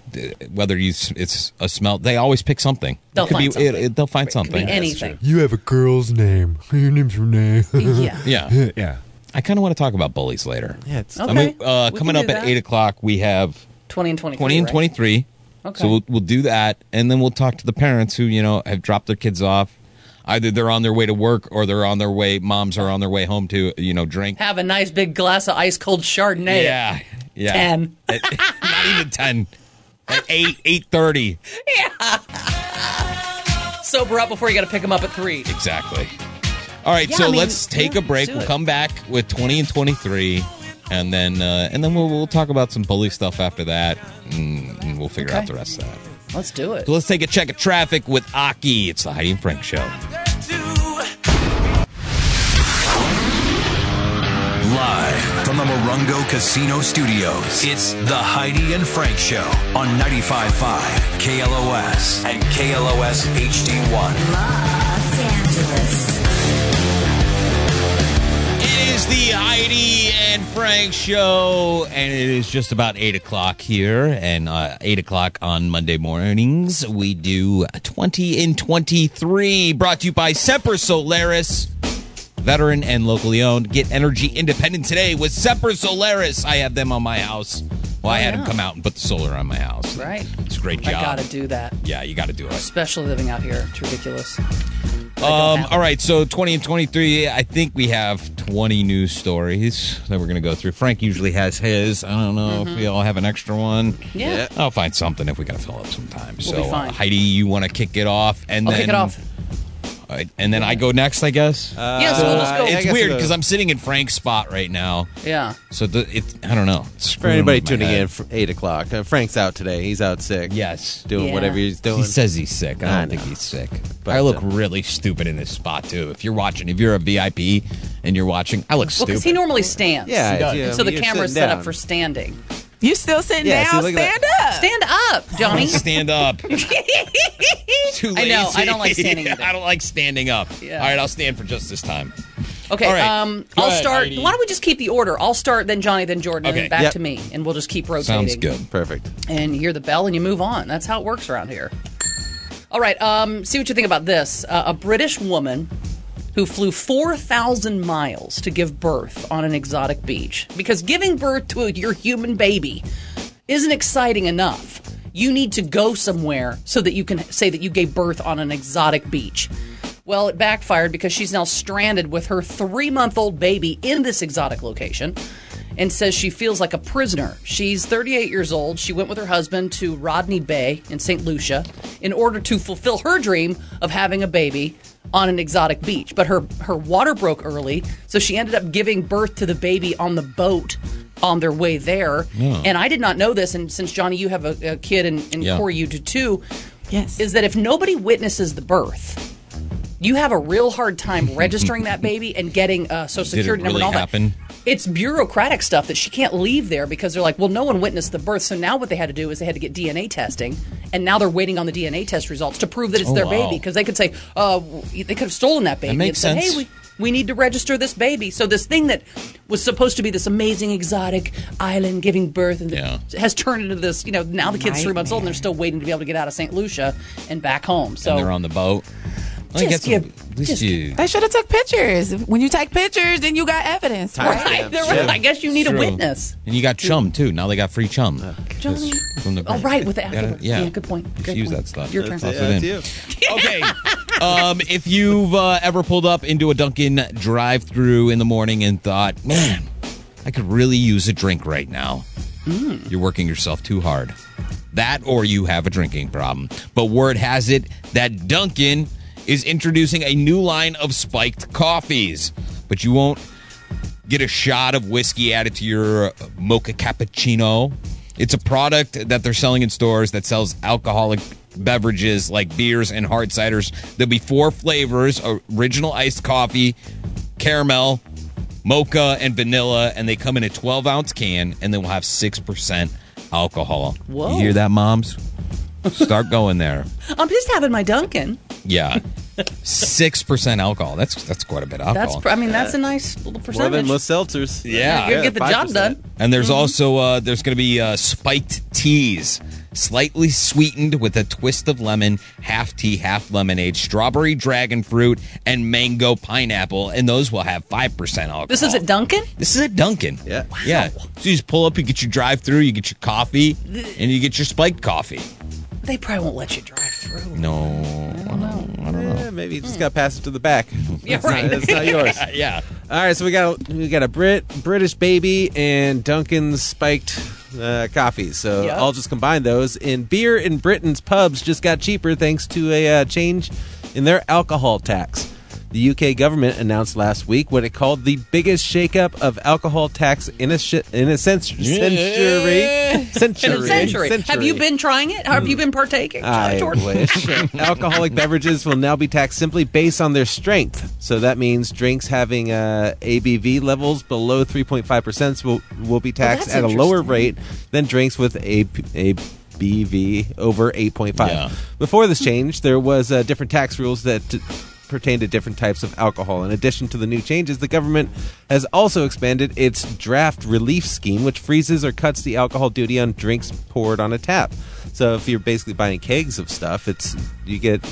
Whether you, s- it's a smell. They always pick something.
They'll
It could be-
find something.
It, it- they'll find something.
anything.
You have a girl's name. Your name's Renee.
Yeah.
Yeah. yeah. I kind of want to talk about bullies later. Yeah. It's I mean,
Okay.
uh,
We
coming
can
up
do
at
that.
eight o'clock, we have
Twenty and twenty.
twenty and twenty three.
Okay.
So we'll, we'll do that, and then we'll talk to the parents who you know have dropped their kids off. Either they're on their way to work, or they're on their way. Moms are on their way home to you know drink.
Have a nice big glass of ice cold Chardonnay.
Yeah, yeah.
Ten.
At- not even ten. At eight eight thirty.
Sober up before you got to pick them up at three.
Exactly. All right,
Yeah,
so
I mean,
let's take
yeah,
a break.
do
We'll
it.
come back with twenty and twenty three, and then uh, and then we'll, we'll talk about some bully stuff after that, and, and we'll figure out
Okay.
the rest of that.
Let's do it.
So let's take a check of traffic with Aki. It's the Heidi and Frank show.
Live from the Morongo Casino Studios, it's the Heidi and Frank Show on 95.5 KLOS and KLOS HD1.
It is the Heidi and Frank show, and it is just about eight o'clock here, and uh, eight o'clock on Monday mornings. We do twenty and twenty-three, brought to you by Semper Solaris, veteran and locally owned. Get energy independent today with Semper Solaris. I have them on my house. Well, I had them come out and put the solar on my house.
Right.
It's a great
Oh, I
job.
got to do that.
Yeah, you got to do it.
Especially living out here. It's ridiculous.
Um, all right, so 20 and 23, I think we have 20 news stories that we're going to go through. Frank usually has his. I don't know if we all have an extra one.
Mm-hmm. Yeah. Yeah.
I'll find something if we got to fill up some time.
We'll
so,
be fine.
uh, Heidi, you want to kick it off? And
I'll
then,
kick it off.
All right, and then I go next, I guess? Uh,
Yes, we'll just go. I
It's
guess
weird
so.
because I'm sitting in Frank's spot right now.
Yeah.
So, the, it, I don't know. It's
For
screwing
anybody
with my
tuning
head.
in, for eight o'clock. Uh, Frank's out today. He's out sick.
Yes,
doing
Yeah.
whatever he's doing.
He says he's sick. I don't
know. uh,
think he's sick. I look really stupid in this spot too. If you're watching, if you're a VIP and you're watching, I look
Well,
stupid.
because he normally stands.
Yeah, He does.
And
yeah,
so the
you're
camera's
sitting
set
down.
up for standing.
You still sitting
Yeah, see,
down?
look at
Stand up.
Stand up, Johnny.
stand up. Too
I know. I don't like
lazy.
standing.
I don't like standing up. All right, I'll stand for just this time.
Okay.
All right.
Um,
Go
I'll
ahead,
start.
Heidi.
Why don't we just keep the order? I'll start, then Johnny, then Jordan, and
Okay.
then back
Yep.
to me, and we'll just keep rotating.
Sounds good.
Perfect.
and you hear the bell and you move on. That's how it works around here. All right, um, see what you think about this. Uh, a British woman who flew 4,000 miles to give birth on an exotic beach. Because giving birth to your human baby isn't exciting enough. You need to go somewhere so that you can say that you gave birth on an exotic beach. Well, it backfired because she's now stranded with her three month old baby in this exotic location and says she feels like a prisoner. She's 38 years old. She went with her husband to Rodney Bay in St. Lucia in order to fulfill her dream of having a baby on an exotic beach. But her, her water broke early, so she ended up giving birth to the baby on the boat on their way there.
Yeah.
And I did not know this. And since Johnny, you have a, a kid and, and
Yeah.
Corey, you do too. Yes. Is that if nobody witnesses the birth, you have a real hard time registering that baby and getting a social
Did it
security number
really
and all that
happen?
it's bureaucratic stuff that she can't leave there because they're like, well, no one witnessed the birth. So now what they had to do is they had to get DNA testing, and now they're waiting on the DNA test results to prove that it's
Oh,
their
wow.
baby because they could say, uh, they could have stolen that baby.
makes
and
sense.
Said, hey, we, we need to register this baby. So this thing that was supposed to be this amazing exotic island giving birth and has turned into this. You know, now the kid's three months old and they're still waiting to be able to get out of St. Lucia and back home. So
and they're on the boat. I
Just
guess
give-
at least
just-
you.
They should have took pictures. When you take pictures, then you got evidence.
Timestamp,
Right?
They're right. yeah. I
guess you need a
True.
witness.
And you got chum too. Now they got free chum.
Johnny.
Just From the
Oh, right, with the
Gotta-
afterward.
Yeah.
Yeah, good point.
Just
Great
use
point.
that stuff.
Your turn.
Toss it in. um, if you've uh, ever pulled up into a Dunkin' drive-through in the morning and thought, "Man, I could really use a drink right now,"
Mm.
you're working yourself too hard. That, or you have a drinking problem. But word has it that Dunkin' is introducing a new line of spiked coffees, but you won't get a shot of whiskey added to your mocha cappuccino. It's a product that they're selling in stores that sells alcoholic beverages like beers and hard ciders. There'll be four flavors original iced coffee, caramel, mocha, and vanilla. And they come in a 12 ounce can and then we'll have 6% alcohol.
Whoa.
You hear that, moms? Start going there.
I'm just having my Dunkin'.
Yeah. 6% alcohol. That's that's quite a bit of alcohol.
That's. pr- I mean, that's a nice little percentage.
seltzers. Yeah,
You're gonna get the job done. Mm-hmm.
And there's also uh, there's going to be uh, spiked teas, slightly sweetened with a twist of lemon, half tea, half lemonade, strawberry dragon fruit, and mango pineapple. And those will have five percent alcohol.
This is at Dunkin'?
This is a Dunkin'. Yeah, yeah. So you just pull up, you get your drive through, you get your coffee, and you get your spiked coffee.
They probably won't let you drive through.
No, I don't know. I don't know.
Yeah, maybe you just got to pass it to the back.
Hmm. Yeah,
It's not-
right.
it's not yours.
yeah.
All right, so we got we got a Brit British baby and Duncan's spiked uh, coffee. So
Yep.
I'll just combine those. And beer in Britain's pubs just got cheaper thanks to a uh, change in their alcohol tax. The UK government announced last week what it called the biggest shakeup of alcohol tax in a shi- in a cent- century. Century.
In a century. Have you
Century. Mm.
been trying it? Have you been partaking?
I
Jordan?
wish. Alcoholic beverages will now be taxed simply based on their strength. So that means drinks having uh, ABV levels below 3.5% will, will be taxed
that's
at a lower
interesting.
rate than drinks with a ABV over 8.5.
Yeah.
Before this change, there was uh, different tax rules that t- pertain to different types of alcohol. In addition to the new changes, the government has also expanded its draft relief scheme, which freezes or cuts the alcohol duty on drinks poured on a tap. So if you're basically buying kegs of stuff, it's you get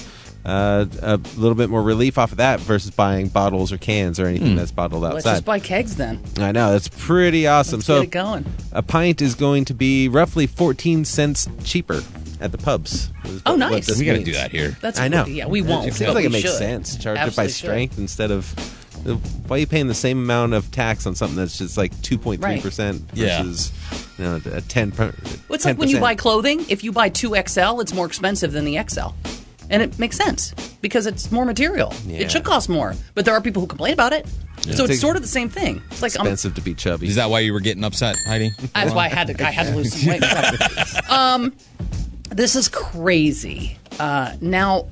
uh, a little bit more relief off of that versus buying bottles or cans or anything
Hmm.
that's bottled
Let's
outside.
just buy kegs then.
I know that's pretty awesome.
Let's
so
get it going.
a pint is going to be roughly 14 cents cheaper at the pubs. is
Oh,
what-
nice.
what this
We gotta
means.
do that here. That's
I know.
what- yeah, we won't,
It
but
feels like
we
it makes
should.
sense. Charge it by
Absolutely should.
strength instead of. Why are you paying the same amount of tax on something that's just like 2.3%
Yeah.
versus you know, a 10 per,
It's like when you
10%.
buy clothing. If you buy two XL, it's more expensive than the XL, and it makes sense because it's more material.
Yeah.
It should cost more, but there are people who complain about it.
Yeah.
So
It's
it's
a-
sort of the same thing. It's like I'm,
to be chubby.
Is that why you were getting upset, Heidi?
That's why I had to. I had to lose some weight. um, this is crazy. Uh, now,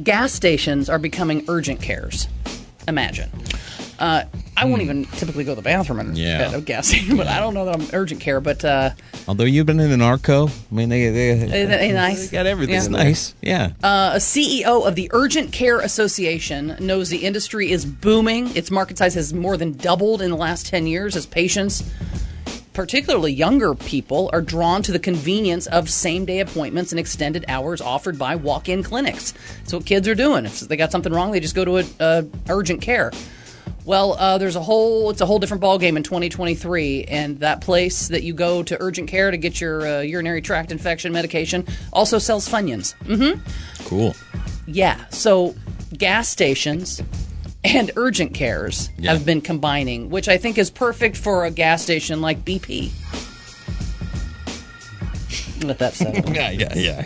gas stations are becoming urgent cares. Imagine. Uh, I won't even typically go to the bathroom at,
Hmm. Yeah.
at a gas station, but I don't know that I'm urgent care. But uh,
Although you've been in an Arco, I mean they they,
that ain't nice.
They got everything.
Yeah.
It's nice. Yeah.
Uh, a CEO of the Urgent Care Association knows the industry is booming. Its market size has more than doubled in the last 10 years as patients particularly younger people, are drawn to the convenience of same day appointments and extended hours offered by walk in clinics. That's what kids are doing. If they got something wrong, they just go to a, a urgent care. Well, uh, there's a whole it's a whole different ballgame in 2023, and that place that you go to urgent care to get your uh, urinary tract infection medication also sells Funyuns. Mm-hmm.
Cool.
Yeah. So gas stations and urgent cares
Yeah.
have been combining, which I think is perfect for a gas station like BP. Let that settle.
yeah, yeah, yeah.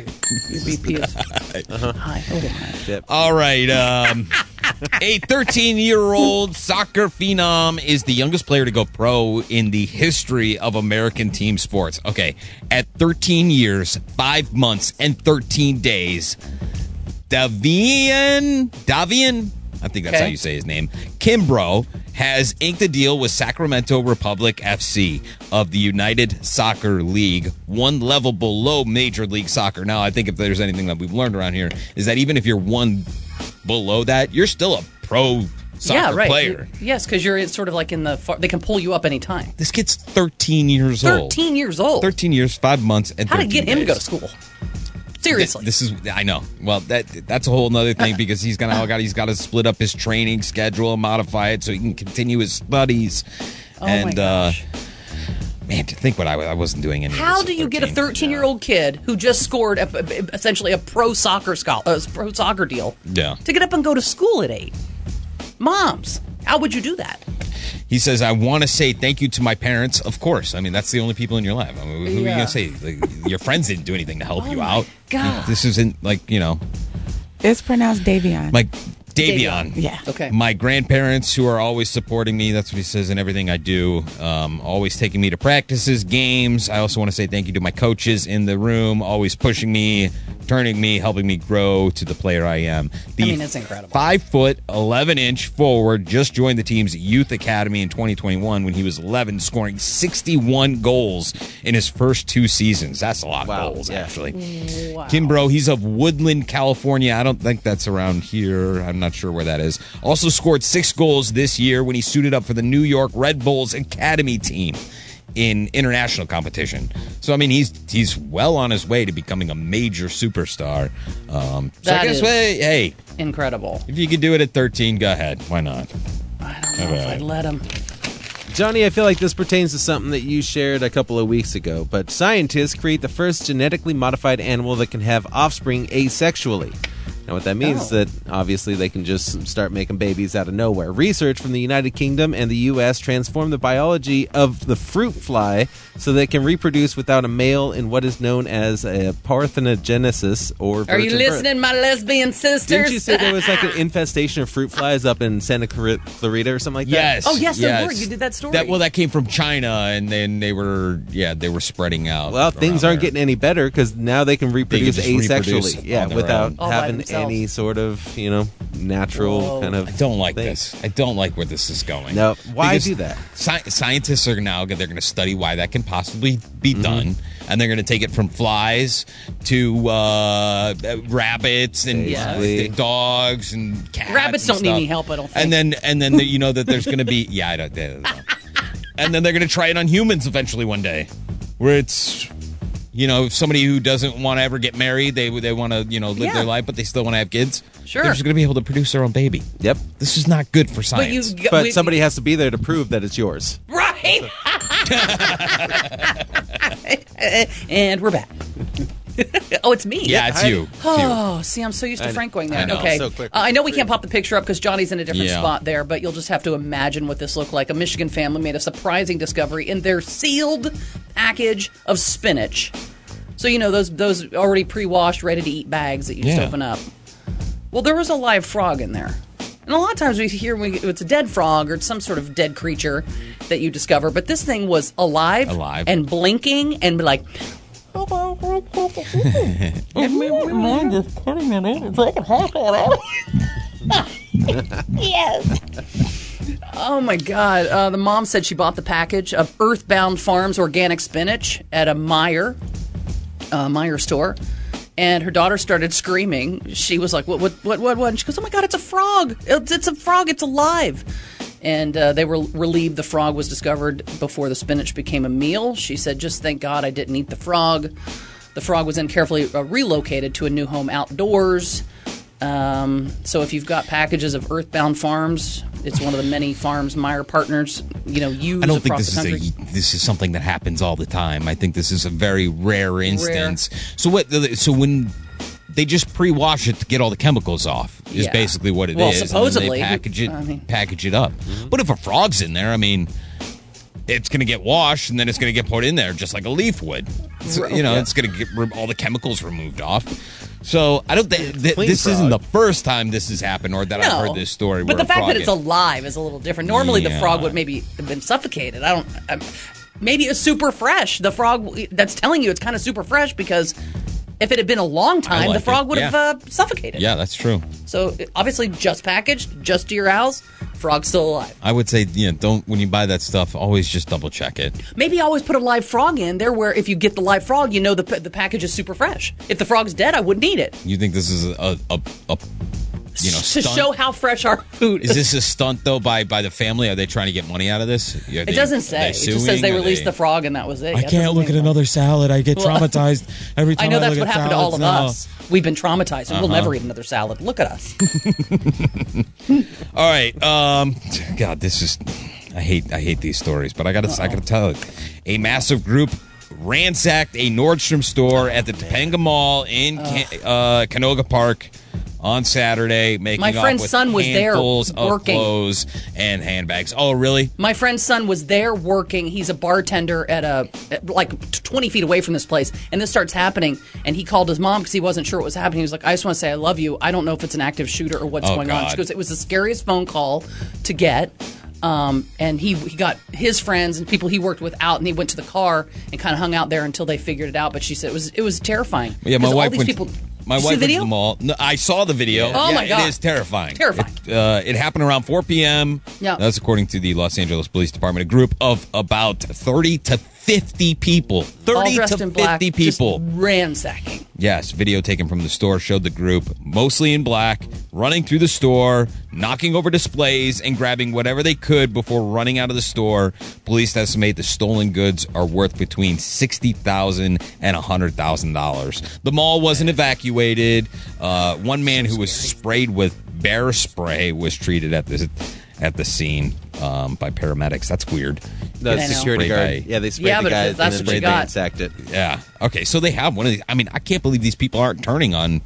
BP is
Uh-huh.
high. Oh, high.
All right. Um, a 13 year old soccer phenom is the youngest player to go pro in the history of American team sports. Okay. At 13 years, 5 months, and 13 days, Davian, Davian, I think that's
Okay.
how you say his name, Kimbrough has inked a deal with Sacramento Republic FC of the United Soccer League, one level below Major League Soccer. Now, I think if there's anything that we've learned around here is that even if you're one below that, you're still a pro soccer
yeah, right.
player.
You- yes, because you're it's sort of like in the far, they can pull you up anytime.
This kid's 13 years old.
13 years old.
13 years, 5 months and
How to
13
get him to
days.
go to school? Seriously.
This is I know. Well, that that's a whole nother thing because he's gonna oh God, he's got to split up his training schedule and modify it so he can continue his studies.
Oh, my
and gosh. uh man, to think what I, I wasn't doing any. of
How
this.
do you get a 13 year old kid who just scored a, essentially a pro soccer scholar, uh, pro soccer deal
Yeah.
to get up and go to school at eight? Moms, how would you do that?
He says, "I want to say thank you to my parents. Of course, I mean that's the only people in your life. I mean, who are you
Yeah.
gonna say? Like, your friends didn't do anything to help
Oh
you
my
out.
God.
This isn't like you know,
It's pronounced Davion.
like Davion.
Yeah.
Okay.
My grandparents, who are always supporting me, that's what he says in everything I do, um, always taking me to practices, games. I also want to say thank you to my coaches in the room, always pushing me, turning me, helping me grow to the player I am. The
I mean, it's incredible.
Five foot, 11 inch forward just joined the team's youth academy in 2021 when he was 11, scoring 61 goals in his first two seasons. That's a lot of goals, actually. Kimbrough, he's of Woodland, California. I don't think that's around here. I'm not sure where that is. Also scored six goals this year when he suited up for the New York Red Bulls Academy team in international competition. So I mean, he's he's well on his way to becoming a major superstar. Um, so I
That
guess
is
hey, hey,
incredible.
if you could do it at 13, go ahead. Why not?
I don't know if I'd let him.
Johnny, I feel like this pertains to something that you shared a couple of weeks ago, but scientists create the first genetically modified animal that can have offspring asexually. Now, what that means is
Oh.
that obviously they can just start making babies out of nowhere. Research from the United Kingdom and the U.S. transformed the biology of the fruit fly so that it can reproduce without a male in what is known as a parthenogenesis or
Are you
virgin birth.
listening, my lesbian sisters?
Didn't you say there was like an infestation of fruit flies up in Santa Clar- Clarita or something like that?
Yes.
Oh, yes, there were. You did that story.
well, that came from China, and then they were yeah they were spreading out.
Well, things aren't getting any better because now they can reproduce
just
asexually,
reproduce
yeah,
on their
without
own. All by
having
themselves.
any sort of you know natural
Whoa.
kind of. I
don't like this. I don't like where this is going.
No, why
Because
do that?
Sci- scientists are now they're going to study why that can possibly be
Mm-hmm.
done, and they're going to take it from flies to uh, rabbits and
Basically.
uh, dogs and cats.
Rabbits
and
don't need any
stuff.
help, I don't think.
And then and then the, you know that there's going to be yeah I don't, I don't know. and then they're going to try it on humans eventually one day, where it's. You know, somebody who doesn't want to ever get married, they they want to you know live
Yeah.
their life, but they still want to have kids.
Sure.
they're just going to be able to produce their own baby.
Yep,
this is not good for
But you
science.
g- But we- somebody
has to be there to prove that it's yours.
Right? and we're back. oh, it's me.
Yeah, it's you. It's you.
Oh, see, I'm so used
I
to
know.
Frank going
I
there.
know.
Okay.
So quick.
Uh, I know we can't pop the picture up because Johnny's in a different
Yeah.
spot there, but you'll just have to imagine what this looked like. A Michigan family made a surprising discovery in their sealed package of spinach. So, you know, those, those already pre washed, ready to eat bags that you just
Yeah.
open up. Well, there was a live frog in there. And a lot of times we hear when it's a dead frog or it's some sort of dead creature that you discover, but this thing was alive,
Alive.
and blinking and like, Oh,
yes.
oh my God. Uh, the mom said she bought the package of Earthbound Farms organic spinach at a Meyer, uh, Meyer store. And her daughter started screaming. She was like, what, what, what, what, what? And she goes, oh my God, it's a frog. It's, it's a frog. It's alive. and uh, they were relieved the frog was discovered before the spinach became a meal. She said, "Just thank God I didn't eat the frog." The frog was then carefully uh, relocated to a new home outdoors. Um, so if you've got packages of Earthbound Farms, it's one of the many farms Meyer partners, you know, use
I don't think
across
this
the
is
country.
a, this is something that happens all the time. I think this is a very rare instance. So what? So when they just pre-wash it to get all the chemicals off is
Yeah.
basically what it is.
Well,
and
supposedly.
then they package it,
I mean- Mm-hmm.
package it up. But if a frog's in there, I mean, it's going to get washed and then it's going to get put in there just like a leaf would. It's-
Right.
you know,
Yeah.
it's going to get re- all the chemicals removed off. So I don't think th-
Clean
this isn't the
frog.
first time this has happened or that I've
No.
heard this story.
But
where
the
a
fact
frog
that it's
gets-
alive is a little different. Normally, the
Yeah.
frog would maybe have been suffocated. I don't. i maybe it's super fresh. The frog that's telling you it's kind of super fresh because if it had been a long time,
like
the frog
it.
would have
Yeah.
uh, suffocated.
yeah, that's true.
So obviously, just packaged, just to your house, frog's still alive.
I would say, you know, don't when you buy that stuff, always just double check it.
Maybe always put a live frog in there. Where if you get the live frog, you know the p- the package is super fresh. If the frog's dead, I wouldn't eat it
You think this is a a, a you know
to
stunt?
show how fresh our food
is this a stunt though by by the family? Are they trying to get money out of this? Are
It
they-
doesn't
are
say.
they
It just says
suing?
they
Are
released
they-
the frog, and that was it.
I
Yeah, it
can't
doesn't
look
say
at another salad. I get
Well-
traumatized every time
I
I,
know that's
look
what
at
happened to all of
salads now.
us. We've been traumatized, and we'll
Uh-huh.
never eat another salad. Look at us.
All right. Um, God, this is. I hate I hate these stories, but I gotta I gotta tell it. A massive group ransacked a Nordstrom store at
Oh,
the Topanga Mall in Can, uh, Canoga Park on Saturday, making
My
off
friend's
with
son was there
handfuls of
working.
clothes and handbags. Oh, really?
My friend's son was there working. He's a bartender at a at, like t- 20 feet away from this place, and this starts happening. And he called his mom because he wasn't sure what was happening. He was like, "I just want to say I love you. I don't know if it's an active shooter or what's
Oh,
going on." She
God.
goes, "It was the scariest phone call to get." Um, and he he got his friends and people he worked with out, and he went to the car and kind of hung out there until they figured it out. But she said it was it was terrifying.
Yeah,
'Cause
my
all
wife
these
went.
people.
my
Did you see
wife
the
went to
video?
the mall. No, I saw the video.
Oh,
Yeah,
my God.
It is terrifying.
Terrifying.
It, uh, it happened around 4 p.m.
Yeah.
That's according to the Los Angeles Police Department. A group of about 30 to 50 people. 30
all dressed
to
in black,
50
just
people.
ransacking.
Yes, video taken from the store showed the group mostly in black running through the store, knocking over displays, and grabbing whatever they could before running out of the store. Police estimate the stolen goods are worth between sixty thousand and hundred thousand dollars. The mall wasn't evacuated. Uh, one man who was sprayed with bear spray was treated at the at the scene um, by paramedics. That's weird.
The
Getting
security
sprayed
guard.
by-
Yeah, they sprayed Yeah, the but if guys and that's then what they you got. ransacked it.
Yeah. Okay. So they have one of these. I mean, I can't believe these people aren't turning on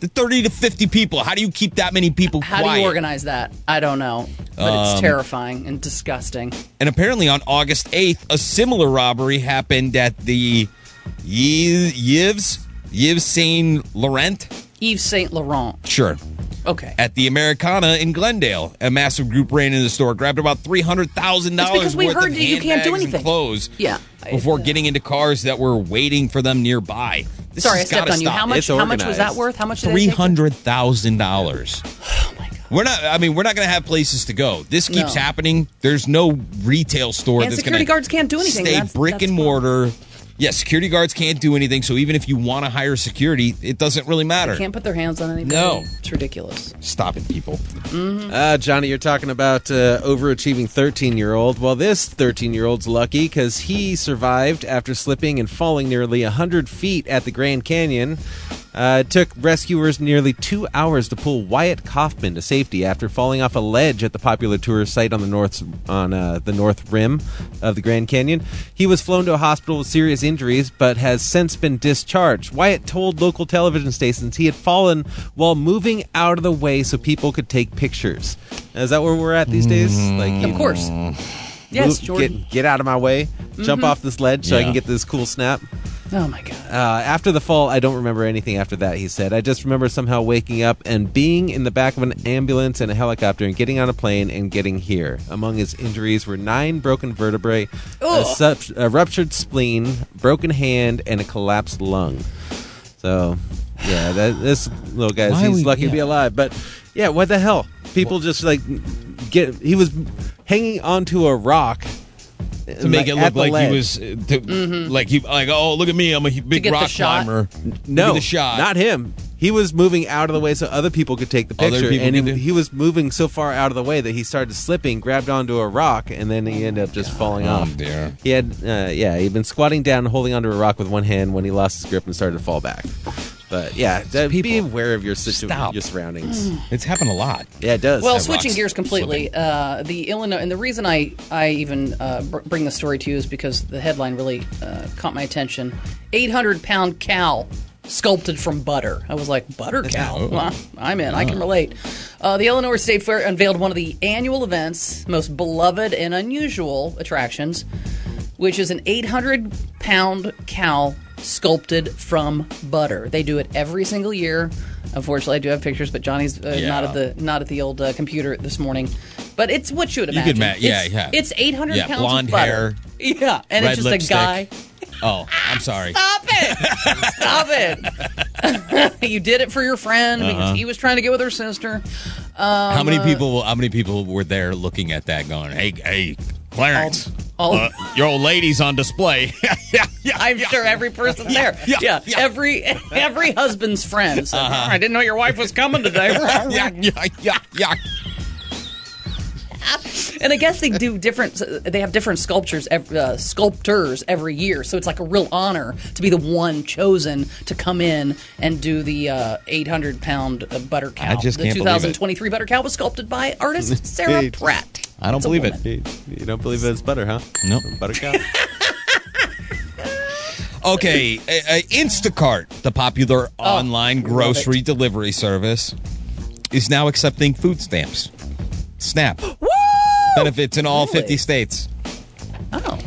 the thirty to fifty people. How do you keep that many people
How
quiet?
do you organize that? I don't know, but it's
Um,
terrifying and disgusting.
And apparently, on August 8th, a similar robbery happened at the Ye- Yves Yves Saint Laurent.
Yves Saint Laurent.
Sure.
Okay.
At the Americana in Glendale, a massive group ran into the store, grabbed about three hundred thousand
It's
dollars.
because we heard that you can't do anything.
Clothes.
Yeah.
Before getting into cars that were waiting for them nearby. This
Sorry, I
has
stepped
gotta
on you.
stop.
How much? How much was that worth? How much? Did
Three
they take? Oh
hundred thousand dollars. We're not. I mean, we're not going to have places to go. This keeps
No.
happening. There's no retail store
And
that's
security
going
guards can't do anything.
stay
That's-
brick and mortar. Yeah, security guards can't do anything. So even if you want to hire security, it doesn't really matter.
They can't put their hands on anybody.
No.
it's ridiculous.
Stop it, people.
Mhm.
Uh, Johnny, you're talking about uh, overachieving 13 year old. Well, this 13 year old's lucky because he survived after slipping and falling nearly 100 feet at the Grand Canyon. Uh, it took rescuers nearly two hours to pull Wyatt Kaufman to safety after falling off a ledge at the popular tourist site on the north on uh, the north rim of the Grand Canyon. He was flown to a hospital with serious injuries, but has since been discharged. Wyatt told local television stations he had fallen while moving out of the way so people could take pictures. Is that where we're at these days? Like,
Of course. Yes, Jordan.
Get, get out of my way. Jump
Mhm.
off this ledge so I
Yeah.
can get this cool snap.
Oh my god.
Uh, after the fall, I don't remember anything after that, he said. I just remember somehow waking up and being in the back of an ambulance and a helicopter and getting on a plane and getting here. Among his injuries were nine broken vertebrae, a,
Ugh.
sup- a ruptured spleen, broken hand, and a collapsed lung. So, yeah, that, this little guy,
Why
he's
we-
lucky to
yeah.
be alive. But, yeah, what the hell? People just like get. He was hanging onto a rock.
To make it look like he was, uh, to,
Mhm.
like he, like oh look at me, I'm a hu- big
get the
rock
shot?
climber.
No,
Look at the shot.
not him. He was moving out of the way so other people could take the
Other
picture,
people
and
could
he, he was moving so far out of the way that he started slipping, grabbed onto a rock, and then he ended up just falling off.
Oh, Dear.
He had, uh, yeah, he'd been squatting down, holding onto a rock with one hand when he lost his grip and started to fall back. But yeah, that- be aware of your situation, your surroundings.
Mm. It's happened a lot.
Yeah, it does.
Well, switching gears completely, uh, the Illinois, and the reason I I even uh, br- bring the story to you is because the headline really uh, caught my attention. 800 pound cow sculpted from butter. I was like, butter cow?
Oh.
Well, I'm in. I can
Oh.
relate. Uh, the Illinois State Fair unveiled one of the annual events, most beloved and unusual attractions, which is an 800 pound cow sculpted from butter. They do it every single year. Unfortunately, I do have pictures, but Johnny's uh,
Yeah.
not at the not at the old uh, computer this morning. But it's what you would
You
imagine.
could ma- yeah,
it's,
yeah.
It's 800
Yeah,
pounds
blonde
of butter.
hair,
Yeah, and
red
it's just
lipstick.
a guy.
Oh, I'm sorry.
Stop it! Stop it! you did it for your friend
Uh-huh.
because he was trying to get with her sister. Um,
how many
uh,
people? How many people were there looking at that, going, "Hey, hey, Clarence,
All- all-
uh, your old lady's on display."
I'm sure every person there. Yeah, every every husband's friend. said,
Uh-huh.
I didn't know your wife was coming today.
Yeah, yeah, yeah, yeah.
And I guess they do different. They have different sculptures, ev- uh, sculptors every year. So it's like a real honor to be the one chosen to come in and do the uh, 800 pound uh, butter cow.
I just
the
can't believe it.
2023 butter cow was sculpted by artist Sarah Pratt.
I don't believe it.
You, you don't believe it's butter, huh?
No,
butter cow.
Okay, uh, uh, Instacart, the popular
Oh,
online grocery delivery service, is now accepting food stamps. Snap. Benefits in all 50 states. Oh.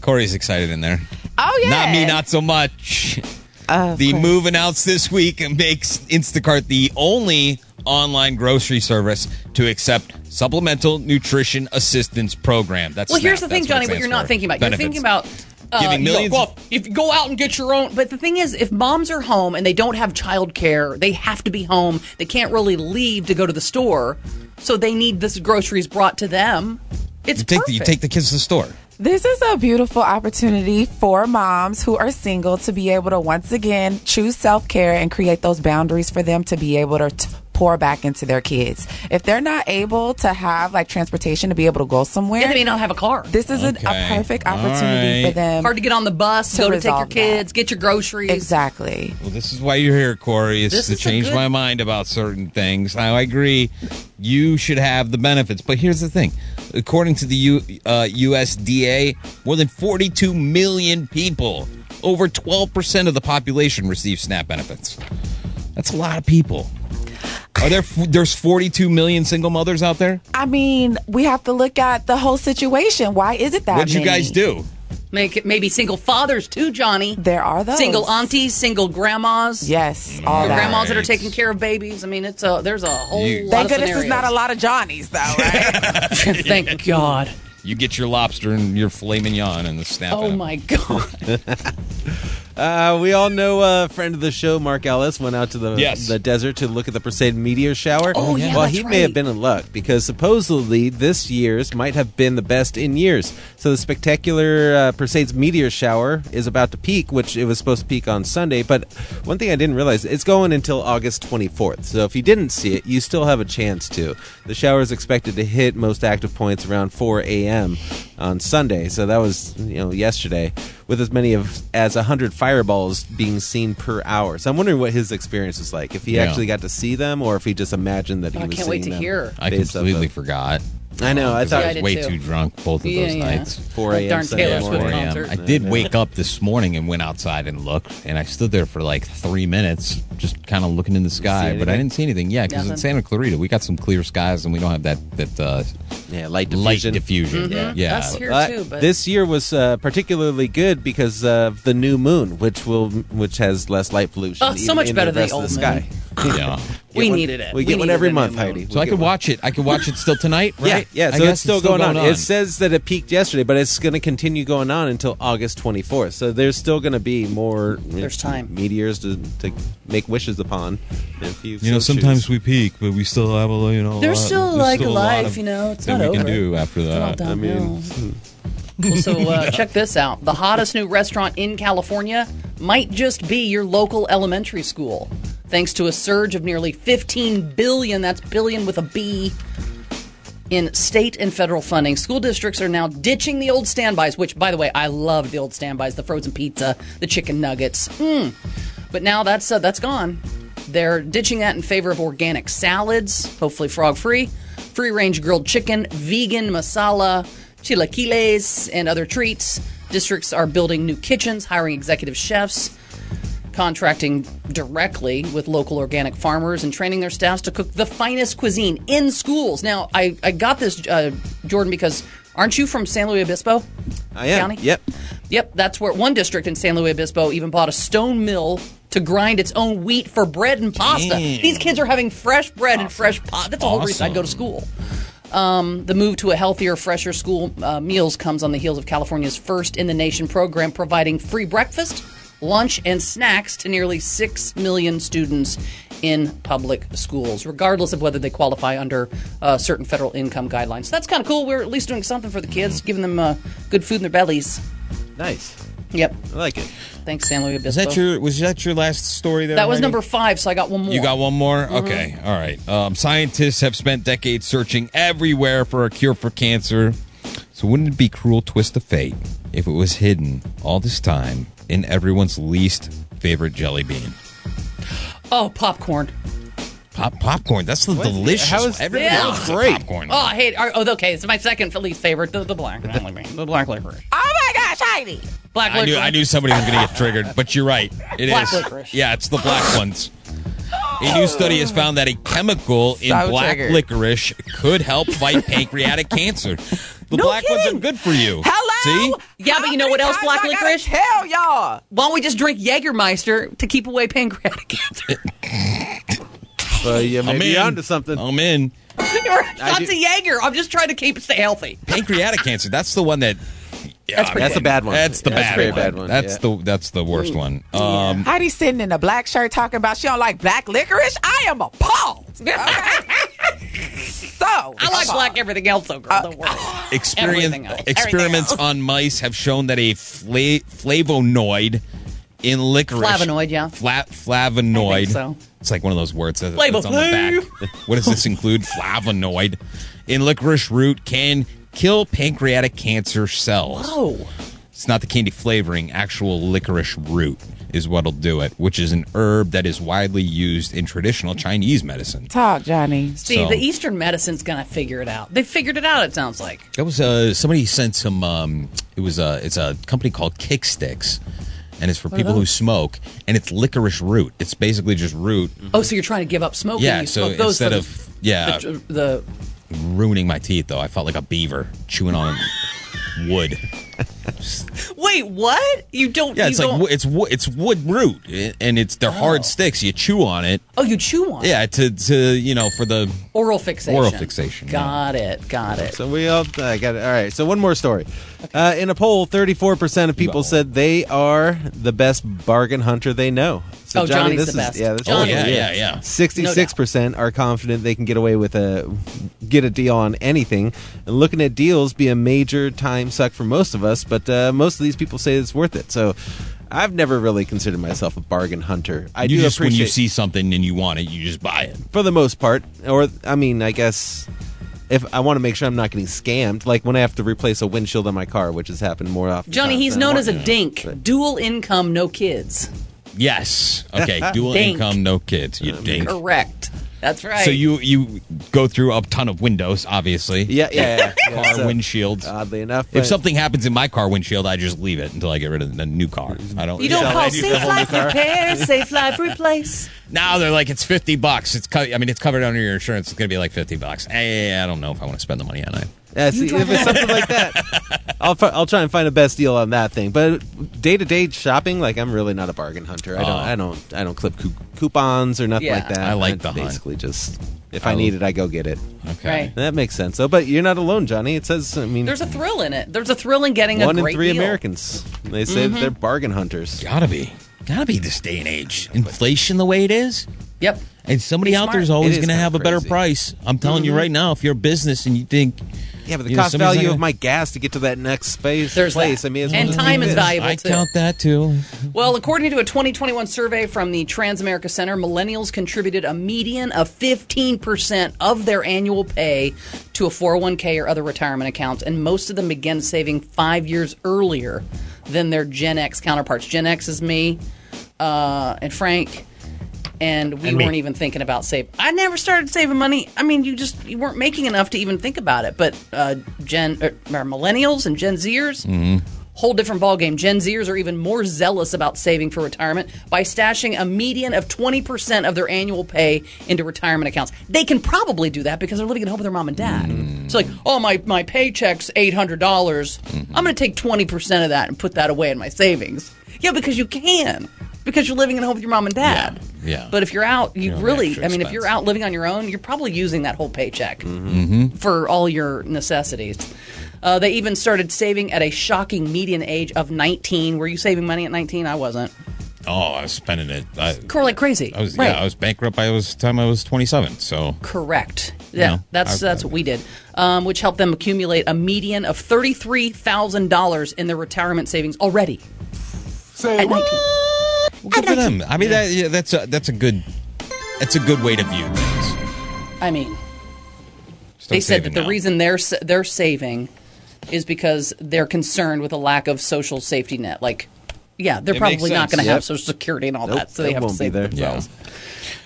Corey's excited in there.
Oh yeah.
Not me, not so much. the move announced this week makes Instacart the only online grocery service to accept supplemental nutrition assistance program. That's
well, here's the
SNAP.
thing,
That's what
Johnny.
it
What you're
stands
not
for.
thinking about.
Benefits.
You're thinking about uh,
Giving
you know,
millions-
well, if you go out and get your own, but the thing is, if moms are home and they don't have childcare, they have to be home. They can't really leave to go to the store, so they need this groceries brought to them. It's
you take the, you
perfect.
take the kids to the store.
This is a beautiful opportunity for moms who are single to be able to once again choose self care and create those boundaries for them to be able to t- pour back into their kids. If they're not able to have like transportation to be able to go somewhere,
And they may not have a car.
This is an-
Okay.
a perfect opportunity for them.
Hard to get on the bus,
to
go to take your
resolve
kids, get your groceries.
Exactly.
Well, this is why you're here, Corey, is
This
to
is a
change
good-
my mind about certain things. Now, I agree, you should have the benefits. But here's the thing according to the U, uh, USDA, more than 42 million people, over 12% of the population, receive SNAP benefits. That's a lot of people. Are there f- there's 42 million single mothers out there?
I mean, we have to look at the whole situation. Why is it that?
What'd you
many?
guys do?
Make it maybe single fathers too, Johnny. There
are those.
single aunties, single grandmas.
Yes, all
the
that.
grandmas that are taking care of babies. I mean, it's a there's a whole.
You-
lot
Thank
of
goodness
scenarios.
there's not a lot of Johnnies though.
Thank God.
You get your lobster and your filet mignon and the SNAP.
Oh
benefits.
my God.
Uh, we all know a uh, friend of the show, Mark Ellis, went out to the
Yes.
the desert to look at the Perseid meteor shower.
Oh, yeah,
Well,
that's
he may have
right.
been in luck because supposedly this year's might have been the best in years. So the spectacular uh, Perseid's meteor shower is about to peak, which it was supposed to peak on Sunday. But one thing I didn't realize, it's going until August 24th. So if you didn't see it, you still have a chance to. The shower is expected to hit most active points around 4 a.m. on Sunday. So that was, you know, yesterday with as many of as 100 fireballs being seen per hour. So I'm wondering what his experience was like. If he
Yeah.
actually got to see them or if he just imagined that he
Oh, I
was
can't wait
seeing
to
them
hear.
I
based off
completely
of-
forgot.
I know, I
'Cause
thought-
Yeah, I
I was
did
way
too.
too. drunk both of
Yeah,
those
yeah.
nights.
4 a.m. Darn Sunday Taylor Swift morning. concert.
I did wake up this morning and went outside and looked, and I stood there for like three minutes, just kind of looking in the sky, but I
anything?
didn't see anything. Yeah, because in
Nothing.
Santa Clarita, we got some clear skies, and we don't have that that uh,
yeah light
diffusion. Yeah,
Mm-hmm.
Uh, This year was uh, particularly good because of the new moon, which will which has less light pollution.
Oh, so
even
much
in
better than
rest
the
of
old
sky.
moon. Yeah.
Get
We
one-
needed it.
We
We
get one
needed
every
the
month,
new moon.
Heidi.
So I could watch it. I could watch it still tonight, right?
Yeah, yeah.
I
So
guess
it's still, going, on. It says that it peaked yesterday, but it's going to continue going on until August 24th. So there's still going to be more.
There's time.
Meteors to, to make wishes upon. If you,
You know,
so choose.
sometimes we peak, but we still have a you know. a
There's
lot-
still,
there's
like,
still a
life,
lot of
you know, it's
that
not
we can
over.
do after
It's not
that.
all I mean, Well, so uh, check this out. The hottest new restaurant in California might just be your local elementary school. thanks to a surge of nearly 15 billion, that's billion with a B, in state and federal funding. School districts are now ditching the old standbys, which, by the way, I love the old standbys, the frozen pizza, the chicken nuggets. Mm. But now that's, uh, that's gone. They're ditching that in favor of organic salads, hopefully frog free, free range grilled chicken, vegan masala, chilaquiles, and other treats. Districts are building new kitchens, hiring executive chefs, contracting directly with local organic farmers, and training their staffs to cook the finest cuisine in schools. Now, I, I got this, uh, Jordan, because aren't you from San Luis Obispo?
I am.
County?
Yep.
Yep, that's where one district in San Luis Obispo even bought a stone mill to grind its own wheat for bread and pasta.
Damn.
These kids are having fresh bread and fresh pasta. That's the whole reason I'd go to school. Um, the move to a healthier, fresher school uh, meals comes on the heels of California's first in the nation program providing free breakfast, lunch, and snacks to nearly 6 million students in public schools, regardless of whether they qualify under uh, certain federal income guidelines. So that's kind of cool. We're at least doing something for the kids, giving them uh, good food in their bellies.
Mm-hmm. Nice.
Yep.
I like it.
Thanks, San Luis Obispo.
Is that your was that your last story there?
That was
Heidi?
number five, so I got one more.
You got one more?
Mhm.
Okay. All right. Um, scientists have spent decades searching everywhere for a cure for cancer. So wouldn't it be cruel twist of fate if it was hidden all this time in everyone's least favorite jelly bean?
Oh, popcorn.
Pop popcorn. That's the
What?
delicious.
How
How
is-
is, Everyone
Yeah.
loves
Great.
popcorn.
Oh, I hate. Oh, okay. It's my second least favorite. The, the black. The, black licorice.
Oh my gosh, Heidi.
Black
I knew I knew somebody was going to get triggered, but you're right. It is.
Black licorice.
Yeah, it's the black ones. A new study has found that a chemical in
So
black
triggered.
licorice could help fight pancreatic cancer. The black ones are good for you. Hello. See?
Yeah, but you know what else? Black licorice.
Hell, y'all.
Why don't we just drink Jägermeister to keep away pancreatic cancer?
So you may
I'm
be
in.
onto something.
I'm in.
Not
do-
to Jaeger. I'm just trying to keep stay healthy.
Pancreatic cancer. That's the one that. Yeah,
That's pretty That's a bad one.
That's the
Yeah, that's a
bad,
very
one.
bad one,
That's
yeah.
the that's the worst one. Um,
Heidi sitting in a black shirt talking about she don't like black licorice. I am appalled. so
I like black everything else, though, girl. Don't worry.
Uh,
Experience,
Everything else.
experiments
Everything
on mice have shown that a fla- flavonoid in licorice
Flavonoid, yeah.
flat flavonoid
I think so.
it's like one of those words that, that's on the back what does this include flavonoid in licorice root can kill pancreatic cancer cells
Whoa.
it's not the candy flavoring actual licorice root is what'll do it which is an herb that is widely used in traditional chinese medicine
Talk, Johnny.
See,
So-
the Eastern medicine's gonna figure it out. They figured it out. It sounds like.
That was uh, somebody sent some. Um, it was a it's a company called Kick Sticks, and it's for
What are
people who
those?
smoke, and it's licorice root. It's basically just root.
Oh, so you're trying to give up smoking?
yeah,
you
so
smoke those
instead
for
of yeah,
the, the
ruining my teeth though, I felt like a beaver chewing on wood.
Wait, what? You don't?
Yeah,
you
it's like
don't-
wo- it's wo- it's wood root, i- and it's they're
Oh.
hard sticks. You chew on it.
oh, you chew on. it.
Yeah, to to you know for the
Oral fixation.
Oral fixation, yeah.
Got it. Got it.
So we all I got it. All right. So one more story. Uh, in a poll, 34% of people said they are the best bargain hunter they know. So
Oh, Johnny's
Johnny, this
the
is
best.
yeah, this
Oh,
is-
yeah, yeah, yeah.
66% are confident they can get away with a get a deal on anything. And looking at deals be a major time suck for most of us, but uh, most of these people say it's worth it. So I've never really considered myself a bargain hunter. I
you
do
just, when
appreciate
you see something and you want it, you just buy it.
for the most part or i mean i guess if i want to make sure i'm not getting scammed like when i have to replace a windshield on my car which has happened more often
Johnny,
times
he's
than I
known
want
as a
to.
dink. Dual income, no kids.
Yes. Okay. Dual
Dink.
income, no kids.
Mm-hmm.
You dink.
Correct. That's right.
So you you go through a ton of windows, obviously.
Yeah, yeah, yeah.
car
Yeah, so,
windshields.
Oddly enough,
if
but-
something happens in my car windshield, I just leave it until I get rid of the new car. I don't.
You don't
sell
call
it.
safe life repair, safe life replace.
Now they're like it's fifty bucks. It's co- I mean it's covered under your insurance. It's gonna be like fifty bucks. Eh, I don't know if I want to spend the money on it.
Yeah, see, if it's something like that, I'll, fi- I'll try and find a best deal on that thing. But day to day shopping, like I'm really not a bargain hunter. I don't,
Oh.
I don't, I don't clip cou- coupons or nothing
Yeah.
like that.
I like
I
the hunt.
basically just if
I
I need it,
l-
I go get it.
Okay,
that makes sense. though. but you're not alone, Johnny. It says, I mean,
There's a thrill in it. There's a thrill in getting
one
a
in
great
three
deal.
Americans they say that
Mhm.
they're bargain hunters.
Gotta be, gotta be this day and age. Inflation the way it is.
Yep.
And somebody
Be
out
smart.
there is
It
always
is
gonna
kinda
have a better
crazy.
price. I'm telling you
Mhm.
right now, if you're a business and you think
Yeah, but the
You know,
cost
somebody's
value
not
of my gas to get to that next space
There's
place.
that.
I mean, it's
And time is valuable,
I
too.
count that too.
Well, according to a 2021 survey from the Transamerica Center, millennials contributed a median of 15% of their annual pay to a 401k or other retirement accounts, and most of them begin saving five years earlier than their Gen X counterparts. Gen X is me uh, and Frank. And we
And me.
weren't even thinking about saving. I never started saving money. I mean, you just you weren't making enough to even think about it. But uh, Gen or, or millennials and Gen Zers,
Mm-hmm.
whole different ballgame. Gen Zers are even more zealous about saving for retirement by stashing a median of 20% of their annual pay into retirement accounts. They can probably do that because they're living at home with their mom and dad.
Mm-hmm.
It's like, oh, my, my paycheck's $800. dollars
Mm-hmm.
I'm going to take 20% of that and put that away in my savings. Yeah, because you can, because you're living at home with your mom and dad.
Yeah.
But if you're out, you
You know, the
really,
extra
I mean, if you're
expense.
out living on your own, you're probably using that whole paycheck
Mm-hmm.
for all your necessities. Uh, they even started saving at a shocking median age of 19. Were you saving money at 19? I wasn't.
Oh, I was spending it. I,
Cor- like crazy.
I was
right.
yeah, I was bankrupt by the time I was 27. So
Correct.
You
Yeah,
know,
that's
I-
that's what we did, um, which helped them accumulate a median of thirty three thousand dollars in their retirement savings already. Say at 19.
Good for them. I mean, that, yeah, that's a, that's a good that's a good way to view things.
I mean,
Just
they said
don't save it
that the
now.
reason they're s- they're saving is because they're concerned with a lack of social safety net. Like, yeah, they're
It makes
probably not
sense.
going to have
Yep.
social security and all
Nope,
Oh, that, so they
it
have to
won't be
save
there.
there. themselves.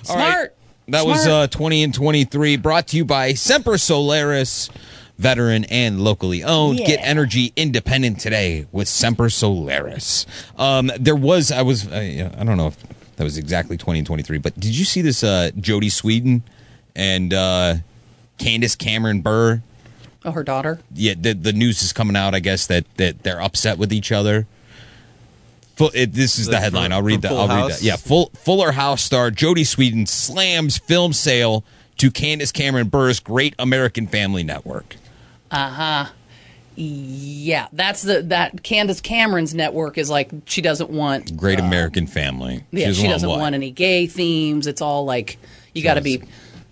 All right.
Smart.
That was
Smart.
uh, 20 and 23, brought to you by Semper Solaris, veteran and locally owned.
Yeah.
Get energy independent today with Semper Solaris. Um, there was, I was, uh, yeah, I don't know if that was exactly 20 and 23, but did you see this uh, Jody Sweden and uh, Candace Cameron Burr?
Oh, her daughter.
yeah, the, the news is coming out. I guess that that they're upset with each other. Full, it, this is the
Like
headline.
from-
I'll
from
read that.
Full
I'll read
House?
that. Yeah, Full, Fuller House star Jodie Sweden slams film sale to Candace Cameron Burr's Great American Family Network.
Uh huh. Yeah, that's the that Candace Cameron's network is like she doesn't want
Great American Family.
yeah she doesn't
what?
want, any gay themes. It's all like you got to be,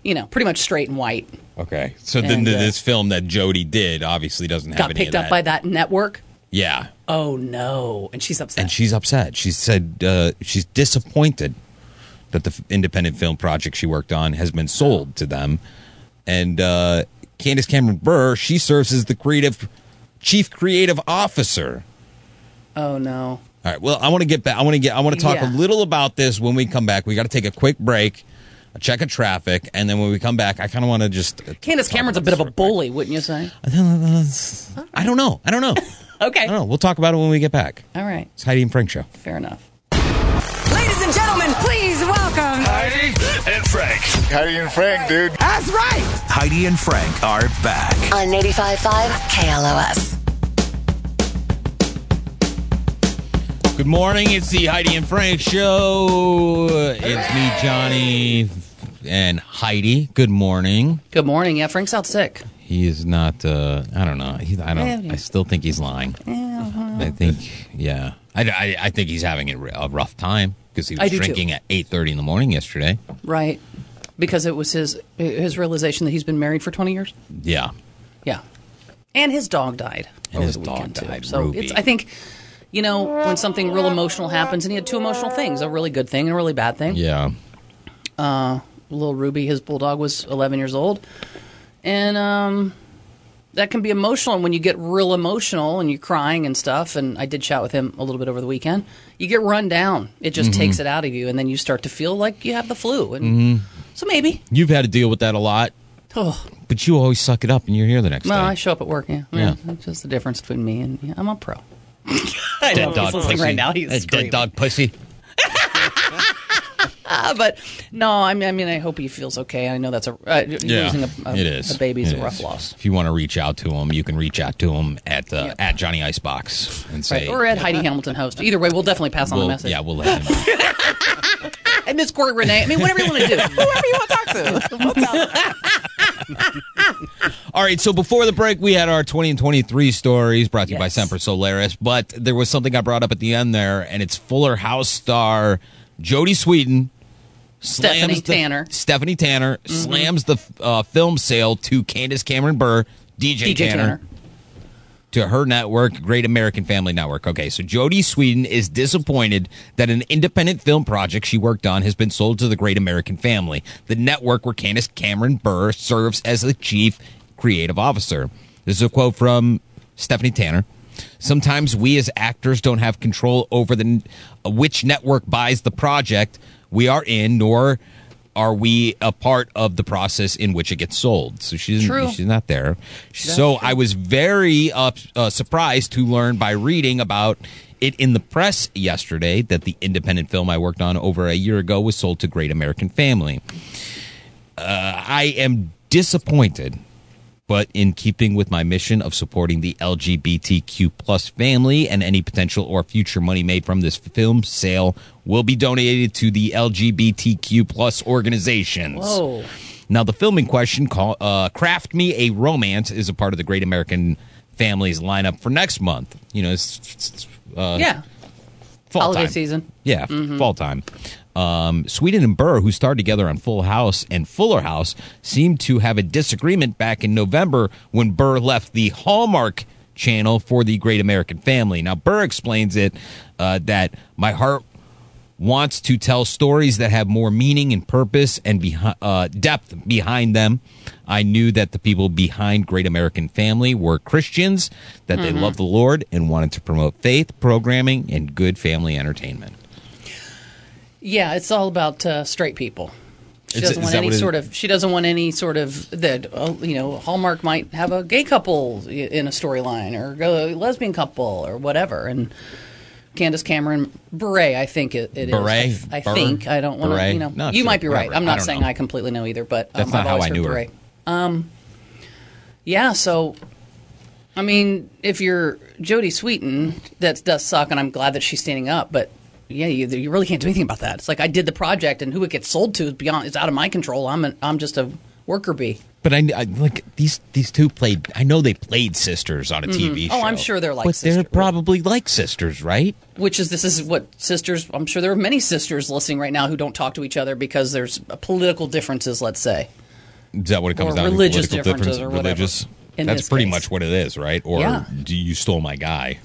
you know, pretty much straight and white.
Okay, so then
And,
the,
uh,
this film that Jodie did obviously doesn't have
Got
any
picked
of
up by that network.
Yeah,
Oh no! And she's upset.
and she's upset. She said uh, she's disappointed that the f- independent film project she worked on has been sold to them. And uh, Candace Cameron Burr, she serves as the creative chief creative officer.
Oh no!
All right. Well, I want to get back. I want to get. I want to talk
Yeah.
a little about this when we come back. We got to take a quick break, a check of traffic, and then when we come back, I kind of want to just.
Candace Cameron's a bit of a bully, wouldn't you say?
I don't know. I don't know.
okay. I
don't know. We'll talk about it when we get back.
All right.
It's Heidi and Frank show.
Fair enough.
Ladies and gentlemen, please
uh,
welcome Heidi and Frank. Heidi and Frank, dude. That's right.
Heidi and Frank are back.
On 85.5 KLOS.
Good morning. It's the Heidi and Frank show. It's me, Johnny, and Heidi. Good morning.
Good morning. Yeah, Frank's out sick.
He is not. Uh, I don't know. He, I don't. I still think he's lying. I think. Yeah. I, I, I think he's having a r- a rough time because he
I
was
do, too.
drinking at eight thirty in the morning yesterday.
Right. Because it was his his realization that he's been married for twenty years.
Yeah.
Yeah. And his dog died.
And his dog died.
So
Ruby.
it's I think you know when something real emotional happens and he had two emotional things, a really good thing and a really bad thing.
Yeah.
Uh little Ruby, his bulldog was 11 years old. And um that can be emotional and when you get real emotional and you're crying and stuff and I did chat with him a little bit over the weekend. You get run down. It just
Mhm.
takes it out of you and then you start to feel like you have the flu and
hmm
so maybe
You've had to deal with that a lot,
oh
but you always suck it up, and you're here the next
well, I
day.
show up at work, yeah.
Yeah.
That's just the difference between me and yeah, I'm a pro. I know,
dead
he's
dog
listening
pussy.
right now, he's
That dead dog pussy.
Ah, but no, I mean, I mean, I hope he feels okay. I know that's a uh, losing a, a,
it is.
a baby's
It
a rough
is.
loss.
If you want to reach out to him, you can reach out to him at uh, at Johnny Icebox and say,
Right. Or at Heidi Hamilton host. Either way, we'll definitely pass on
We'll-
the message.
Yeah, we'll let him.
And Miss Corey Renee. I mean, whatever you want to do. Whoever you want to talk to.
All right, so before the break, we had our 20 and 23 stories brought to you by Semper Solaris, but there was something I brought up at the end there, and it's Fuller House star Jodie Sweden. slams
Stephanie
the-
Tanner. Mm-hmm.
Stephanie Tanner slams the uh, film sale to Candace Cameron Burr DJ,
DJ
Tanner.
Tanner.
To her network, Great American Family Network. Okay, so Jodie Sweden is disappointed that an independent film project she worked on has been sold to the Great American Family, the network where Candace Cameron Burr serves as the chief creative officer. This is a quote from Stephanie Tanner. Sometimes we as actors don't have control over the which network buys the project we are in, nor are we a part of the process in which it gets sold. So she didn't,
True.
she's not there.
That's
so I was very up, uh, surprised to learn by reading about it in the press yesterday that the independent film I worked on over a year ago was sold to Great American Family. Uh, I am disappointed, but in keeping with my mission of supporting the LGBTQ plus family and any potential or future money made from this film sale will be donated to the LGBTQ plus organizations.
Whoa.
Now, the film in question, call, uh, Craft Me a Romance, is a part of the Great American Families lineup for next month. You know, it's, it's, uh,
yeah.
fall
Holiday
time.
season.
Yeah,
Mhm.
fall time. Um, Sweden and Burr, who starred together on Full House and Fuller House, seemed to have a disagreement back in November when Burr left the Hallmark channel for the Great American Family. Now, Burr explains it uh, that my heart wants to tell stories that have more meaning and purpose and behi- uh, depth behind them. I knew that the people behind Great American Family were Christians, that they
Mhm.
loved the Lord and wanted to promote faith, programming, and good family entertainment.
Yeah, it's all about uh, straight people. She
Is it-
doesn't
is
want
that
any
what it-
sort of. She doesn't want any sort of that. Uh, you know, Hallmark might have a gay couple i- in a storyline, or a lesbian couple, or whatever. And Candace Cameron Bure, I think it, it is.
Bure?
I, th- I
Burr?
think I don't want to.
Bure?
You know,
No,
you
sure,
might be right.
whatever.
I'm
I
not
don't
saying
know.
I completely know either, but um,
That's not
I've
how
always
I
heard
knew her.
Bure. Um, yeah. So, I mean, if you're Jodie Sweetin, that does suck, and I'm glad that she's standing up, but yeah, you, you really can't do anything about that. It's like I did the project, and who it gets sold to is beyond. It's out of my control. I'm an, I'm just a worker bee.
But I, I like these these two played. I know they played sisters on a
Mhm.
TV show.
Oh, I'm sure they're like
but they're probably like sisters, right?
Which is this is what sisters. I'm sure there are many sisters listening right now who don't talk to each other because there's political differences. Let's say.
Is that what it comes
Or
down to?
religious
Political
differences
difference-
or whatever,
Religious.
in
That's
this
pretty
case.
much what it is, right? Or
Yeah.
do you stole my guy?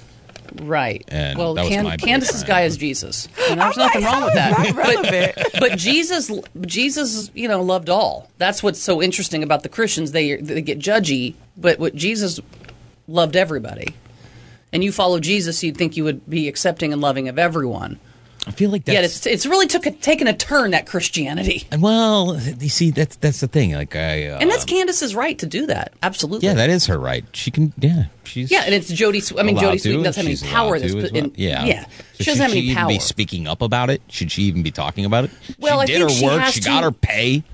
Right.
And
well,
that was
Can-
my
Candace's guy is Jesus. And there's nothing wrong with that. But, but Jesus, Jesus, you know, loved all. That's what's so interesting about the Christians. They they get judgy, but what Jesus loved everybody. And you follow Jesus, you'd think you would be accepting and loving of everyone.
I feel like
Yet it's it's really took a, taken a turn that Christianity.
And well, you see, that's that's the thing. Like I, uh,
And that's Candace's right to do that. Absolutely.
yeah, that is her right. She can, yeah, she's
Yeah, and it's Jody. I mean,
allowed
Jody
to,
Sweetin doesn't have any
she's allowed
power.
to
This,
as
but
well.
in-
yeah,
yeah.
So
she doesn't have any
even
power.
be speaking up about it? Should she even be talking about it?
Well, I
she did
think
her
she
work.
has
she
to-
got her pay.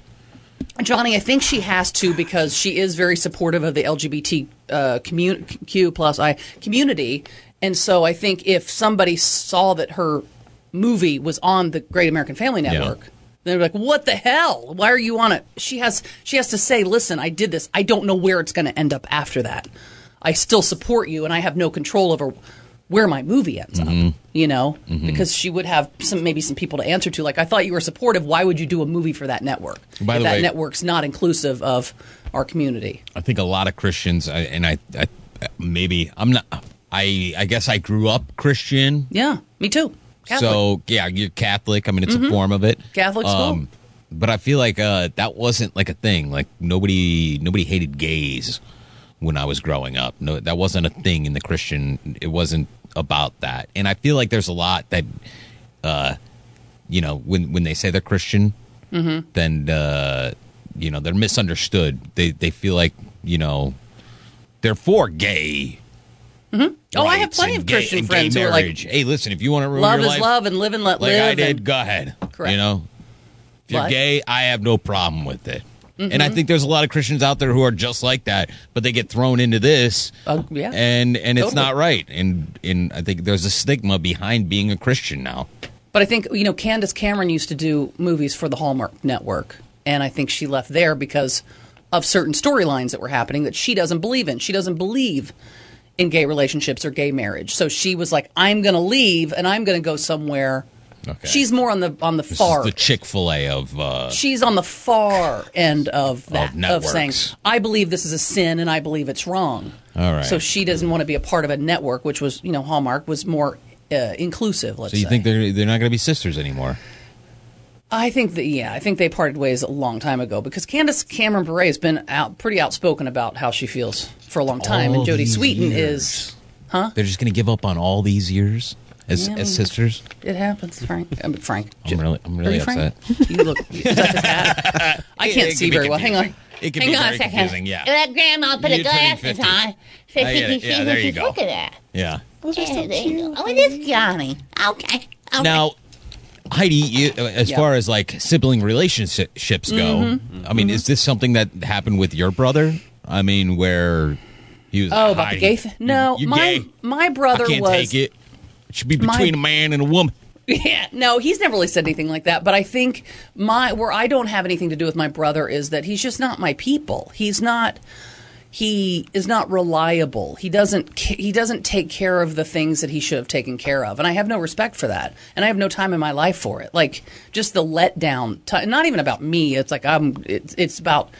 Johnny, I think she has to because she is very supportive of the LGBT uh, commu- Q plus I community, and so I think if somebody saw that her movie was on the Great American Family Network, they're like, "What the hell? Why are you on it?" She has she has to say, "Listen, I did this. I don't know where it's going to end up after that. I still support you, and I have no control over where my movie ends up."
Mm-hmm.
You know,
Mhm.
because she would have some maybe some people to answer to. Like, I thought you were supportive. Why would you do a movie for that network?
By
if
the
that
way-
network's not inclusive of our community.
I think a lot of Christians, I, and I, I, maybe I'm not. I, I guess I grew up Christian,
Yeah, me too. Catholic.
so yeah, you're Catholic. I mean, it's
Mhm.
a form of it. Um,
Catholic school.
but I feel like uh, that wasn't like a thing. Like nobody, nobody hated gays when I was growing up. No, that wasn't a thing in the Christian. It wasn't about that. And I feel like there's a lot that, uh, you know, when when they say they're Christian,
Mhm.
then uh, you know they're misunderstood. They they feel like you know they're for gay.
Mhm. Oh, I have
rights
plenty
and
of
gay-
Christian
and gay
friends who are like,
marriage. hey, listen, if you want to ruin
love
your
is
life,
love and live and let
like
live.
I did.
and-
go ahead.
Correct.
You know, if you're
But-
gay, I have no problem with it.
Mhm.
And I think there's a lot of Christians out there who are just like that, but they get thrown into this,
Uh, yeah.
and and it's
Totally.
not right. And and I think there's a stigma behind being a Christian now.
But I think you know Candace Cameron used to do movies for the Hallmark Network, and I think she left there because of certain storylines that were happening that she doesn't believe in. She doesn't believe in gay relationships or gay marriage, so she was like, "I'm going to leave and I'm going to go somewhere
Okay.
She's more on the on the
This
far.
is the Chick Fil A of. Uh,
She's on the far end of that of
networks.
saying, "I believe this is a sin, and I believe it's wrong."
All right.
So she doesn't want to be a part of a network, which was, you know, Hallmark was more uh, inclusive. Let's
so you
say.
think they're they're not going to be sisters anymore?
I think that yeah, I think they parted ways a long time ago because Candace Cameron Bure has been out pretty outspoken about how she feels for a long time,
All
and Jodie
these
Sweetin
years.
is, huh?
They're just going to give up on all these years as
Yeah.
as sisters.
It happens, Frank. I'm Frank.
I'm really I'm
Are
really
you Frank?
upset.
You look. Is that his hat? I
It-
can't
it
see
can be
very well. Hang on.
confusing. It can
Hang
be
on
very
a second.
confusing, yeah.
Let grandma put her
You're turning
glasses
50.
on so
I
she
get
can
it. Yeah,
see
there
what
you
she's
go.
looking at.
Yeah.
Yeah, there you go. Oh, it is Johnny. Okay. okay.
Now, Heidi, you, as
Yeah.
far as like sibling relationships go,
Mhm.
Mm-hmm.
I mean, is this something that happened with your brother? I mean, where he was
Oh, about the
Heidi,
gay thing? No,
you
my
gay.
my brother
I can't
was.
take it. It should be
My-
between a man and a woman.
Yeah, no, he's never really said anything like that. But I think my where I don't have anything to do with my brother is that he's just not my people. He's not. He is not reliable. He doesn't. ca- He doesn't take care of the things that he should have taken care of, and I have no respect for that. And I have no time in my life for it. Like just the letdown. T- not even about me. It's like I'm. It's, it's about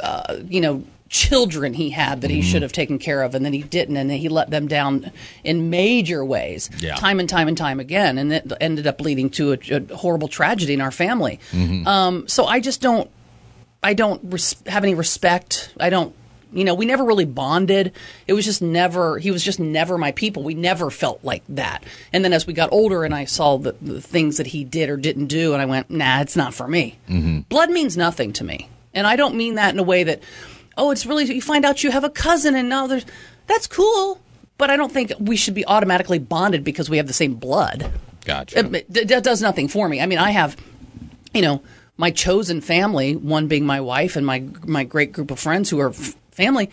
uh, you know children he had that he should have taken care of and then he didn't and then he let them down in major ways
Yeah.
time and time and time again and it ended up leading to a, a horrible tragedy in our family
Mm-hmm.
Mhm.
um, so i just don't i don't res- have any respect i don't you know we never really bonded it was just never he was just never my people we never felt like that and then as we got older and i saw the, the things that he did or didn't do and i went nah it's not for me
Mm-hmm.
blood means nothing to me and i don't mean that in a way that oh it's really you find out you have a cousin and now there's that's cool but i don't think we should be automatically bonded because we have the same blood
gotcha
it, it- Uh, that does nothing for me i mean i have you know my chosen family one being my wife and my my great group of friends who are f- family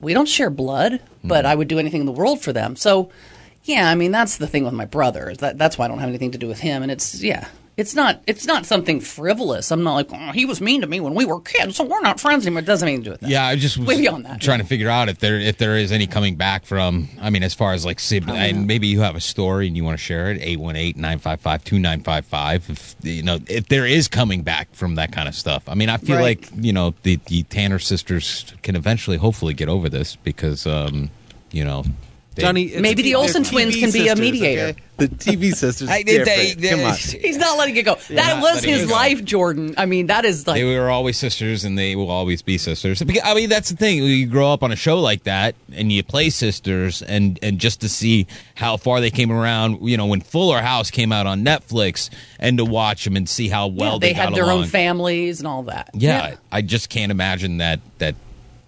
we don't share blood but
Hmm.
i would do anything in the world for them so yeah i mean that's the thing with my brother is that, that's why i don't have anything to do with him and it's yeah it's not it's not something frivolous i'm not like oh, he was mean to me when we were kids so we're not friends anymore it doesn't have anything to do with that
Yeah, I just was
Way beyond that.
trying to figure out if there if there is any coming back from. I mean, as far as like
Oh,
sibling, and maybe you have a story and you want to share it. 818-955-2955. If you know if there is coming back from that kind of stuff. I mean, I feel
Right.
like you know the the Tanner sisters can eventually, hopefully, get over this because um, you know. They,
maybe the olson
they're
twins
TV
can be a
sisters,
mediator
okay? The TV sisters.
I-
I,
they-
they-
Come on.
He's not letting it go.
Yeah.
That
Not
was
letting it
his
go.
life, Jordan. I mean, that is like
they were always sisters, and they will always be sisters. Because- I mean, that's the thing. You grow up on a show like that, and you play sisters, and and just to see how far they came around. You know, when Fuller House came out on Netflix, and to watch them and see how well
yeah,
they,
they, had
got
their
along.
own families and all that.
yeah, I just can't imagine that that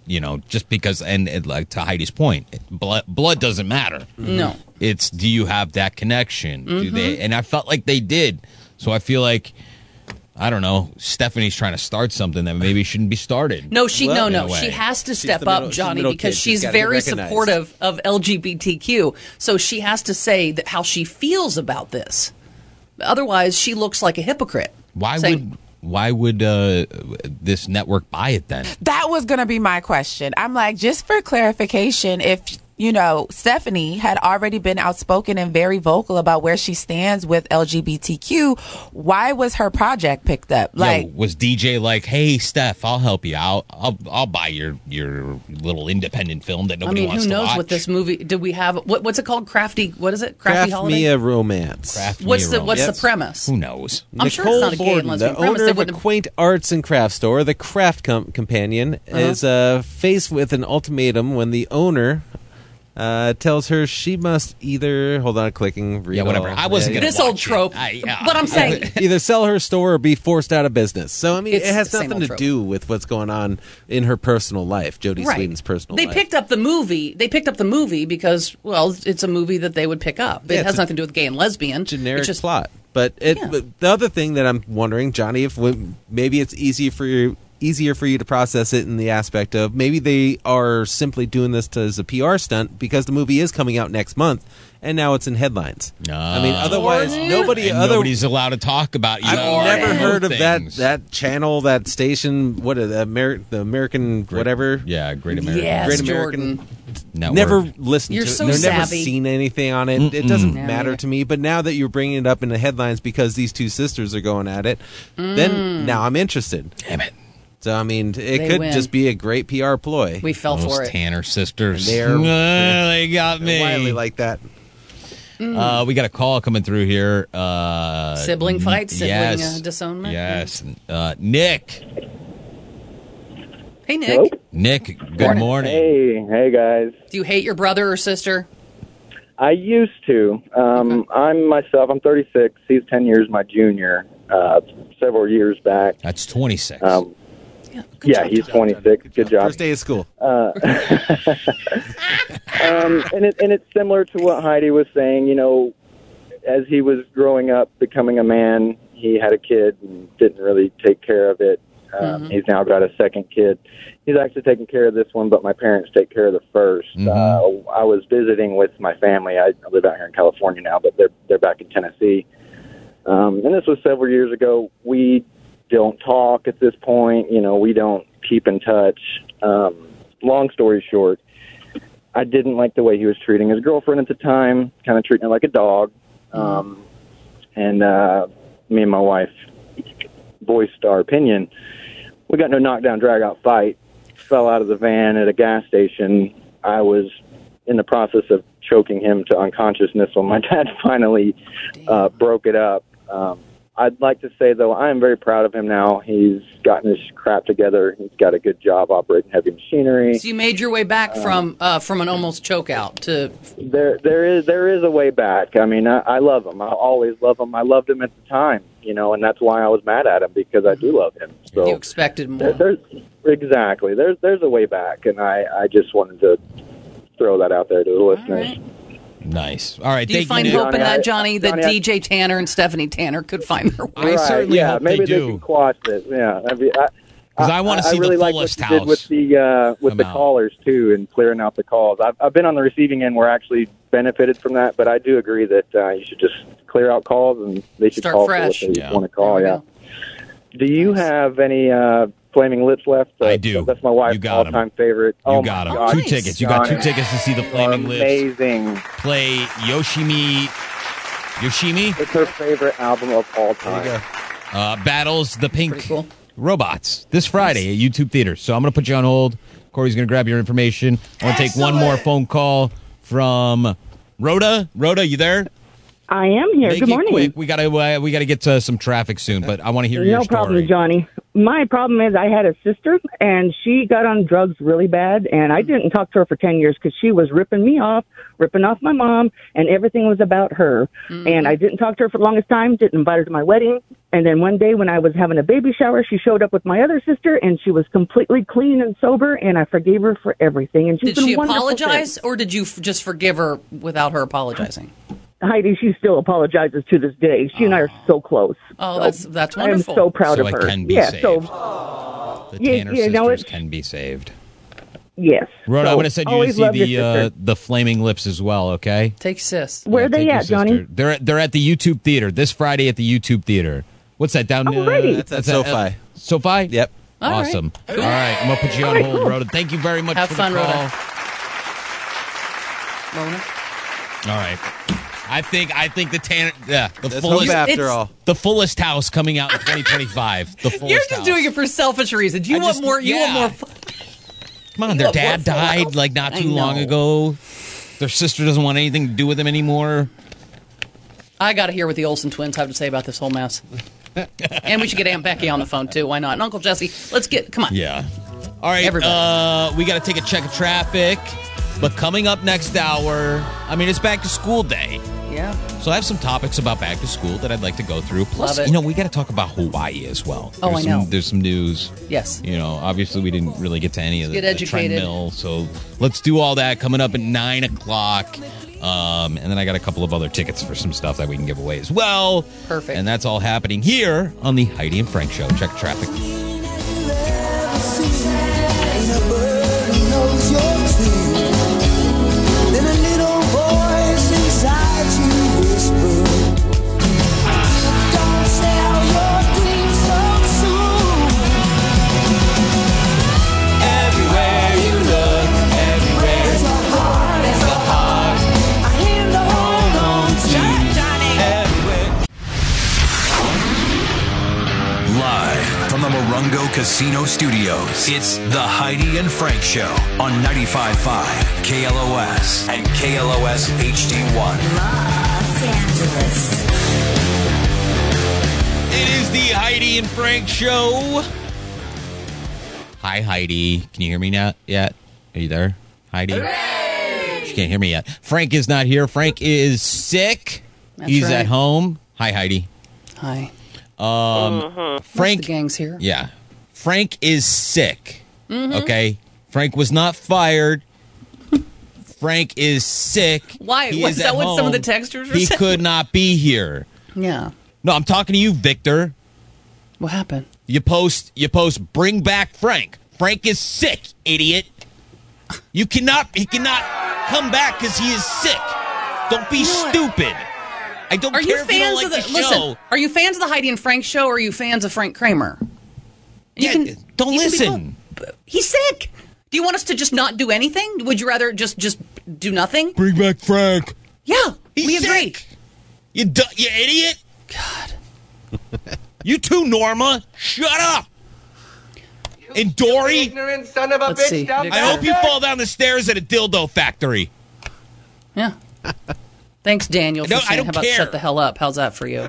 you know just because and, and like to Heidi's point, blood blood doesn't matter.
Mm-hmm. No.
it's do you have that connection? Do they?
Mhm.
And I felt like they did. So I feel like. I don't know. Stephanie's trying to start something that maybe shouldn't be started.
No, she
In
no
a
no.
way.
She has to
She's
step
the middle-
up,
she's the
Johnny,
middle
because
kid. She's
she's
gotta be
very
recognized.
supportive of LGBTQ. So she has to say that how she feels about this. Otherwise, she looks like a hypocrite.
Why
Saying-
would why would uh, this network buy it then?
That was going to be my question. I'm like, just for clarification, if you know, Stephanie had already been outspoken and very vocal about where she stands with LGBTQ. Why was her project picked up?
Yo,
Like,
was DJ like, "Hey, Steph, I'll help you. I'll I'll, I'll buy your your little independent film that
I
nobody
mean,
wants
who knows
to watch."
what this movie? Did we have what, what's it called? Crafty? What is it? Crafty
Craft
Holiday?
me a romance.
Craft
What's the- what's the premise?
Who knows?
I'm sure it's not a gay and lesbian
the
premise.
owner
They
of a
wouldn't have-
quaint arts and craft store, the Craft Com- Companion,
Uh-huh.
is uh, faced with an ultimatum when the owner uh, tells her she must either hold on, clicking, read
Yeah, whatever.
all-
I wasn't
yeah,
gonna
this old trope. but I'm saying
Either- either sell her store or be forced out of business. So I mean,
It's
it has
the same old
nothing to
trope.
do with what's going on in her personal life, Jodie
Right.
Sweden's personal
they
life.
picked up the movie. They picked up the movie because well, it's a movie that they would pick up. It
Yeah, it's
has
a
nothing to do with gay and lesbian.
generic
It's just
plot. But, it, but the other thing that I'm wondering, Johnny, if we, maybe it's easy for you, easier for you to process it in the aspect of maybe they are simply doing this to, as a PR stunt because the movie is coming out next month and now it's in headlines. I mean, otherwise
Jordan.
nobody.
Uh, Ah. And
other,
nobody's allowed to talk about. You know,
I've never
those
heard of that
things.
that channel, that station, what uh, the, Amer- the American whatever.
Yeah, Great
American. Yes,
Great American.
Network.
Never listened
You're
to
so
it. Never
savvy.
seen anything on it. It
Mm-mm.
doesn't
No,
matter to me. But now that you're bringing it up in the headlines because these two sisters are going at it,
Mm.
then now I'm interested.
Damn it.
So I mean, it
They
could
win.
just be a great PR ploy.
We fell for it.
Tanner sisters.
They're-
Well, they got me.
Wildly like that.
Mm.
Uh, we got a call coming through here. Uh,
Hmm.
mm,
Sibling fights, sibling,
yes.
uh, disownment.
Yes. Uh, Nick.
Hey, Nick.
Nick, good morning.
Hey, hey guys.
Do you hate your brother or sister?
I used to. Um, I'm myself. I'm 36. He's 10 years my junior. Uh, several years back.
That's 26.
Um, yeah, he's 26. Good, job. First
day of school.
Uh, um, and it, and it's similar to what Heidi was saying. You know, as he was growing up, becoming a man, he had a kid and didn't really take care of it. Um,
Mm-hmm.
Mm-hmm.
He's now got a second kid. He's actually taking care of this one, but my parents take care of the 1st Uh, I was visiting with my family. I live out here in California now, but they're they're back in Tennessee. Um, and this was several years ago. We don't talk at this point. You know, we don't keep in touch. Um, long story short, I didn't like the way he was treating his girlfriend at the time, kind of treating her like a dog. Um, and uh, me and my wife voiced our opinion. We got into a knockdown, drag out fight, fell out of the van at a gas station. I was in the process of choking him to unconsciousness when my dad finally uh, broke it up. Um, I'd like to say, though, I am very proud of him now. He's gotten his crap together. He's got a good job operating heavy machinery.
So you made your way back from uh, from an almost chokeout to
There, there is there is a way back. I mean, I, I love him. I always love him. I loved him at the time, you know, and that's why I was mad at him because I do love him. So
you expected more.
there, there's exactly there's there's a way back, and I I just wanted to throw that out there to the listeners.
Nice. All right.
Do you
thank
find
you, Nick.
hope in that, Johnny? That
Johnny, I-
DJ Tanner and Stephanie Tanner could find their way.
I certainly
yeah,
hope
maybe
they
they,
do.
can quash this. Yeah, that'd be. I,
'Cause I wanna see the
really like what
fullest
you did with
house.
the uh, with the
out.
callers too, and clearing out the calls. I've, I've been on the receiving end where I actually benefited from that, but I do agree that uh, you should just clear out calls and they should Start call fresh. for what they Yeah. want to call. Yeah. Do you have any uh, flaming lips left? I do. That's my wife's all-time favorite.
You
oh
got
my
him.
God,
Two tickets. You got two
Johnny.
tickets to see the
You are
Flaming Lips
Amazing.
play Yoshimi. Yoshimi.
It's her favorite album of all time.
Uh, battles the Pink Robots this Friday at YouTube Theater. So I'm going to put you on hold. Corey's going to grab your information. I want to take one more phone call from Rhoda. Rhoda, you there?
I am here.
Make
Good
it
morning.
quick. We got to uh, we got to get to some traffic soon, but I want to hear your
no
story.
problem, Johnny. My problem is I had a sister, and she got on drugs really bad, and I didn't talk to her for ten years because she was ripping me off, ripping off my mom, and everything was about her.
Mm-hmm.
And I didn't talk to her for the longest time. Didn't invite her to my wedding, and then one day when I was having a baby shower, she showed up with my other sister, and she was completely clean and sober, and I forgave her for everything. And she's
Did
been
she
wonderful since.
apologize, or did you f- just forgive her without her apologizing?
Heidi, she still apologizes to this day. She and I are so close.
Oh,
So
that's- that's
I
wonderful.
am so proud
So
of
it
her.
can be
yeah,
saved.
so
The
Yeah,
Tanner
you know,
sisters
it's-
can be saved.
yes.
Rhoda,
so,
I'm going to send you to
always
see
love your
the uh,
sister.
the Flaming Lips as well. Okay.
Take sis.
Where are they
Your
at,
sister.
Johnny?
They're at- they're at the YouTube Theater this Friday at the YouTube Theater. What's that
Oh,
down?
Alrighty.
that's
That's
at
at
SoFi. uh, SoFi. Yep.
All right.
awesome. All right, I'm gonna put you on
All right,
hold,
cool.
Rhoda. Thank you very much
Have
for
fun,
the
Rhoda.
call.
Rona?
All right. I think I think the Tanner, yeah, the
Let's
fullest
hope after It's- all.
the fullest house coming out in 2025. The fullest
You're just
house.
doing it for selfish reasons. You want
just-
more. You
yeah.
want more.
Come on, their dad died like not
I
too long
know.
ago. Their sister doesn't want anything to do with them anymore.
I got to hear what the Olsen twins have to say about this whole mess. and we should get Aunt Becky on the phone too. Why not? And Uncle Jesse. Let's get. Come on.
Yeah. All right, uh, we got to take a check of traffic. But coming up next hour, I mean, it's back to school day.
Yeah.
So I have some topics about back to school that I'd like to go through. Plus,
Love it.
you know, we got to talk about Hawaii as well.
Oh,
there's
I know.
Some, there's some news.
Yes.
You know, obviously we didn't really get to any of the,
Get
the trend
educated.
mill. So let's do all that coming up at nine o'clock. Um, and then I got a couple of other tickets for some stuff that we can give away as well.
Perfect.
And that's all happening here on the Heidi and Frank Show. Check traffic.
Everywhere you look, everywhere.
Morongo Casino Studios. It's the Heidi and Frank Show on 95.5 KLOS and KLOS HD1.
It is the Heidi and Frank show. Hi, Heidi. Can you hear me now? Yet? Are you there, Heidi? She can't hear me yet. Frank is not here. Frank is sick.
That's
He's
right.
at home. Hi, Heidi.
Hi.
Um,
Frank.
Frank.
The gang's here.
Yeah. Frank is sick.
Mhm.
Mm-hmm. Okay. Frank was not fired. Frank is sick.
Why?
He
Was
is
that
at
what some of the
home.
textures were
He
saying?
could not be here.
Yeah.
No, I'm talking to you, Victor.
What happened?
You post you post bring back Frank. Frank is sick, idiot. You cannot he cannot come back because he is sick. Don't be stupid. I don't
Are
care
you
if you don't
fans
like
of
the,
the,
show.
listen? Are you fans of the Heidi and Frank show? or Are you fans of Frank Kramer? You
Yeah,
can-
don't
you can be
listen.
both. He's sick. Do you want us to just not do anything? Would you rather just just do nothing?
Bring back Frank.
Yeah, we agree.
You du- you idiot. God. you too, Norma. Shut up. And Dory.
Ignorant son of a
Let's
bitch
see.
down
I hope you fall down the stairs at a dildo factory.
Yeah. Thanks, Daniel. For
No, I
saying,
don't
How about
care.
shut the hell up? How's that for you?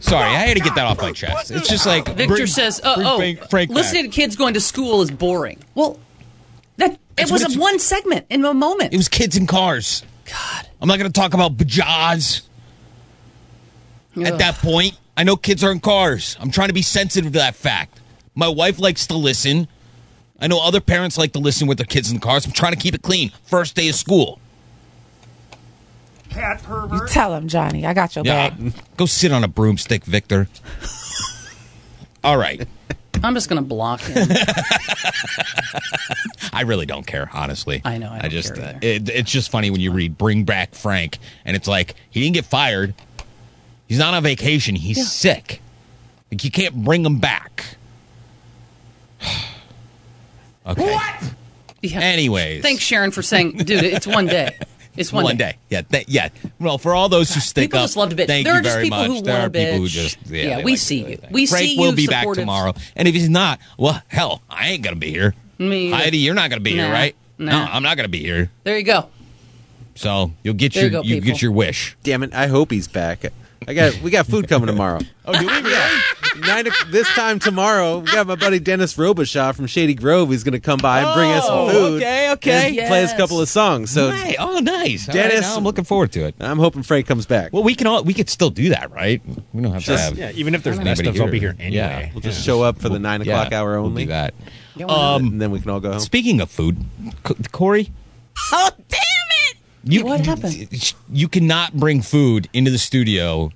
Sorry, I had to get that off my chest. It's just like
Victor says, "Oh,
bring
oh
Frank- Frank back."
listening to kids going to school is boring." Well, that it was a one segment in a moment.
It was kids in cars. God. I'm not going to talk about bajaws at that point. I know kids are in cars. I'm trying to be sensitive to that fact. My wife likes to listen. I know other parents like to listen with their kids in cars. I'm trying to keep it clean. First day of school.
Cat pervert.
You tell him, Johnny. I got your
Yeah.
back.
Go sit on a broomstick, Victor. All right.
I'm just going to block him.
I really don't care, honestly. I know. I,
don't
just
care
uh, it, it's just funny when you read "Bring Back Frank" and it's like he didn't get fired. He's not on vacation. He's sick. Like you can't bring him back. okay. What? Anyways,
Thanks, Sharon, for saying, "Dude, it's one day. It's one,
day. Yeah. Th- yeah. Well, for all those who stick
People
up,
just love to bitch.
Thank
there
you
are just
very
people
much.
who
there are
want to bitch.
people who just yeah. they
we
like-
see you. We
Frank
see
will
you.
be back
supportive.
tomorrow, and if he's not, well, hell, I ain't gonna be here.
Me either.
Heidi, you're not gonna be
Nah,
here, right? No,
nah.
I'm not gonna be here.
There you go.
So you'll get
There
your
you go,
you,
people.
get your wish.
Damn it! I hope he's back. I got we got food coming tomorrow.
oh, do we?
Yeah. Nine o- this time tomorrow, we got my buddy Dennis Robichaud from Shady Grove. He's going to come by and bring us some
Oh,
food.
okay, okay.
and play us a
Yes.
couple of songs. So,
Right. Oh, nice. All right,
Dennis,
now I'm looking forward to it.
I'm hoping Frank comes back.
Well, we can all we could still do that, right? We don't have
Sure.
to have
Yeah, even if there's
anybody
mess ups, I'll be here anyway.
Yeah,
We'll just show up for the
We'll-
nine
yeah,
o'clock hour
we'll do
only.
that.
Yeah, we'll
Um,
and then we can all go home.
Speaking of food, C- Corey,
Oh damn it!
you
what happened?
you cannot bring food into the studio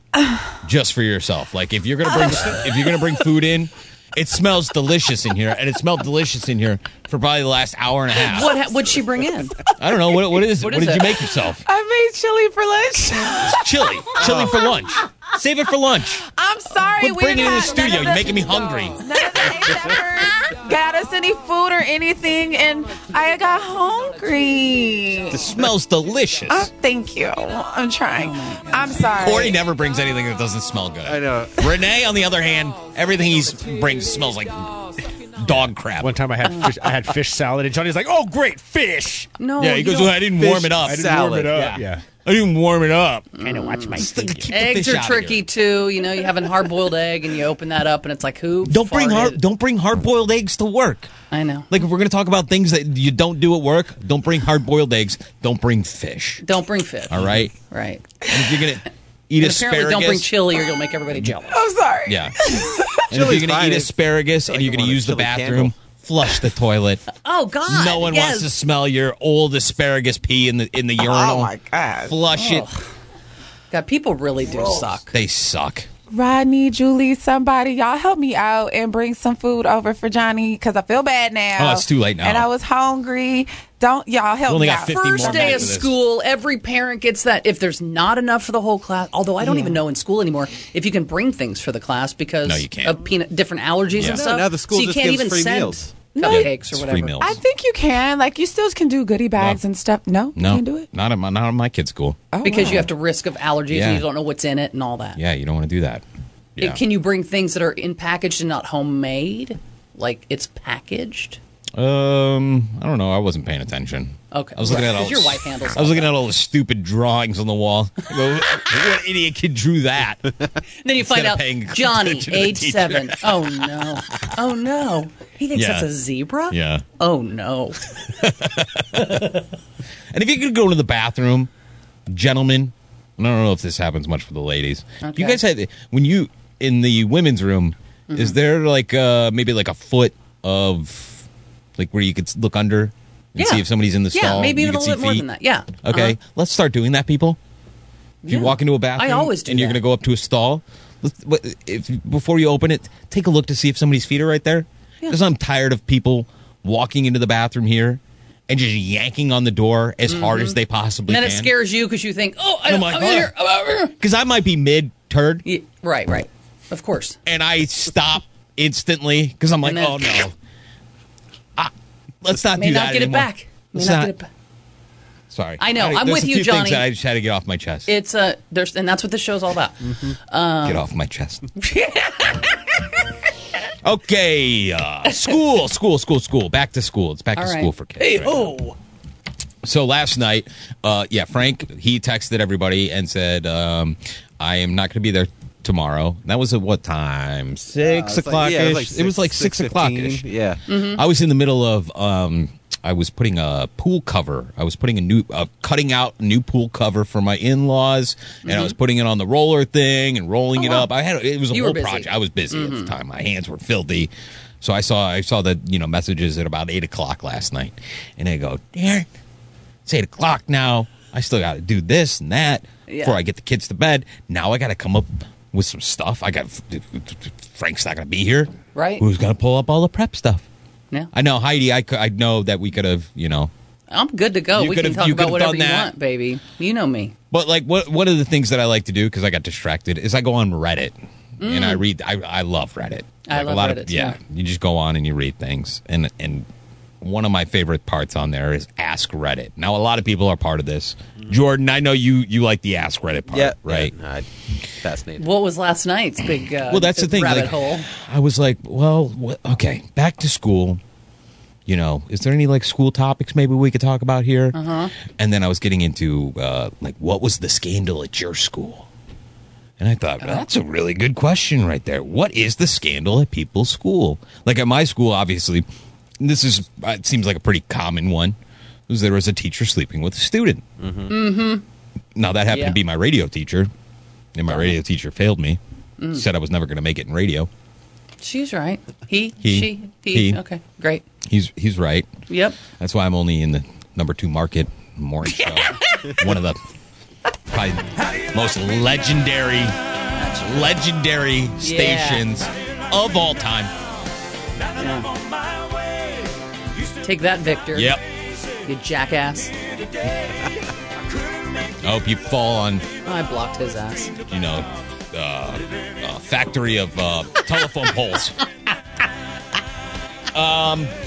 just for yourself. Like if you're gonna bring if you're gonna bring food in, it smells delicious in here, and it smelled delicious in here for probably the last hour and a half.
What ha- would she bring in?
I don't know what what is it?
What
What,
is
did
it?
you make yourself?
I made chili for lunch.
It's chili, chili for lunch. Save it for lunch.
I'm sorry.
Quit
we
bringing it in
didn't
the
have- none
studio.
of
You're
the-
making me hungry.
got us any food or anything, and I got hungry.
This smells delicious.
Oh, thank you. I'm trying. I'm sorry.
Corey never brings anything that doesn't smell good. I
know.
Renee, on the other hand, everything he brings smells like dog crap.
One time I had fish, I had fish salad, and Johnny's like, "Oh, great fish!"
No,
yeah, he goes, well, I didn't warm it up.
I didn't warm it up. Yeah.
I didn't warm it up. Mm.
Kind of watch my
Keep the
Eggs
fish
are
out of
tricky too. You know, you have a hard boiled egg and you open that up and it's like, who?
Don't bring
farted?
hard don't bring hard boiled eggs to work.
I know.
Like if we're gonna talk about things that you don't do at work, don't bring hard boiled eggs. Don't bring fish.
Don't bring fish.
All right.
Right.
And if you're gonna eat
and
asparagus,
apparently, don't bring chili or you'll make everybody jealous.
I'm sorry.
Yeah. and if
Chili's
you're gonna
fine.
eat asparagus and you're gonna use the
chili
bathroom,
candle.
flush the toilet.
Oh
Ah,
God!
no one
yes.
wants to smell your old asparagus pee in the in the urinal.
my
Oh, God!
Flush it.
Ugh. God, people really do suck.
They suck.
Rodney, Julie, somebody, y'all help me out and bring some food over for Johnny because I feel bad now.
Oh, it's too late now.
And I was hungry. Don't y'all help
We only
me
got
out.
50
First
more
day of
minutes of this.
school, every parent gets that. If there's not enough for the whole class, although I don't even know in school anymore if you can bring things for the class because
No, you can't.
of peanut, different allergies
Yeah.
and
No,
stuff.
now the school
so you
just
can't
gives
even
free
send
meals.
cupcakes or
It's free
whatever.
meals.
I think you can. Like you still can do goodie bags and stuff. No,
No,
you can do it.
not at my not at my kid's school.
because you have to risk of allergies
Yeah.
and you don't know what's in it and all that.
Yeah, you don't want to do that. Yeah.
Can you bring things that are in packaged and not homemade? Like it's packaged.
Um, I don't know. I wasn't paying attention.
Okay.
I was looking
Right.
at all
'Cause your wife handles
I was looking at all the stupid drawings on the wall. I go, what idiot kid drew that?
And then you
Instead
find
of
out
paying
Johnny,
attention to the
age
teacher.
seven. Oh no! Oh no! He thinks
Yeah.
that's a zebra.
Yeah.
Oh no!
And if you could go to the bathroom, gentlemen, and I don't know if this happens much for the ladies.
Okay.
You guys had when you in the women's room,
Mm-hmm.
is there like uh maybe like a foot of like where you could look under and
Yeah.
see if somebody's in the
yeah,
stall?
maybe
you
even a
could see
little bit more
feet?
than that. Yeah.
Okay,
Uh-huh.
let's start doing that, people. If you walk into a bathroom,
I always do
and you're
that.
going to go up to a stall. let's- what- If before you open it, take a look to see if somebody's feet are right there.
Yeah.
Because I'm tired of people walking into the bathroom here and just yanking on the door as hard
Mhm.
as they
And
possibly
then it
can.
scares you because you think, oh, I,
Oh
am
my
I'm
God.
here. I'm out here.
Because I might be mid turd.
right, right. Of course.
And I stop instantly because I'm like,
And then-
oh no. Ah, let's not
May
do
not
that
get it
anymore.
back. May
Let's
not
not-
get it back.
Sorry,
I know.
Alright,
I'm
there's
with
a
you,
few
Johnny.
Things that I just had to get off my chest.
It's a there's and that's what this show's all about. Um,
Get off my chest. okay. Uh, school, school, school, school. Back to school. It's back
all
to
right.
school for kids.
Hey
right?
ho!
So last night, uh, yeah, Frank, he texted everybody and said, um, I am not going to be there tomorrow. That was at what time? Six
it's
o'clock
like-
ish?
yeah, it was like
it was like
six-
six,
six
o'clock ish.
fifteen, yeah. Mhm.
Mm-hmm.
I was in the middle of, um, I was putting a pool cover. I was putting a new, uh, cutting out a new pool cover for my in laws, and I was putting it on the roller thing and rolling it up. I had, it was
Mm-hmm.
a
Uh-huh. You were
whole
busy. Mm-hmm.
project. I was busy at the time. My hands were filthy. So I saw I saw the you know messages at about eight o'clock last night, and I go, Darren, it's eight o'clock now. I still got to do this and that
Yeah.
before I get the kids to bed. Now I got to come up with some stuff. I got Frank's not going to be here.
Right?
Who's going to pull up all the prep stuff?
Yeah.
I know Heidi. I cou- I know that we could have you know.
I'm good to go.
You
we can
could've-
talk
you
about
could've
whatever
done
you
that.
want, baby. You know me.
But like, what one of the things that I like to do because I got distracted is I go on Reddit and I
Mm.
read. I, I love Reddit.
I love
Like, a lot
Reddit,
Of, yeah,
too.
you just go on and you read things, and and one of my favorite parts on there is Ask Reddit. Now, a lot of people are part of this.
Mm.
Jordan, I know you you like the Ask Reddit part,
Yeah.
right?
fascinating.
What was last night's big? Uh,
Well, that's the thing,
Rabbit
like-
hole.
I was like, well, wh- okay, back to school. You know, is there any like school topics maybe we could talk about here?
Uh
Uh-huh.
huh.
And then I was getting into uh, like, what was the scandal at your school? And I thought,
Uh-huh.
that's a really good question right there. What is the scandal at people's school? Like at my school, obviously, and this is uh, it seems like a pretty common one. Was there was a teacher sleeping with a student?
Mm-hmm.
Now that happened
Yeah. Uh-huh.
to be my radio teacher, and my radio teacher failed me.
Mm.
Said I was never going to make it in radio.
She's right. He,
He,
she, he.
he.
Okay, great.
He's he's right.
Yep.
That's why I'm only in the number two market morning show. One of the probably most legendary, legendary stations of all time.
Take that, Victor.
Yep.
You jackass.
I hope you fall on,
I blocked his ass.
you know, uh, uh, factory of uh, telephone poles. Um.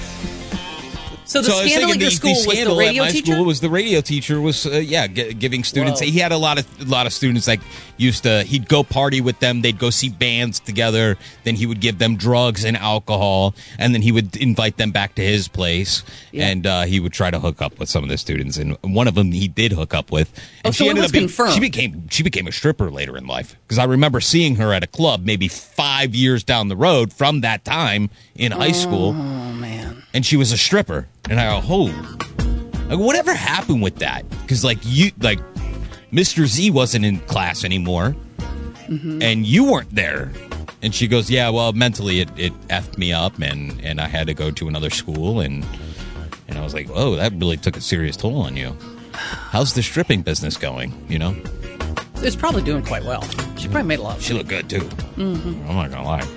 So the
I was
scandal at
thinking
your
the-
school
the
was the
scandal at
radio
my
teacher.
School was the radio teacher was uh, yeah g- giving students.
Whoa.
He had a lot of a lot of students like used to he'd go party with them. They'd go see bands together. Then he would give them drugs and alcohol, and then he would invite them back to his place.
Yeah.
And uh, he would try to hook up with some of the students, and one of them he did hook up with.
Oh,
And
so it was
being,
confirmed.
She became she became a stripper later in life because I remember seeing her at a club maybe five years down the road from that time in high school
Oh man.
and she was a stripper. And I go, holy, like whatever happened with that? Because like you, like Mr. Z wasn't in class anymore,
Mm-hmm.
and you weren't there. And she goes, yeah, well, mentally it it effed me up, and and I had to go to another school, and and I was like, oh, that really took a serious toll on you. How's the stripping business going? You know,
It's probably doing quite well. She probably made a lot.
she looked good too.
Mm-hmm.
I'm not gonna lie.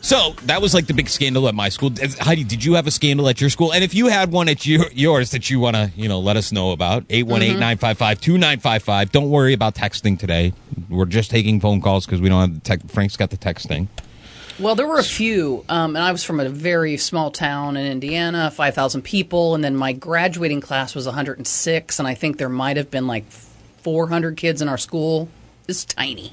So that was like the big scandal at my school. Is- Heidi, did you have a scandal at your school? And if you had one at your, yours that you want to, you know, let us know about,
Mm-hmm.
818-955-2955. Don't worry about texting today. We're just taking phone calls because we don't have the tech. Frank's got the texting.
Well, there were a few, um, and I was from a very small town in Indiana, five thousand people, and then my graduating class was one hundred and six, and I think there might have been like four hundred kids in our school. It's tiny,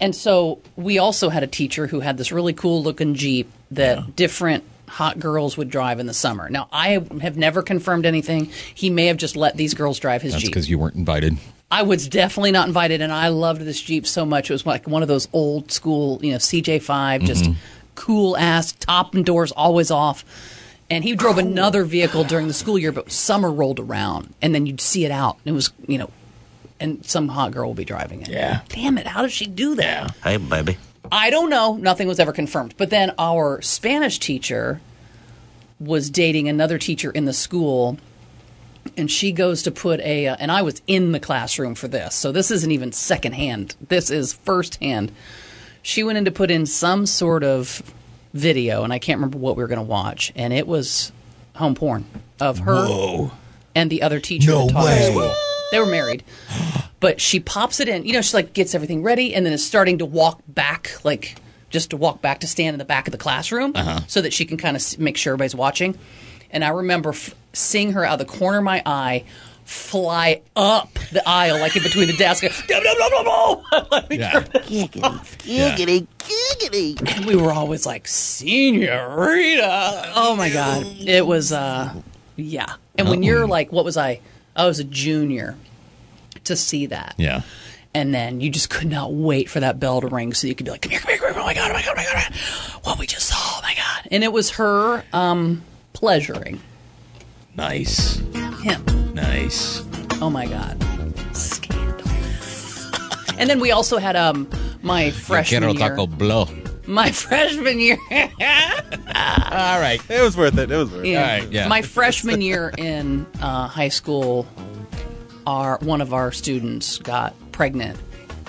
And so we also had a teacher who had this really cool looking Jeep that different hot girls would drive in the summer. Now, I have never confirmed anything. He may have just let these girls drive his
That's
Jeep.
because you weren't invited.
I was definitely not invited, and I loved this Jeep so much. It was like one of those old school, you know, CJ5, just
Mhm.
cool ass, top and doors always off. And he drove another vehicle during the school year, but summer rolled around, and then you'd see it out, and it was, you know, and some hot girl would be driving it. Yeah. Damn it! How does she do that?
Hey, baby.
I don't know. Nothing was ever confirmed. But then our Spanish teacher was dating another teacher in the school, and she goes to put a. Uh, and I was in the classroom for this, so this isn't even secondhand. This is firsthand. She went in to put in some sort of video, and I can't remember what we were going to watch, and it was home porn of her and the other teacher.
No
that taught her
way.
school. They were married but she pops it in. You know, she like gets everything ready and then is starting to walk back, like just to walk back to stand in the back of the classroom
Uh-huh.
so that she can kind of make sure everybody's watching. And I remember f- seeing her out of the corner of my eye fly up the aisle, like in between the desks. Dum, dum, dum, dum, dum.
Giggity,
giggity. We were always like, Senorita. Oh my God. It was, uh, yeah. And when you're like, what was I? I was a junior to see that.
Yeah.
And then you just could not wait for that bell to ring so you could be like, come here, come here, come here. Oh my God, oh my God, oh my God. oh my God. What we just saw, oh my God. And it was her um, pleasuring
Nice.
him.
Nice.
Oh my God. Scandal. And then we also had um, my freshman
Quiero
year.
taco blow.
My freshman year.
All right.
It was worth it. It was worth it.
Yeah. My freshman year in uh, high school, our one of our students got pregnant.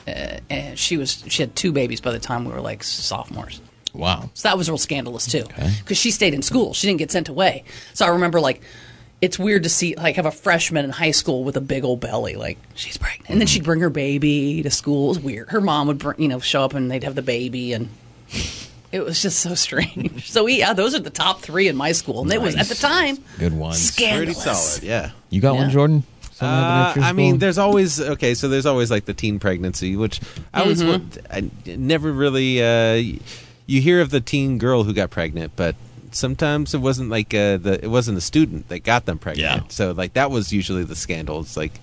Uh, and she was she had two babies by the time we were like sophomores.
Wow.
So that was real scandalous too, because she stayed in school. She didn't get sent away. So I remember like, it's weird to see like have a freshman in high school with a big old belly. Like she's pregnant, and then she'd bring her baby to school. It was weird. Her mom would bring, you know show up and they'd have the baby, and it was just so strange. so yeah, those are the top three in my school, and it was at the
Nice.
time
Good one.
Pretty
scandalous.
solid. Yeah.
You got one, Jordan? Something
Uh,
happened at your
I mean,
school?
there's always okay. So there's always like the teen pregnancy, which I always
Mm-hmm.
Mhm.
want. I never really. Uh, you hear of the teen girl who got pregnant, but sometimes it wasn't like uh, the it wasn't the student that got them pregnant. So like that was usually the scandal. It's like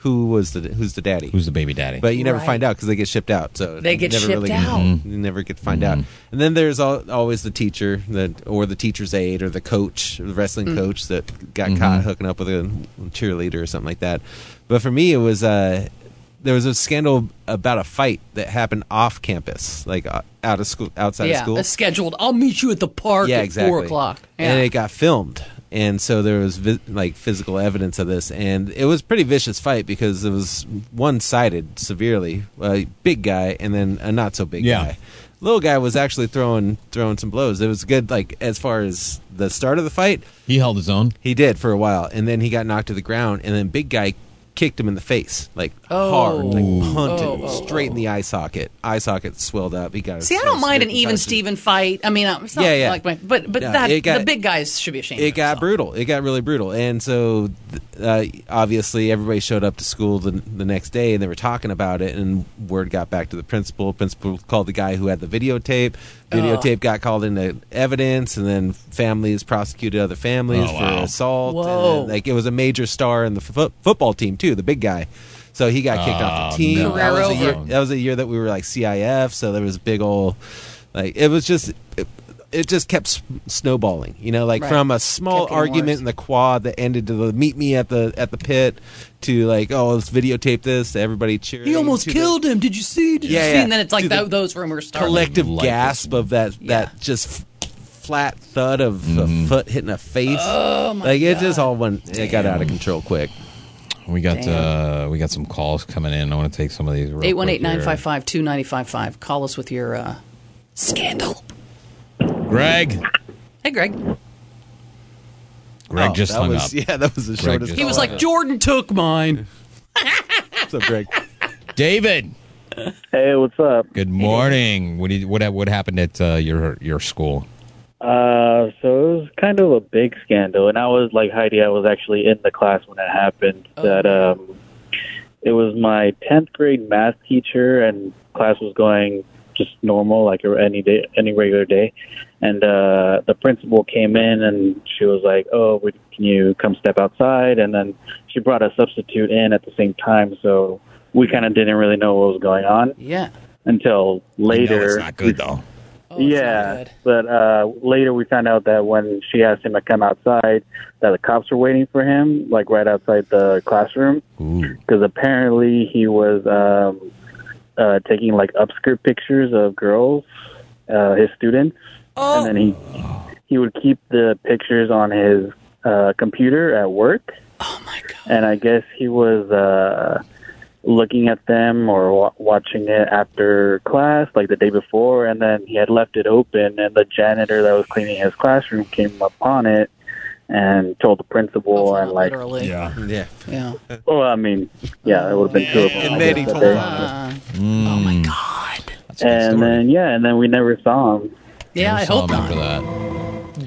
who was the who's the daddy? Who's
the baby daddy?
But you never
Right.
find out because they get shipped out. So
They get
never
shipped out. Mhm.
You never get to find out. And then there's al always the teacher that or the teacher's aide or the coach, the wrestling
Mm.
coach that got caught hooking up with a cheerleader or something like that. But for me, it was uh, there was a scandal about a fight that happened off campus, like uh, out of school, outside of
yeah,
school.
it's scheduled. I'll meet you at the park
yeah,
at
exactly.
four o'clock.
And
Yeah.
it got filmed. And so there was vi- like physical evidence of this, and it was a pretty vicious fight because it was one sided severely. A big guy and then a not so big
Yeah.
guy. Little guy was actually throwing throwing some blows. It was good, like as far as the start of the fight.
He held his own.
He did for a while, and then he got knocked to the ground, and then big guy kicked him in the face, like
Oh.
hard,
Ooh.
like punted
Oh, oh,
straight in the eye socket. Eye socket swelled up. He got. a
See, I don't
nice
mind an
big
even
concussion.
Steven fight. I mean, uh, it's not
Yeah, yeah.
like my, but but
No,
that
it got-
the big guys should be ashamed.
It got brutal. It got really brutal, and so th- uh, obviously everybody showed up to school the, the next day, and they were talking about it. And word got back to the principal. Principal called the guy who had the videotape. Videotape got called into evidence, and then families prosecuted other families
Oh,
for
wow.
assault. and
Whoa.
then, like it was a major star in the fo- football team too, the big guy. So he got kicked off the
Oh,
team.
no.
That was a
Career
year-
over.
that was a year that we were like CIF, so there was big old like it was just it, it just kept s- snowballing, you know, like
Right.
from a small
Kept getting
argument
worse.
in the quad that ended to the meet me at the at the pit to like oh let's videotape this to everybody cheering.
He almost
to the
killed him. Did you see? Did
Yeah,
you see?
yeah.
And then it's like
Dude,
tho-
the
those rumors start.
collective gasp of that that just f- flat thud of
Mm-hmm.
a foot hitting a face.
Oh, my
like it just all went it got out of control quick.
We got uh, we got some calls coming in. I want to take some of these. real quick
Eight one eight nine
here.
five five two ninety five five. Call us with your uh, scandal.
Greg.
Hey, Greg.
Greg
Oh,
just
that
hung
was-
up.
yeah, that was the
Greg
shortest
just
He was
hung
like
up.
Jordan took mine.
What's up, Greg?
David.
Hey, what's up?
Good morning. What did, what what happened at uh, your your school?
Uh, so it was kind of a big scandal, and I was like Heidi. I was actually in the class when it happened. That um, it was my 10th grade math teacher and class was going just normal like any day any regular day and uh the principal came in and she was like oh would, can you come step outside and then she brought a substitute in at the same time so we kind of didn't really know what was going on
Yeah.
until later
it's not good,
though
yeah, but uh, later we found out that when she asked him to come outside, that the cops were waiting for him, like right outside the classroom, because apparently he was um, uh, taking like upskirt pictures of girls, uh, his students, and then he he would keep the pictures on his uh, computer at work. Oh my god! And I guess he was. Uh, looking at them or wa- watching it after class, like the day before, and then he had left it open, and the janitor that was cleaning his classroom came upon it and told the principal and like
literally.
yeah
yeah
yeah
well i mean yeah it would have been two of them
And then he told
on
Mm.
oh my god and then yeah and then we never saw him
Yeah, I hope not.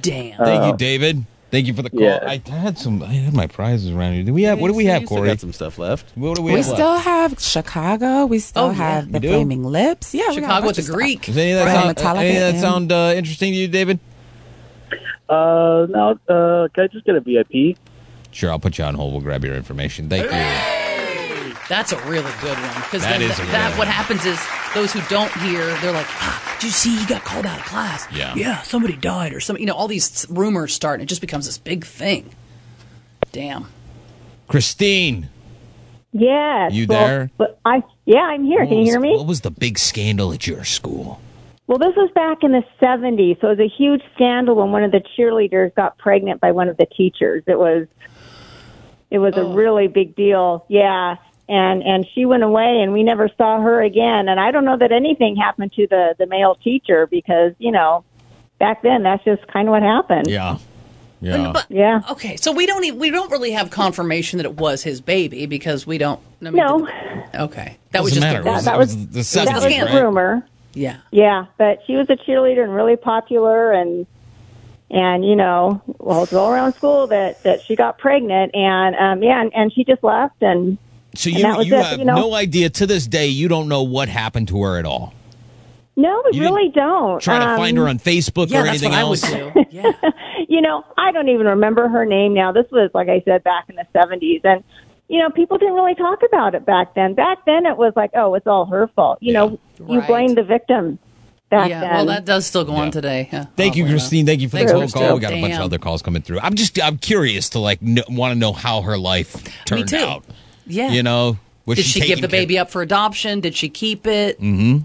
Damn.
Thank you, David. Thank you for the call.
Uh, Yeah.
I had some. I had my prizes around here. Do we have? What do we have,
You still
Corey?
got some stuff left.
What do we,
We,
have
still
left?
have Chicago. We still
Oh, yeah.
have
We
the
do?
Flaming Lips. Yeah,
Chicago with
the
the Greek.
Does any of that
Right.
sound,
Metallica
any of that
and-
sound uh, interesting to you, David?
uh no uh can i just get a vip
Sure, I'll put you on hold. We'll grab your information. Thank you.
That's a really good one because
That
then
is
th-
a good
that
one.
what happens is those who don't hear they're like, ah, "Did you see he got called out of class?
Yeah.
yeah, somebody died or some, you know, all these rumors start and it just becomes this big thing." Damn.
Christine,
Yes.
You
well,
there? Oh,
But I, yeah, I'm here. Can you hear me?
what was the big scandal at your school?
Well, this was back in the 70s, so it was a huge scandal when one of the cheerleaders got pregnant by one of the teachers. It was it was
Oh.
a really big deal. Yeah. And and she went away and we never saw her again. And I don't know that anything happened to the the male teacher because, you know, back then that's just kind of what happened.
Yeah. Yeah.
Yeah.
Okay, so we don't e we don't really have confirmation that it was his baby because we don't. I mean,
No.
Okay, that was just
Doesn't matter.
the
That-
rumor.
that was the
that was
Right.
the rumor.
Yeah.
Yeah, but she was a cheerleader and really popular and and you know, well it's all around school that that she got pregnant and um yeah, and, and she just left and
So
and
you
that was
you
it,
have
you know?
no idea to this day. You don't know what happened to her at all.
No, we really don't.
Trying to
Um,
find her on Facebook or anything else.
do.
You know, I don't even remember her name now. This was like I said back in the 70s and you know, people didn't really talk about it back then. Back then it was like, oh, it's all her fault. You know, you
Right.
blame the victim back
yeah.
then.
Well, that does still go on today. Yeah.
Thank you, Christine. Thank you for
Thanks,
the phone call.
Christine.
We got a bunch of
Damn.
other calls coming through. I'm just I'm curious to like kn- want to know how her life turned
too.
out.
Yeah.
You know, was
Did
she,
she, give the baby up for adoption? Did she keep it?
Mm-hmm.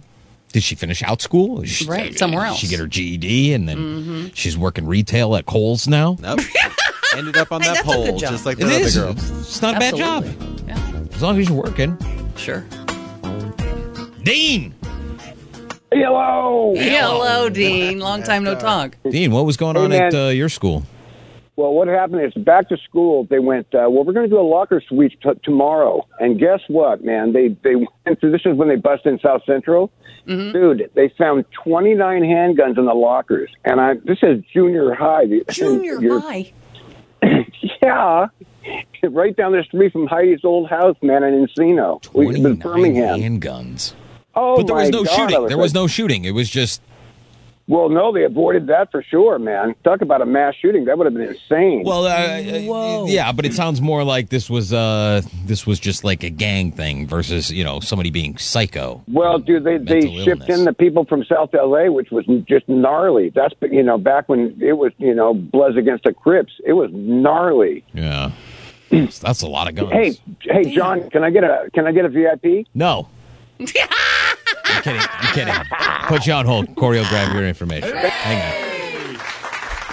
Did she finish out school? Is She,
Right, somewhere
Did she
else.
get her GED and then
Mhm.
she's working retail at Kohl's now.
Ended up on that pole,
job.
just like
It
the other
is.
girl.
It's not a bad job. As long as you're working.
Sure.
Dean.
Hello.
Hello, Dean. Long time no talk.
Dean, what was going on
Hey,
at
man.
uh, your school?
Well, what happened is back to school. They went. Uh, well, we're going to do a locker sweep t- tomorrow, and guess what, man? They they went through. This is when they busted in South Central,
Mm-hmm.
dude. They found twenty nine handguns in the lockers, and I this is junior high. Junior
high.
yeah, right down the street from Heidi's old house, man, in Encino, We- in Birmingham.
Handguns.
Oh,
but there
my
was no
God, I
shooting. There
like-
was no shooting. It was just
Well, no, they avoided that for sure, man. Talk about a mass shooting. That would have been insane.
Well,
Oh.
uh, yeah, but it sounds more like this was uh this was just like a gang thing versus you know somebody being psycho.
Well, dude, they they
mental
shipped
illness.
in the people from South LA, which was just gnarly. That's you know back when it was you know Bloods against the Crips, it was gnarly.
Yeah, that's, that's a lot of guns.
Hey, hey, John, can I get a can I get a VIP?
No, I'm kidding. I'm kidding. Put you on hold. Corey will grab your information. Hang on.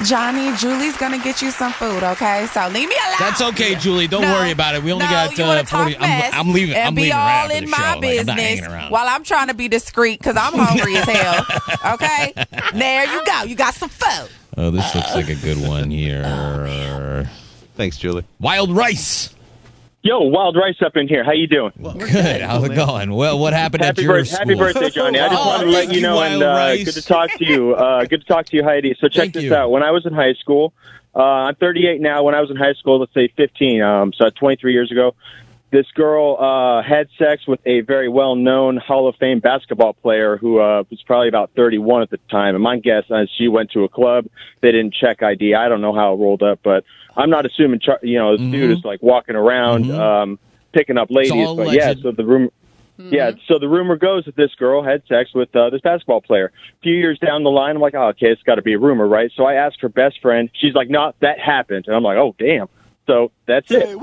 Johnny, Julie's gonna get you some food, okay? So leave me alone.
That's okay, Julie. Don't
No,
worry about it. We only
no,
got
you
uh,
wanna talk
40. I'm,
mess
I'm leaving.
And
I'm
be
leaving right
all
after
in
the
my
show. Like, I'm
business
not hanging around.
while I'm trying to be discreet because I'm hungry as hell. Okay, there you go. You got some food.
Oh, this looks like a good one here.
Thanks, Julie.
Wild rice.
Yo, Wild Rice up in here. How you doing?
Good. How's it going? Well, what happened
happy,
at your
birth-
school?
happy birthday, Johnny. I just
Oh,
wanted to let
thank
you know,
Wild
and uh,
Rice.
good to talk to you. Uh, good to talk to you, Heidi. So check this out. When I was in high school, uh, I'm 38 now. When I was in high school, let's say 15, um, so 23 years ago, this girl uh, had sex with a very well known Hall of Fame basketball player who uh, was probably about 31 at the time. And my guess is she went to a club. They didn't check ID. I don't know how it rolled up, but I'm not assuming, char- you know, this
Mm-hmm.
dude is like walking around um, picking up ladies.
all
But yeah,
alleged.
so the rumor.
Mm-hmm.
Yeah, so the rumor goes that this girl had sex with uh, this basketball player. A few years down the line, I'm like, oh, okay, it's got to be a rumor, right? So I asked her best friend. She's like, no, that happened. And I'm like, oh, damn. So that's it.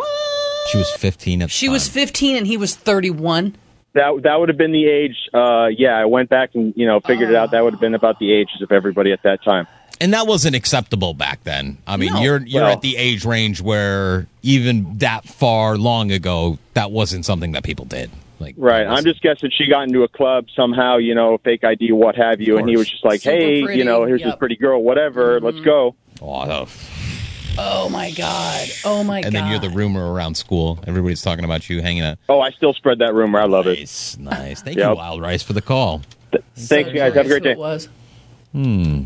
She was 15 at the
She was 15 and he was 31.
That that would have been the age. Uh, yeah, I went back and you know figured it out. That would have been about the ages of everybody at that time.
and that wasn't acceptable back then. I mean,
No.
you're you're
Well-
at the age range where even that far long ago, that wasn't something that people did. Like,
Right. I'm just guessing she got into a club somehow. You know, fake ID, what have you. And he was just like,
Super
hey,
pretty,
you know, here's this
yep. Mm-hmm.
pretty girl, whatever. Let's go.
Oh my god. Oh my
and
god.
then you're the rumor around school. Everybody's talking about you hanging out.
Oh, I still spread that rumor. I love
it. Nice, nice. Thank you, Wild Rice, for the call.
Thanks, guys. Have a great day.
Hmm.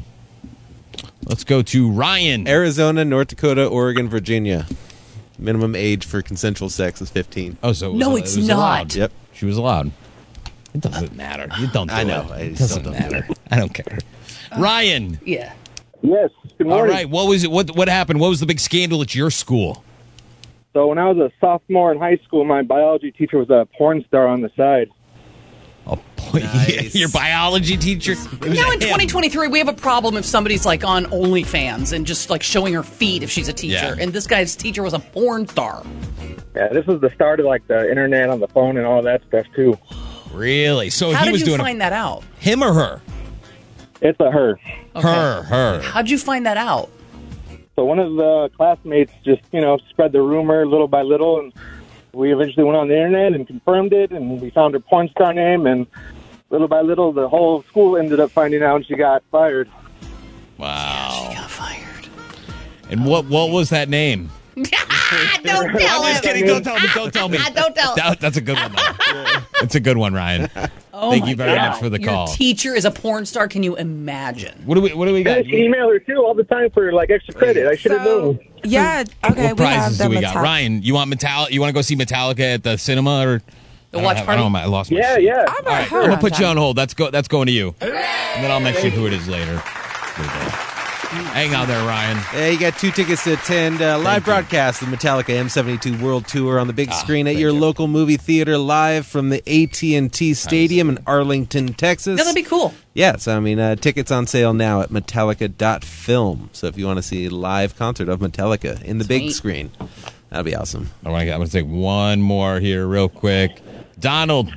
Let's go to Ryan.
Arizona, North Dakota, Oregon, Virginia. Minimum age for consensual sex is 15.
Oh, so
was- No, it it's was not. allowed.
Yep.
She was allowed. It doesn't matter. You don't.
I
do
know. I
It,
just
doesn't
don't do
matter. I don't care.
Oh.
Ryan.
Yeah.
Yes. Good
All
morning.
right. What was it? What what happened? What was the big scandal at your school?
So when I was a sophomore in high school, my biology teacher was a porn star on the side.
Your biology teacher. It was
now in
him.
2023, we have a problem if somebody's like on OnlyFans and just like showing her feet if she's a teacher.
Yeah.
And this guy's teacher was a porn star.
Yeah, this was the start of like the internet on the phone and all that stuff too.
Really? So
How
Oh, he
did
was
you
doing a-
find that out?
him or her?
It's a her.
Her, her.
How'd you find that out?
So one of the classmates just you know spread the rumor little by little, and we eventually went on the internet and confirmed it, and we found her porn star name, and little by little, the whole school ended up finding out, and she got fired.
Wow. she got fired. And what what was that name?
don't tell
I'm just kidding. Don't tell me. Don't tell me.
Don't tell.
That- that's a good one. though. It's a good one, Ryan.
Oh
Thank
my
you very
God.
much for the
Your
call.
teacher is a porn star. Can you imagine?
what do we What do we got?
She emailed her too all the time for like extra credit. I should have known.
Yeah. Okay.
what prizes
we have
do we
the
got?
Metallica-
Ryan, you want Metallica? You want to go see Metallica at the cinema or
The
I don't
watch
have-
party?
I, don't know, I lost. My
Yeah,
sheet.
yeah. I'm
All
a
right,
her
I'm gonna
on
put you
time.
on hold. That's go. That's going to you, and then I'll mention who it is later. Hang out there, Ryan.
Yeah, you got two tickets to attend uh, live broadcast of Metallica M72 World Tour on the
Ah,
big screen at your local movie theater live from the AT&T Stadium in Arlington, Texas.
That'd be cool.
Yes, I mean, uh, tickets on sale now at Metallica.film. So if you want to see a live concert of Metallica in the big
Sweet.
screen, that'll be awesome.
All right, I'm going to take one more here, real quick. Donald.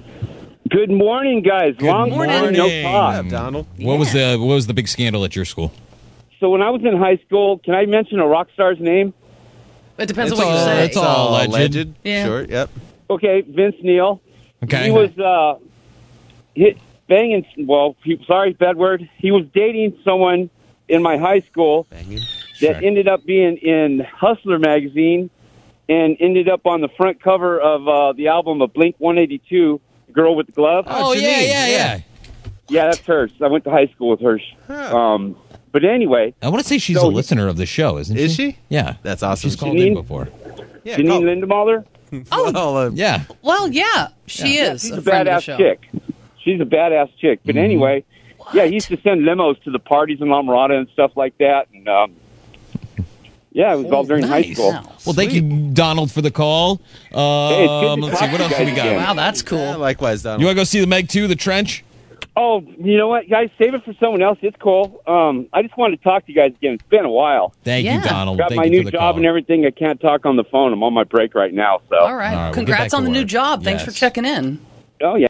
Good morning, guys.
Good
Long
morning.
morning, no talk.
Donald.
What was the What was the big scandal at your school?
So when I was in high school, can I mention a rock star's name?
It depends
It's on what you all- say. it's all alleged. Alleged, Yeah.
Sure. Yep.
Okay, Vince Neil.
Okay.
He was uh, hit banging. Well, he, sorry, bad word. He was dating someone in my high school that ended up being in Hustler magazine and ended up on the front cover of uh, the album of Blink 182, Girl with the Glove.
Oh, yeah, yeah, yeah.
Yeah, that's hers. I went to high school with hers. Um, but anyway,
I want to say she's a listener of the show, isn't she? Is she? Yeah, that's awesome. She's called in
Janine?
before.
Janine Lindemahler.
Oh,
yeah.
Well, yeah, she
Yeah,
is.
She's a,
friend of the
badass
show.
chick. She's a badass chick. But anyway, yeah, he used to send limos to the parties in La Mirada and stuff like that. And um, yeah, it was all during high school.
Well, thank you, Donald, for the call. Um,
Hey, it's good to
let's see
talk
what
to
else
you
do we
guys
got.
again. Wow,
that's cool.
likewise, Donald.
You want to go see the Meg 2, the trench?
Oh, you know what, guys? Save it for someone else. It's cool. Um, I just wanted to talk to you guys again. It's been a while.
Thank you, Yeah. Donald.
Got
Thank
my
you
new
for the
job
call.
and everything. I can't talk on the phone. I'm on my break right now. So
All right. Congrats on the new job. Thanks
Yes.
for checking in.
Oh yeah.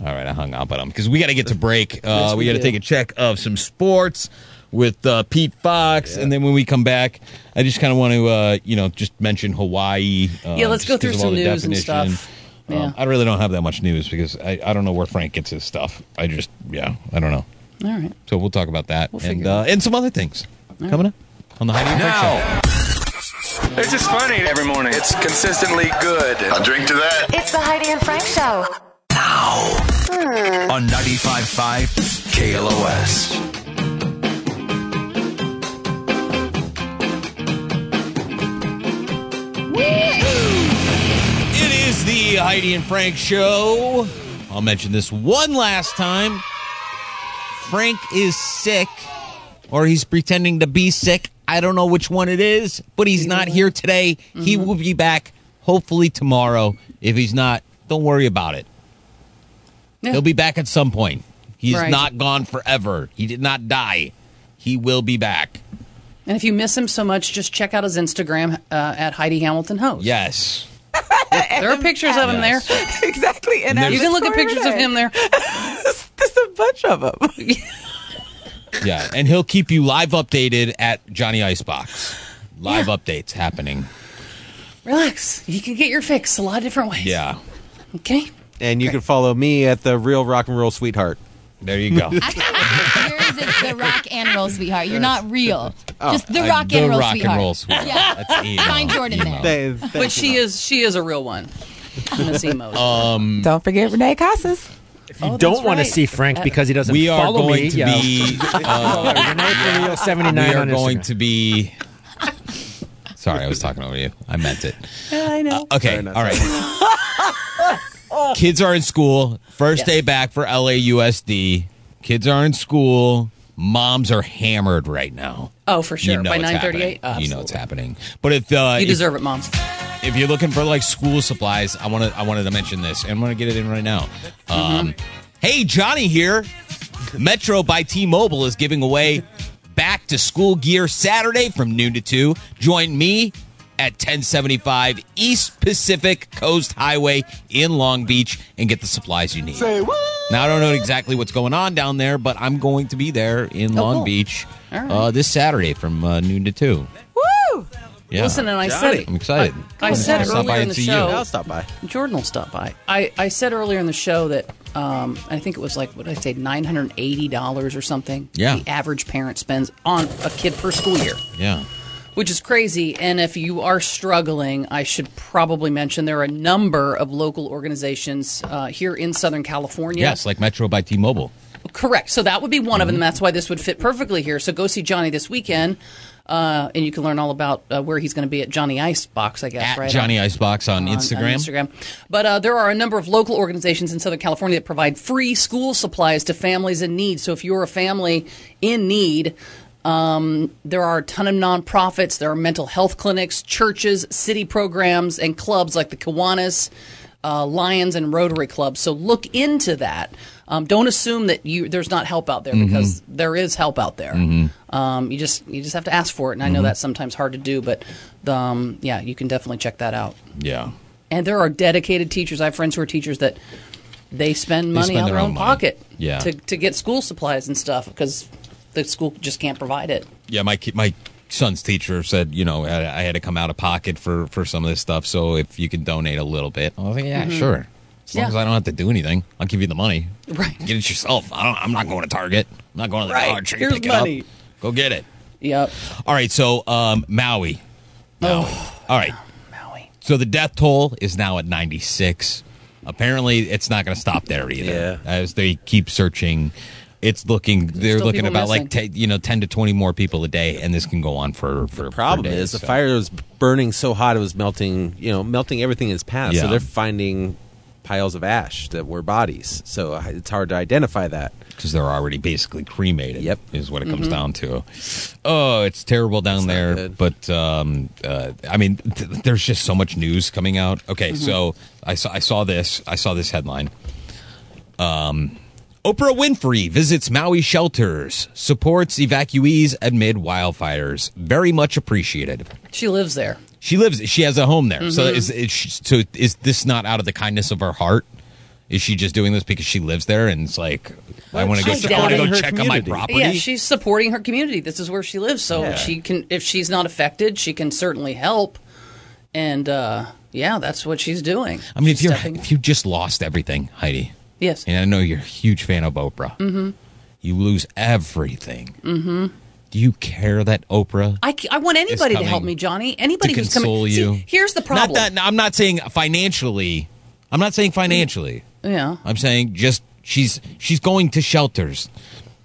All right, I hung up on him because we got to get to break. Uh,
Yes,
we
we
got to
do.
take a check of some sports with uh, Pete Fox, and then when we come back, I just kind of want to, uh, you know, just mention Hawaii. Uh,
Yeah, let's
just
go
'cause
through
of
some
all the
news and
definition.
stuff.
Um,
Yeah.
I really don't have that much news because I, I don't know where Frank gets his stuff. I just, yeah, I don't know.
All right.
So we'll talk about that
We'll
and
figure it
uh, and some other things
right.
coming up on the Heidi and Frank Show.
It's just funny every morning. It's consistently good. I'll drink to that.
It's the Heidi and Frank Show. Hmm.
on 95.5 KLOS.
It is the the Heidi and Frank show. I'll mention this one last time. Frank is sick, or he's pretending to be sick. I don't know which one it is, but he's not
Mm-hmm.
here today. He will be back hopefully tomorrow. If he's not, don't worry about it.
Yeah.
He'll be back at some point. He's
Right.
not gone forever. He did not die. He will be back.
And if you miss him so much, just check out his Instagram uh, at Heidi Hamilton Host.
Yes.
There are pictures of him there.
exactly. And
you can look at pictures of him there.
There's a bunch of them.
Yeah, and he'll keep you live updated at Johnny Icebox. Live updates happening.
Relax. You can get your fix a lot of different ways.
Yeah.
Okay.
And you can follow me at the real rock and roll sweetheart.
There you go.
Yours is the rock and roll sweetheart. You're not real.
Oh,
Just the
I-
rock
the
and roll
rock and
sweetheart.
roll sweetheart.
Yeah.
That's emo.
Find Jordan there.
but she is she is a real one. Miss Emo.
Um,
Don't forget Renee Casas.
If you don't want to see Frank because he doesn't
We are
follow
going
me,
to
yo.
be, uh,
Follow Renee Carrillo 79
we are
on
going
Instagram.
to be. Sorry, I was talking over you. I meant it.
I know.
Uh, okay, all right. Kids are in school. First day back for LAUSD. Kids are in school. Moms are hammered right now.
Oh, for sure.
You know
By
it's
9:38?
happening. You know it's happening. But if uh,
you
if-
deserve it, moms.
if you're looking for like school supplies, I want to I wanted to mention this, and I'm gonna get it in right now.
Mm-hmm.
Um, Hey, Johnny here. Metro by T-Mobile is giving away back to school gear Saturday from noon to two. Join me at 1075 East Pacific Coast Highway in Long Beach and get the supplies you need. Say what? Now I don't know exactly what's going on down there, but I'm going to be there in
Oh,
Long
cool.
Beach
All right.
uh, this Saturday from uh, noon to two.
Woo!
Yeah.
Listen, and I said it.
I'm excited.
I, I
I'm
said
gonna stop by
earlier in
and
the
see you.
show.
by.
Jordan will stop by. I, I said earlier in the show that um, I think it was like what did I say nine hundred and eighty dollars or something.
Yeah.
The average parent spends on a kid per school year,
Yeah.
which is crazy. And if you are struggling, I should probably mention there are a number of local organizations uh, here in Southern California.
Yes, Mm-hmm. like Metro by T-Mobile.
Correct. So that would be one of them. and That's why this would fit perfectly here. So go see Johnny this weekend, uh, and you can learn all about uh, where he's going to be at Johnny Icebox, I guess.
At
right
Johnny Icebox on, Instagram.
Instagram. But uh, there are a number of local organizations in Southern California that provide free school supplies to families in need. So if you're a family in need, um, there are a ton of nonprofits. There are mental health clinics, churches, city programs, and clubs like the Kiwanis, uh, Lions, and Rotary clubs. So look into that. Um, don't assume that you there's not help out there
Mm-hmm.
because there is help out there.
Mm.
Um, you just you just have to ask for it, and I know
Mhm.
that's sometimes hard to do, but um, yeah, you can definitely check that out.
Yeah.
And there are dedicated teachers. I have friends who are teachers that they spend money
spend
out of
their
their
own
own,
money.
pocket
Yeah.
to, to get school supplies and stuff because the school just can't provide it.
Yeah, my ki- my son's teacher said, you know, I, I had to come out of pocket for for some of this stuff. So if you could donate a little bit, I was like, yeah,
Mhm.
sure. As long
Yeah.
as I don't have to do anything, I'll give you the money. Right. Get it yourself. I don't, I'm not going to Target. I'm not going to the
Right.
Dollar Tree. to
Here's
pick it up.
money.
Go get it.
Yep.
All right. So um, Maui.
Oh.
Maui. All right. Maui. So the death toll is now at 96. Apparently, it's not going to stop there either. Yeah. As they keep searching, it's looking. They're
still
looking
people
about like
missing.
te- you know ten to twenty more people a day, and this can go on for for. for
problem
days,
is the
so.
fire was burning so hot it was melting, you know, melting everything in its path.
Yeah.
So they're finding piles of ash that were bodies. So I- it's hard to identify that
because they're already basically cremated. Yep, is what it comes
Mhm.
down to. Oh, it's terrible down there. But um, uh, I mean, th- there's just so much news coming out. Okay,
Mhm.
so I saw I saw this I saw this headline. Um, Oprah Winfrey visits Maui shelters, supports evacuees amid wildfires. Very much appreciated.
She lives there.
She lives. She has a home there. So
Mhm.
is, is she, so is this not out of the kindness of her heart? Is she just doing this because she lives there and it's like I want to
I
go? I want to
doubt
go
it.
check on my property.
Yeah, she's supporting her community. This is where she lives, so
Yeah.
she can if she's not affected, she can certainly help. And uh, yeah, that's what she's doing.
I mean, if you're
stepping-
if you just lost everything, Heidi.
Yes.
And I know you're a huge fan of Oprah.
Mm-hmm.
You lose everything.
Mm-hmm.
Do you care that Oprah?
I, c- I want
is
anybody to
coming
help me, Johnny. Anybody
to
who's coming.
console you.
See, here's the
Not
problem.
that no, I'm not saying financially. I'm not saying financially.
yeah.
I'm saying just she's she's going to shelters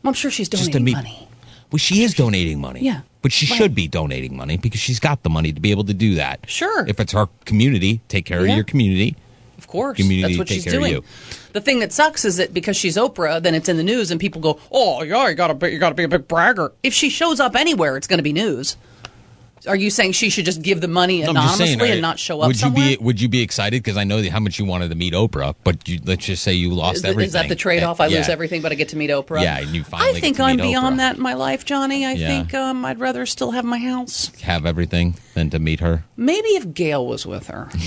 I'm sure she's donating
just to meet.
money.
Well, she is donating money.
Yeah.
But she
Right.
should be donating money because she's got the money to be able to do that.
Sure.
If it's her community, take care
Yeah.
of your community.
Of course,
Community
that's what
take
she's
care of
doing.
you.
The thing that sucks is that because she's Oprah, then it's in the news, and people go, "Oh, yeah, you gotta be, you gotta be a big bragger." If she shows up anywhere, it's gonna be news. Are you saying she should just give the money
No, I'm just
anonymously
saying, I-
and not show up
Would
somewhere?
you be Would you be excited? Because I know that how much you wanted to meet Oprah, but you, let's just say you lost
Is, is
everything. Eh,
that the trade-off? I
Yeah.
lose everything, but I get to meet Oprah.
Yeah, and you finally
I
get
think
to
I'm
meet
beyond
Oprah.
that in my life, Johnny. I
Yeah.
think um, I'd rather still have my house.
Have everything than to meet her.
Maybe if Gail was with her.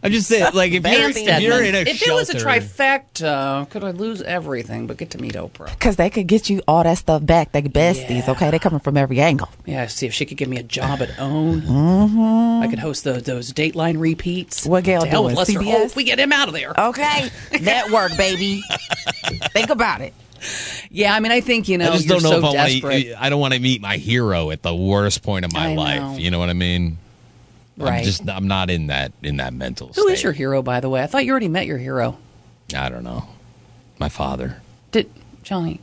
I'm just saying, like if you're,
Vance
if you're
Stedman.
in a
If it was a
shelter-
trifecta, could I lose everything but get to meet Oprah?
Because they could get you all that stuff back. They besties, okay? They're coming from every angle.
Yeah, see if she could give me a job at OWN.
Mm-hmm.
I could host those those Dateline repeats.
What Gail
To hell with
doing?
Lester
CBS?
Holt. We get him out of there.
Okay, network, baby. Think about it.
Yeah, I mean, I think you know
I just
you're
don't know
so
if I
desperate.
want. To, I don't want to meet my hero at the worst point of my
I know.
life. You know what I mean?
Right.
I'm just. I'm not in that. In that mental.
Who is your hero, by the way? I thought you already met your hero.
I don't know. My father.
Did Johnny?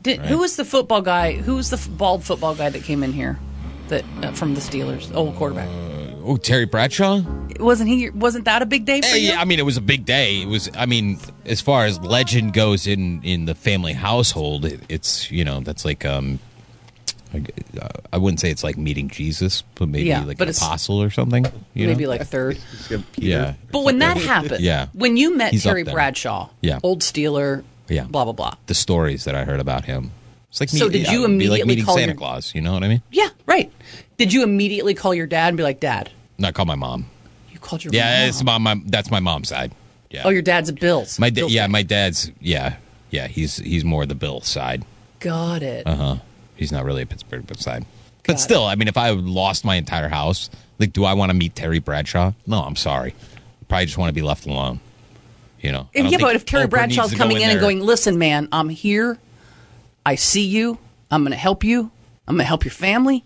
Did
Right.
who was the football guy? Who was the f- bald football guy that came in here? That uh, from the Steelers, the old quarterback.
Oh, Terry Bradshaw.
Wasn't he? Wasn't that a big day for
Hey,
you?
I mean, it was a big day. It was. I mean, as far as legend goes in in the family household, it, it's you know that's like um. I- I wouldn't say it's like meeting Jesus, but maybe
Yeah,
like
but
an
it's-
apostle or something. You
Maybe
know?
like third.
yeah.
But when that happened,
Yeah.
when you met
He's up
Terry
there.
Bradshaw,
Yeah.
old Steeler,
Yeah.
blah blah blah.
the stories that I heard about him. It's like
So
meet-
did
yeah,
you
it would be like
immediately
meeting
call
Santa
your-
Claus? You know what I mean?
Yeah, right. Did you immediately call your dad and be like, "Dad,
No, I call my mom.
you called your
yeah,
mom.
it's my, my that's my mom's side. Yeah.
Oh, your dad's a Bills.
my da-
Bills
yeah
fan.
my dad's yeah yeah he's he's more the Bill side.
Got it.
Uh huh. He's not really a Pittsburgh Bill side, but still, I mean, if I lost my entire house, like, do I want to meet Terry Bradshaw? No, I'm sorry. Probably just want to be left alone. You know. I
And
don't
yeah, but
think
if Terry
Oprah needs
Bradshaw's
to go
coming in, and
there-
going, "Listen, man, I'm here. I see you. I'm going to help you. I'm going to help your family.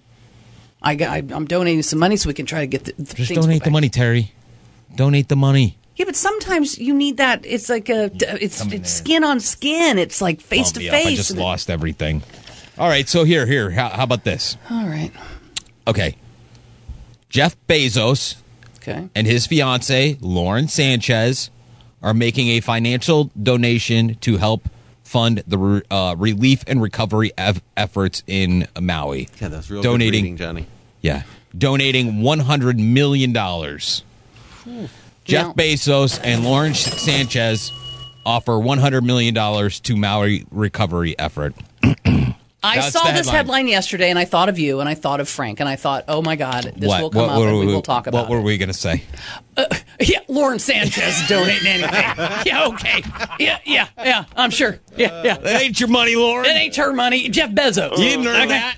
I got, I, I'm donating some money so we can try to get the, the
just
things
donate the money, Terry. Donate the money.
Yeah, but sometimes you need that. It's like a it's, it's skin on skin. It's like face to
Bump me up. I
face.
just lost everything. All right, so here, here, how, how about this?
All right.
Okay. Jeff Bezos
Okay.
and his fiance, Lauren Sanchez, are making a financial donation to help fund the re- uh, relief and recovery eff- efforts in Maui. Yeah, that's
real good
donating,
reading, Johnny.
Yeah. Donating $100 million. Jeff Bezos and Lauren Sanchez offer $100 million to Maui recovery effort.
I
That's
saw
the
this
headline.
headline yesterday, and I thought of you, and I thought of Frank, and I thought, oh my God, this will come up,
were
and we
we-
will talk about.
What were we going to say?
it. Yeah, Lauren Sanchez donating anything. Yeah, okay. Yeah, yeah, yeah. I'm sure. Yeah, yeah.
It Uh, ain't your money, Lauren.
It ain't her money. Jeff Bezos.
You didn't earn
Okay.
that.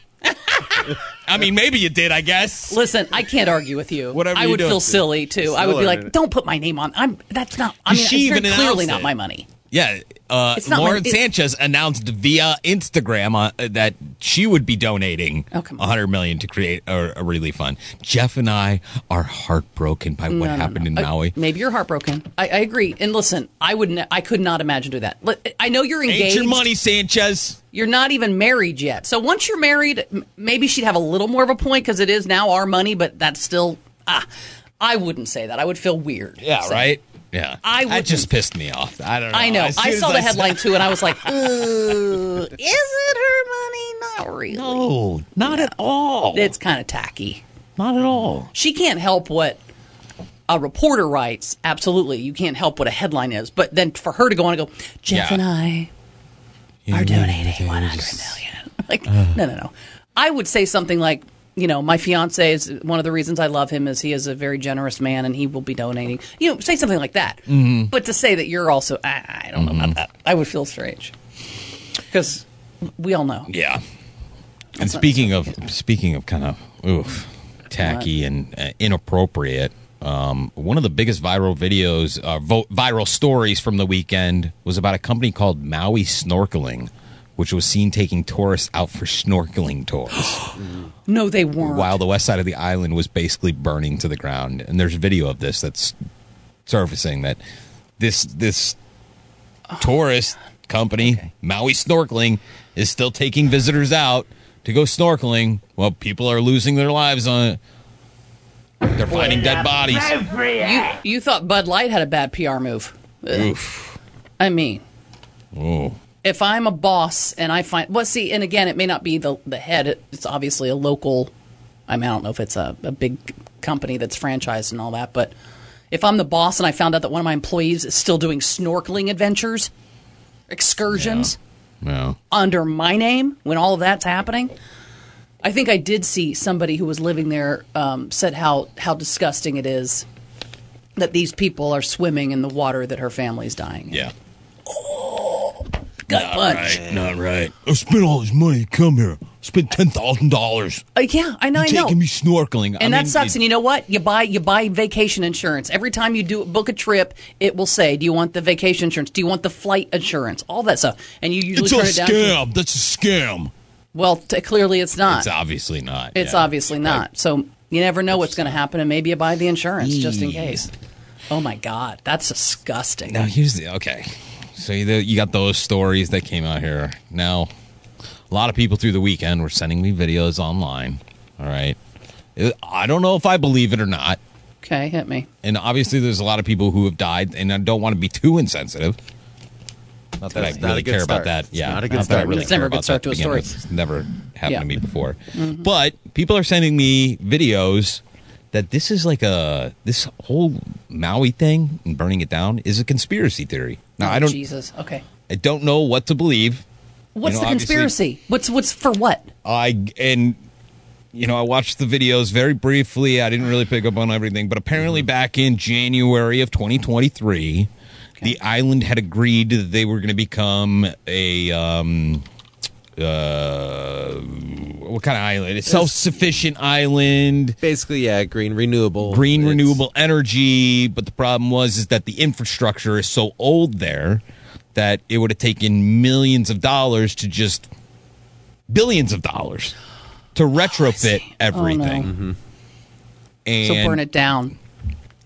I mean, maybe you did, I guess.
Listen, I can't argue with you.
Whatever
I
you
would
do.
feel silly too. I would be
Lauren,
like,
isn't it?
don't put my name on. I'm. That's not. I mean,
She
it's very
even announced
clearly not
it.
my money.
Yeah, uh,
It's not my-
Lauren
it-
Sanchez announced via Instagram uh, that she would be donating
Oh, come on.
100 million to create a, a relief fund. Jeff and I are heartbroken by what
No, no,
happened in
Uh,
Maui.
maybe you're heartbroken. I, I agree. And listen, I wouldn't. I could not imagine doing that. Li- I know you're engaged.
Ain't your money, Sanchez.
You're not even married yet. So once you're married, m- maybe she'd have a little more of a point because it is now our money. But that's still. Ah, I wouldn't say that. I would feel weird.
Yeah,
So-
right. Yeah,
I
that just pissed me off. I don't know.
I know.
As
I
soon
saw
as
the headline
saw-
too, and I was like, "Ooh, is it her money? Not really.
No, not at all.
It's kind of tacky.
Not at all.
She can't help what a reporter writes. Absolutely, you can't help what a headline is. But then for her to go on and go, Jeff
Yeah.
and I are donating one hundred million. Like, no, no, no. I would say something like. You know, my fiance is one of the reasons I love him is he is a very generous man and he will be donating. You know, say something like that.
Mhm.
But to say that you're also, I, I don't know about that. I would feel strange because we all know.
Yeah. And
That's not-
speaking of speaking of kind of oof, tacky
What?
and uh, inappropriate, um, one of the biggest viral videos, uh, vo- viral stories from the weekend was about a company called Maui Snorkeling, which was seen taking tourists out for snorkeling tours
No, they weren't.
while the west side of the island was basically burning to the ground. And there's video of this that's surfacing that this this tourist company, Maui Snorkeling, is still taking visitors out to go snorkeling while people are losing their lives on They're finding dead bodies.
You, you thought Bud Light had a bad PR move. Ugh. I mean,
Oh.
if I'm a boss and I find, well, see, and again, it may not be the the head. It, it's obviously a local. I mean, I don't know if it's a, a big company that's franchised and all that, but if I'm the boss and I found out that one of my employees is still doing snorkeling adventures, excursions
No.
under my name when all of that's happening. I think I did see somebody who was living there um, said how how disgusting it is that these people are swimming in the water that her family's dying. in.
Yeah.
Gut
not
Oh, punch.
Right, not right. I spent all this money to come here. Spent ten thousand dollars.
Uh, yeah, I know. I know.
Taking me snorkeling.
and that sucks. and you know what? You buy you buy vacation insurance every time you do book a trip. It will say, "Do you want the vacation insurance? Do you want the flight insurance? All that stuff." And you usually
it's
turn
a
it down.
scam. That's a scam.
Well, t- clearly it's not.
It's obviously not.
It's
yeah.
obviously not. So you never know what's going to happen, and maybe you buy the insurance just in
Jeez.
case. Oh my God, that's disgusting.
Now here's the okay. So you, you got those stories that came out here. Now, a lot of people through the weekend were sending me videos online. All right, It- I don't know if I believe it or not.
Okay, hit me.
And obviously, there's a lot of people who have died, and I don't want to be too insensitive. Not that
That's
I
not
really
a good
care
start.
about that.
It's
Yeah,
not a good
that I
start.
really
It's
care
never a
about
good start
that
to a
begin with.
story.
It's never happened
Yeah.
to me before.
Mhm.
But people are sending me videos that this is like a this whole Maui thing and burning it down is a conspiracy theory. Now
Oh,
I don't
Jesus. Okay.
I don't know what to believe.
What's
know,
the
obviously-
conspiracy? What's what's for what?
I and you know I watched the videos very briefly. I didn't really pick up on everything, but
Mm-hmm.
apparently back in January of 2023, the island had agreed that they were going to become a um uh what kind of island? It's self-sufficient island.
Basically, yeah, green renewable.
Green renewable energy, but the problem was is that the infrastructure is so old there that it would have taken millions of dollars to just billions of dollars to
Oh,
retrofit everything. And
so burn it down.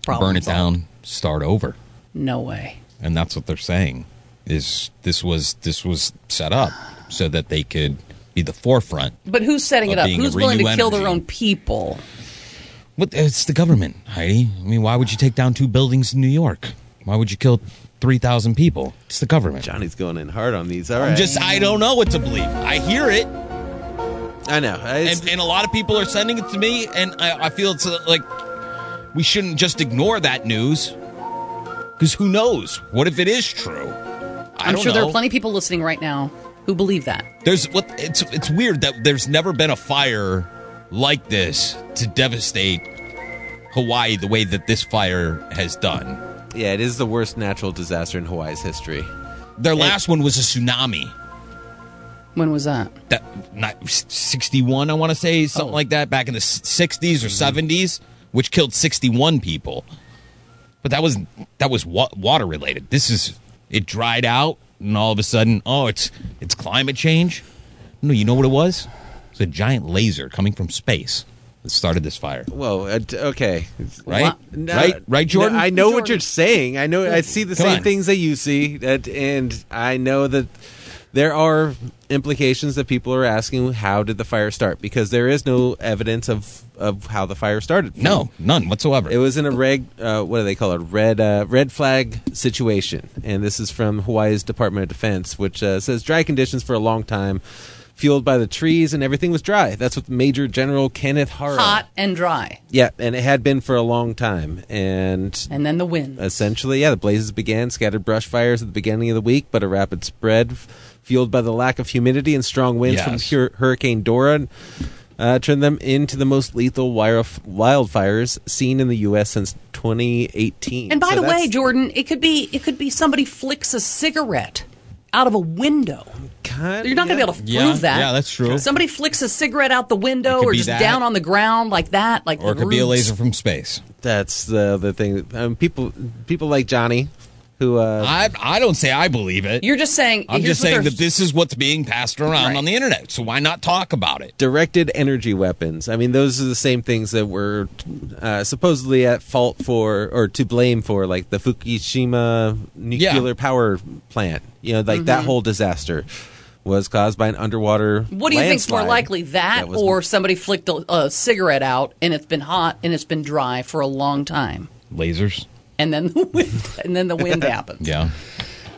Problem
burn it
solved.
down, start over.
No way.
And that's what they're saying is this was this was set up so that they could be the forefront.
But who's setting
Of
it up?
being a
Who's willing to
renew
kill
energy.
their own people?
But it's the government, Heidi. I mean, why would you take down two buildings in New York? Why would you kill 3,000 people? It's the government.
Johnny's going in hard on these. All
I'm
right.
just, I don't know what to believe. I hear it,
I know. It's-
and, and a lot of people are sending it to me, and I, I feel it's uh, like we shouldn't just ignore that news. Because who knows? What if it is true? I
I'm
don't
sure there
know.
are plenty of people listening right now who believe that.
There's what it's it's weird that there's never been a fire like this to devastate Hawaii the way that this fire has done.
yeah, it is the worst natural disaster in Hawaii's history.
Their last one was a tsunami.
When was that? Oh.
That not 61, I want to say something like that back in the s- 60s
Mm-hmm.
or 70s, which killed 61 people. But that was that was wa- water related. This is it dried out and all of a sudden, oh, it's it's climate change. No, you know what it was? It's a giant laser coming from space that started this fire.
Whoa. uh, t- okay.
Right? Right? Right, Jordan?
I know what you're saying. I know. I see the
Come
same
on.
things that you see, that, and I know that there are implications that people are asking. How did the fire start? Because there is no evidence of of how the fire started.
No, none whatsoever.
It was in a red. Uh, what do they call it? Red uh, red flag situation. And this is from Hawaii's Department of Defense, which uh, says dry conditions for a long time. Fueled by the trees and everything was dry. That's what Major General Kenneth Hara.
Hot and dry.
Yeah, and it had been for a long time, and
And then the wind.
essentially, yeah, the blazes began, scattered brush fires at the beginning of the week, but a rapid spread, f- fueled by the lack of humidity and strong winds
Yes.
from hur- Hurricane Dora, uh, turned them into the most lethal wire- wildfires seen in the U.S. since
Hmm.
2018.
And by
So
the way,
that's-
Jordan, it could be it could be somebody flicks a cigarette out of a window. You're not going to be able to
yeah.
prove that.
Yeah, that's true.
Somebody flicks a cigarette out the window
could
or
be
just
that.
down on the ground like that, like
or it
the
could be a
roots.
laser from space.
that's the other thing. Um, people, people like Johnny, who uh,
I I don't say I believe it.
You're just saying.
I'm
here's
just
what
saying
they're-
that this is what's being passed around on the internet. So why not talk about it?
directed energy weapons. I mean, those are the same things that were uh, supposedly at fault for or to blame for, like the Fukushima nuclear power plant. You know, like that
Mm-hmm.
Mhm.
whole disaster. was caused by an underwater.
What do you think's more
landslide.
likely, that,
That was-
or somebody flicked a, a cigarette out and it's been hot and it's been dry for a long time,
Lasers.
and then the wind, and then the wind happened?
Yeah.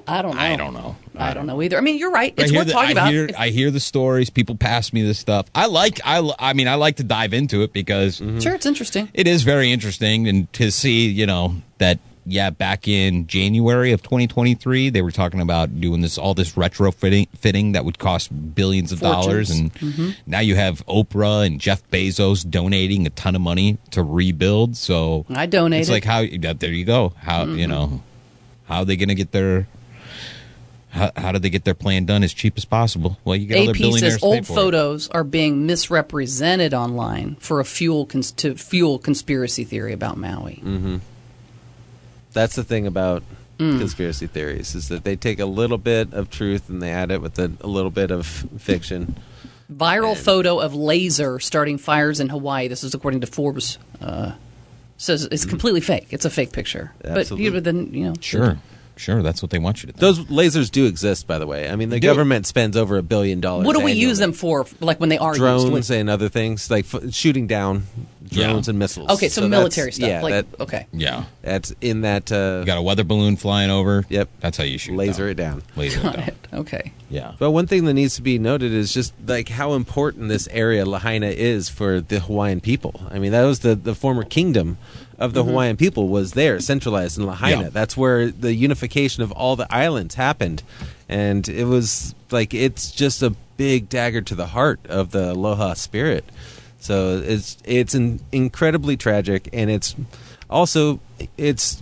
I don't know. I don't
know.
I don't know either. I mean, you're right. It's
I hear
worth
the-
talking
I
about.
Hear,
It's-
I hear the stories. People pass me this stuff. I like. I. li- I mean, I like to dive into it because
Sure, it's interesting.
it is very interesting and to see you know that yeah back in january of 2023 they were talking about doing this all this retrofitting fitting that would cost billions of dollars and
Fortunes.
Mm-hmm.
Mhm.
now you have oprah and jeff bezos donating a ton of money to rebuild so
I donated. Mm-hmm.
it's like how yeah, there you go how you know how are they gonna get their how, how do they get their plan done as cheap as possible well you got other
AP
billionaires
says
to pay
old
for it.
photos are being misrepresented online for a fuel cons- to fuel conspiracy theory about Maui.
Mm-hmm. That's the thing about
Mm.
conspiracy theories is that they take a little bit of truth and they add it with a, a little bit of fiction.
Viral photo of laser starting fires in Hawaii. This is according to Forbes. Uh, says it's completely fake. It's a fake picture. But you,
Absolutely.
but then you know.
sure sure that's what they want you to think.
Those lasers do exist, by the way. I mean, the
do.
government spends over a billion dollars.
What do we
annually.
use them for? Like when they are used?
Drones
What-
and other things like f- shooting down drones and missiles.
Okay, so
that's-
military stuff,
Yeah,
like-
that-
okay.
Yeah.
That's in that. Uh, you
got a weather balloon flying over.
Yep.
That's how you shoot.
Laser it down.
Laser it down.
Okay.
Yeah.
But one thing that needs to be noted is just like how important this area Lahaina is for the Hawaiian people. I mean, that was the, the former kingdom of the
Mhm.
Hawaiian people was there, centralized in Lahaina.
Yeah.
That's where the unification of all the islands happened, and it was like it's just a big dagger to the heart of the Aloha spirit. So it's it's in, incredibly tragic, and it's also it's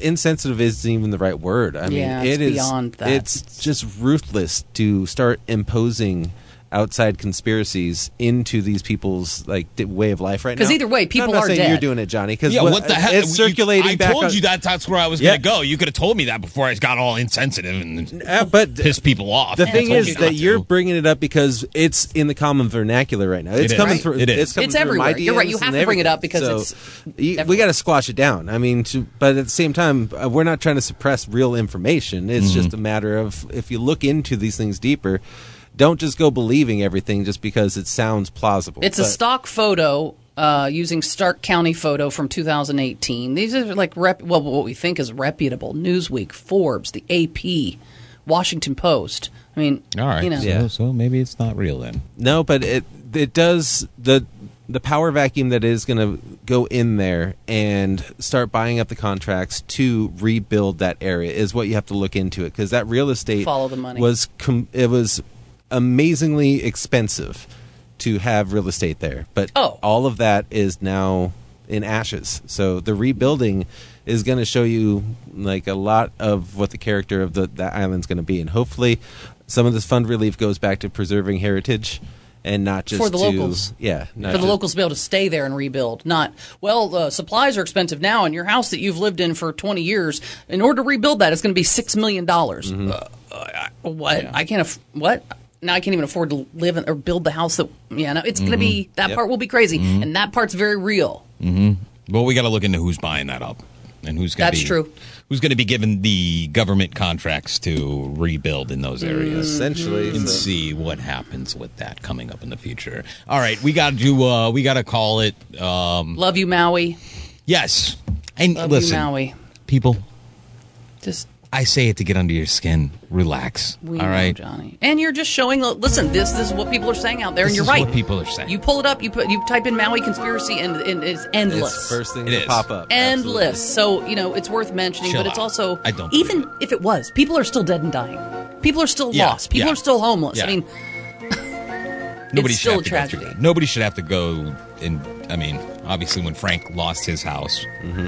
insensitive isn't even the right word. I mean,
Yeah, it's
it is
beyond that.
It's just ruthless to start imposing outside conspiracies into these people's like di- way of life right now.
'Cause either way,
No,
people
I'm not
are
saying
dead.
You're doing it, Johnny. Because
yeah, what the hell?
It's
You-
circulating.
I
back
told
on-
you that that's where I was
Yeah.
going to go. You could have told me that before I got all insensitive and
uh, but
pissed people off.
The
I
thing
told
is
you
that
not to.
you're bringing it up because it's in the common vernacular right now.
It
It's
is.
coming
Right.
through.
It is.
It's coming
It's
through my
everywhere. You're right.
DMs
You have
and
to bring it
everything.
up because it's
So y- we got to squash it down. I mean, to, but at the same time, uh, we're not trying to suppress real information. It's
Mm-hmm.
Mhm.
just a matter of if you look into these things deeper, don't just go believing everything just because it sounds plausible.
It's a
But-
stock photo uh, using Stark County photo from 2018. These are like rep- well, what we think is reputable: Newsweek, Forbes, the AP, Washington Post. I mean,
all right.
you know,
so, so maybe it's not real then.
No, but it it does the the power vacuum that is going to go in there and start buying up the contracts to rebuild that area is what you have to look into it because that real estate
Follow the money.
was com- it was amazingly expensive to have real estate there, but
Oh.
all of that is now in ashes. So the rebuilding is going to show you like a lot of what the character of the that island's going to be, and hopefully, some of this fund relief goes back to preserving heritage and not just
for the
to-
locals.
Yeah, not
for the
just-
locals to be able to stay there and rebuild. Not well, uh, supplies are expensive now, and your house that you've lived in for 20 years, in order to rebuild that, it's going to be six million dollars.
Mhm.
what? I can't. Aff- what? Now I can't even afford to live in, or build the house that. Yeah, no, it's going to be
Mhm.
that
Yep.
part will be crazy,
Mhm.
and that part's very real.
hmm Well, we got to look into who's buying that up and who's going to
That's
be
true.
who's going to be given the government contracts to rebuild in those areas.
Mm-hmm. Essentially,
and
so-
see what happens with that coming up in the future. All right, we got to uh, we got to call it. Um,
Love you, Maui.
yes, and
Love you,
listen,
Maui.
people.
Just
I say it to get under your skin. Relax.
We
all
know,
right,
Johnny. And you're just showing. Listen, this, this is what people are saying out there, and
This
you're
is
right.
what people are saying.
You pull it up, you put, you type in Maui conspiracy, and, and it's endless.
It's first thing
It
to
is.
pop up.
endless. So you know it's worth mentioning,
Chill
but it's
out.
also
I don't believe
even if it was, people are still dead and dying. People are still
Yeah,
lost. People
yeah.
are still homeless. I
Yeah.
mean,
Nobody
It's
should
still a
have to go through that. Nobody should have to go. And I mean, obviously, when Frank lost his house,
Mm-hmm.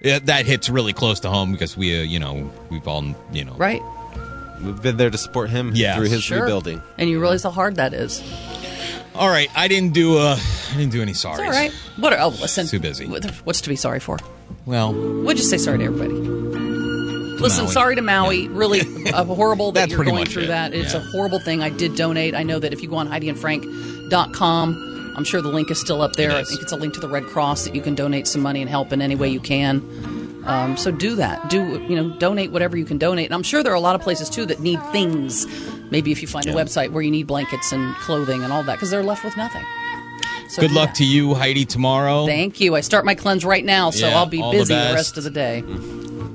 yeah, that hits really close to home because we, uh, you know, we've all, you know,
right?
We've been there to support him
Yeah.
through his
Sure.
rebuilding.
And you realize how hard that is.
All right, I didn't do. Uh, I didn't do any sorries.
It's all right. What? Are, oh, listen.
Too busy.
What's to be sorry for?
Well,
We'll just say sorry to everybody. Listen,
Maui.
sorry to Maui. Really uh, horrible that
That's
you're
pretty
going
much
through
it.
that. It's
Yeah.
a horrible thing. I did donate. I know that if you go on HeidiandFrank.com, I'm sure the link is still up there. I think it's a link to the Red Cross that you can donate some money and help in any way you can. Um, so do that. Do you know? Donate whatever you can donate. And I'm sure there are a lot of places too that need things. Maybe if you find a website where you need blankets and clothing and all that, because they're left with nothing. So
Good
do
luck to you, Heidi, tomorrow.
Thank you. I start my cleanse right now, so
Yeah,
I'll be
all the
busy the,
best. Hmm.
rest of the day.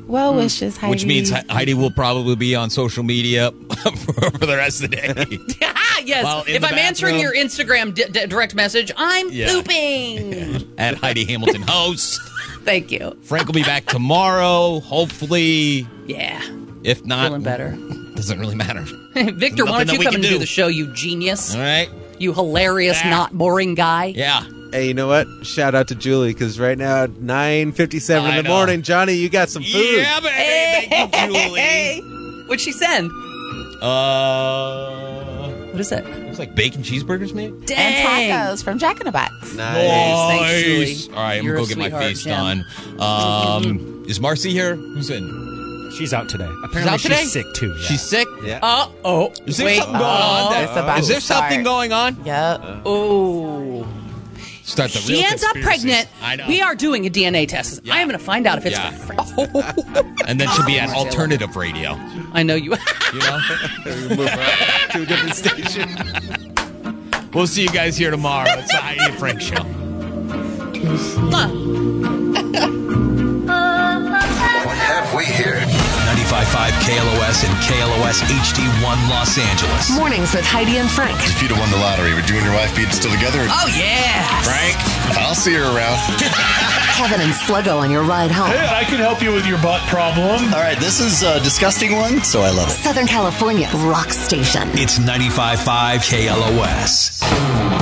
Well wishes, Heidi.
Which means He- Heidi will probably be on social media for, for the rest of the day.
Ah, yes.
While in
If
the
I'm answering your
bathroom.
Instagram di- di- direct message, I'm
Yeah.
pooping.
At Heidi Hamilton Host.
Thank you.
Frank will be back tomorrow, hopefully.
Yeah.
If not,
Feeling better.
Doesn't really matter.
Victor, why
Nothing
don't
that
you
we
come
can
and do.
do.
the show, you genius?
All right.
You hilarious, not boring guy.
Yeah.
Hey, you know what? Shout out to Julie because right now at nine fifty seven
I
in the
know.
morning, Johnny, you got some food.
Yeah,
baby.
Thank you, Julie. What'd she send?
Uh,
what is that?
It's like bacon cheeseburgers, maybe.
And tacos from Jack in the Box.
Nice. All right, I'm
You're
gonna
a
go get my
sweetheart,
face
Jim.
done. Um, is Marcy here? Who's in?
She's out today.
she's,
Apparently she's sick, too, yeah.
She's sick.
Yeah.
Uh oh.
Is there something going on there? Is there something going on?
Yep.
oh.
Start the
She
real
ends up
conspiracies.
pregnant.
I know.
We are doing a DNA test. I am going to find out if it's.
Yeah.
Oh,
and then she'll be at
Oh, Marcy, I love
alternative radio.
I know you.
You know, move to a different station. we'll see you guys here tomorrow. It's the Heidi and Frank Show.
What have we here? 95.5 KLOS and KLOS HD1 Los Angeles.
Mornings with Heidi and Frank.
If you'd have won the lottery, would you and your wife be still together?
Oh, yeah.
Frank, I'll see you around.
Kevin and Sluggo on your ride home.
Hey, I can help you with your butt problem. All right, this is a disgusting one, so I love it.
Southern California rock station.
It's 95.5 KLOS.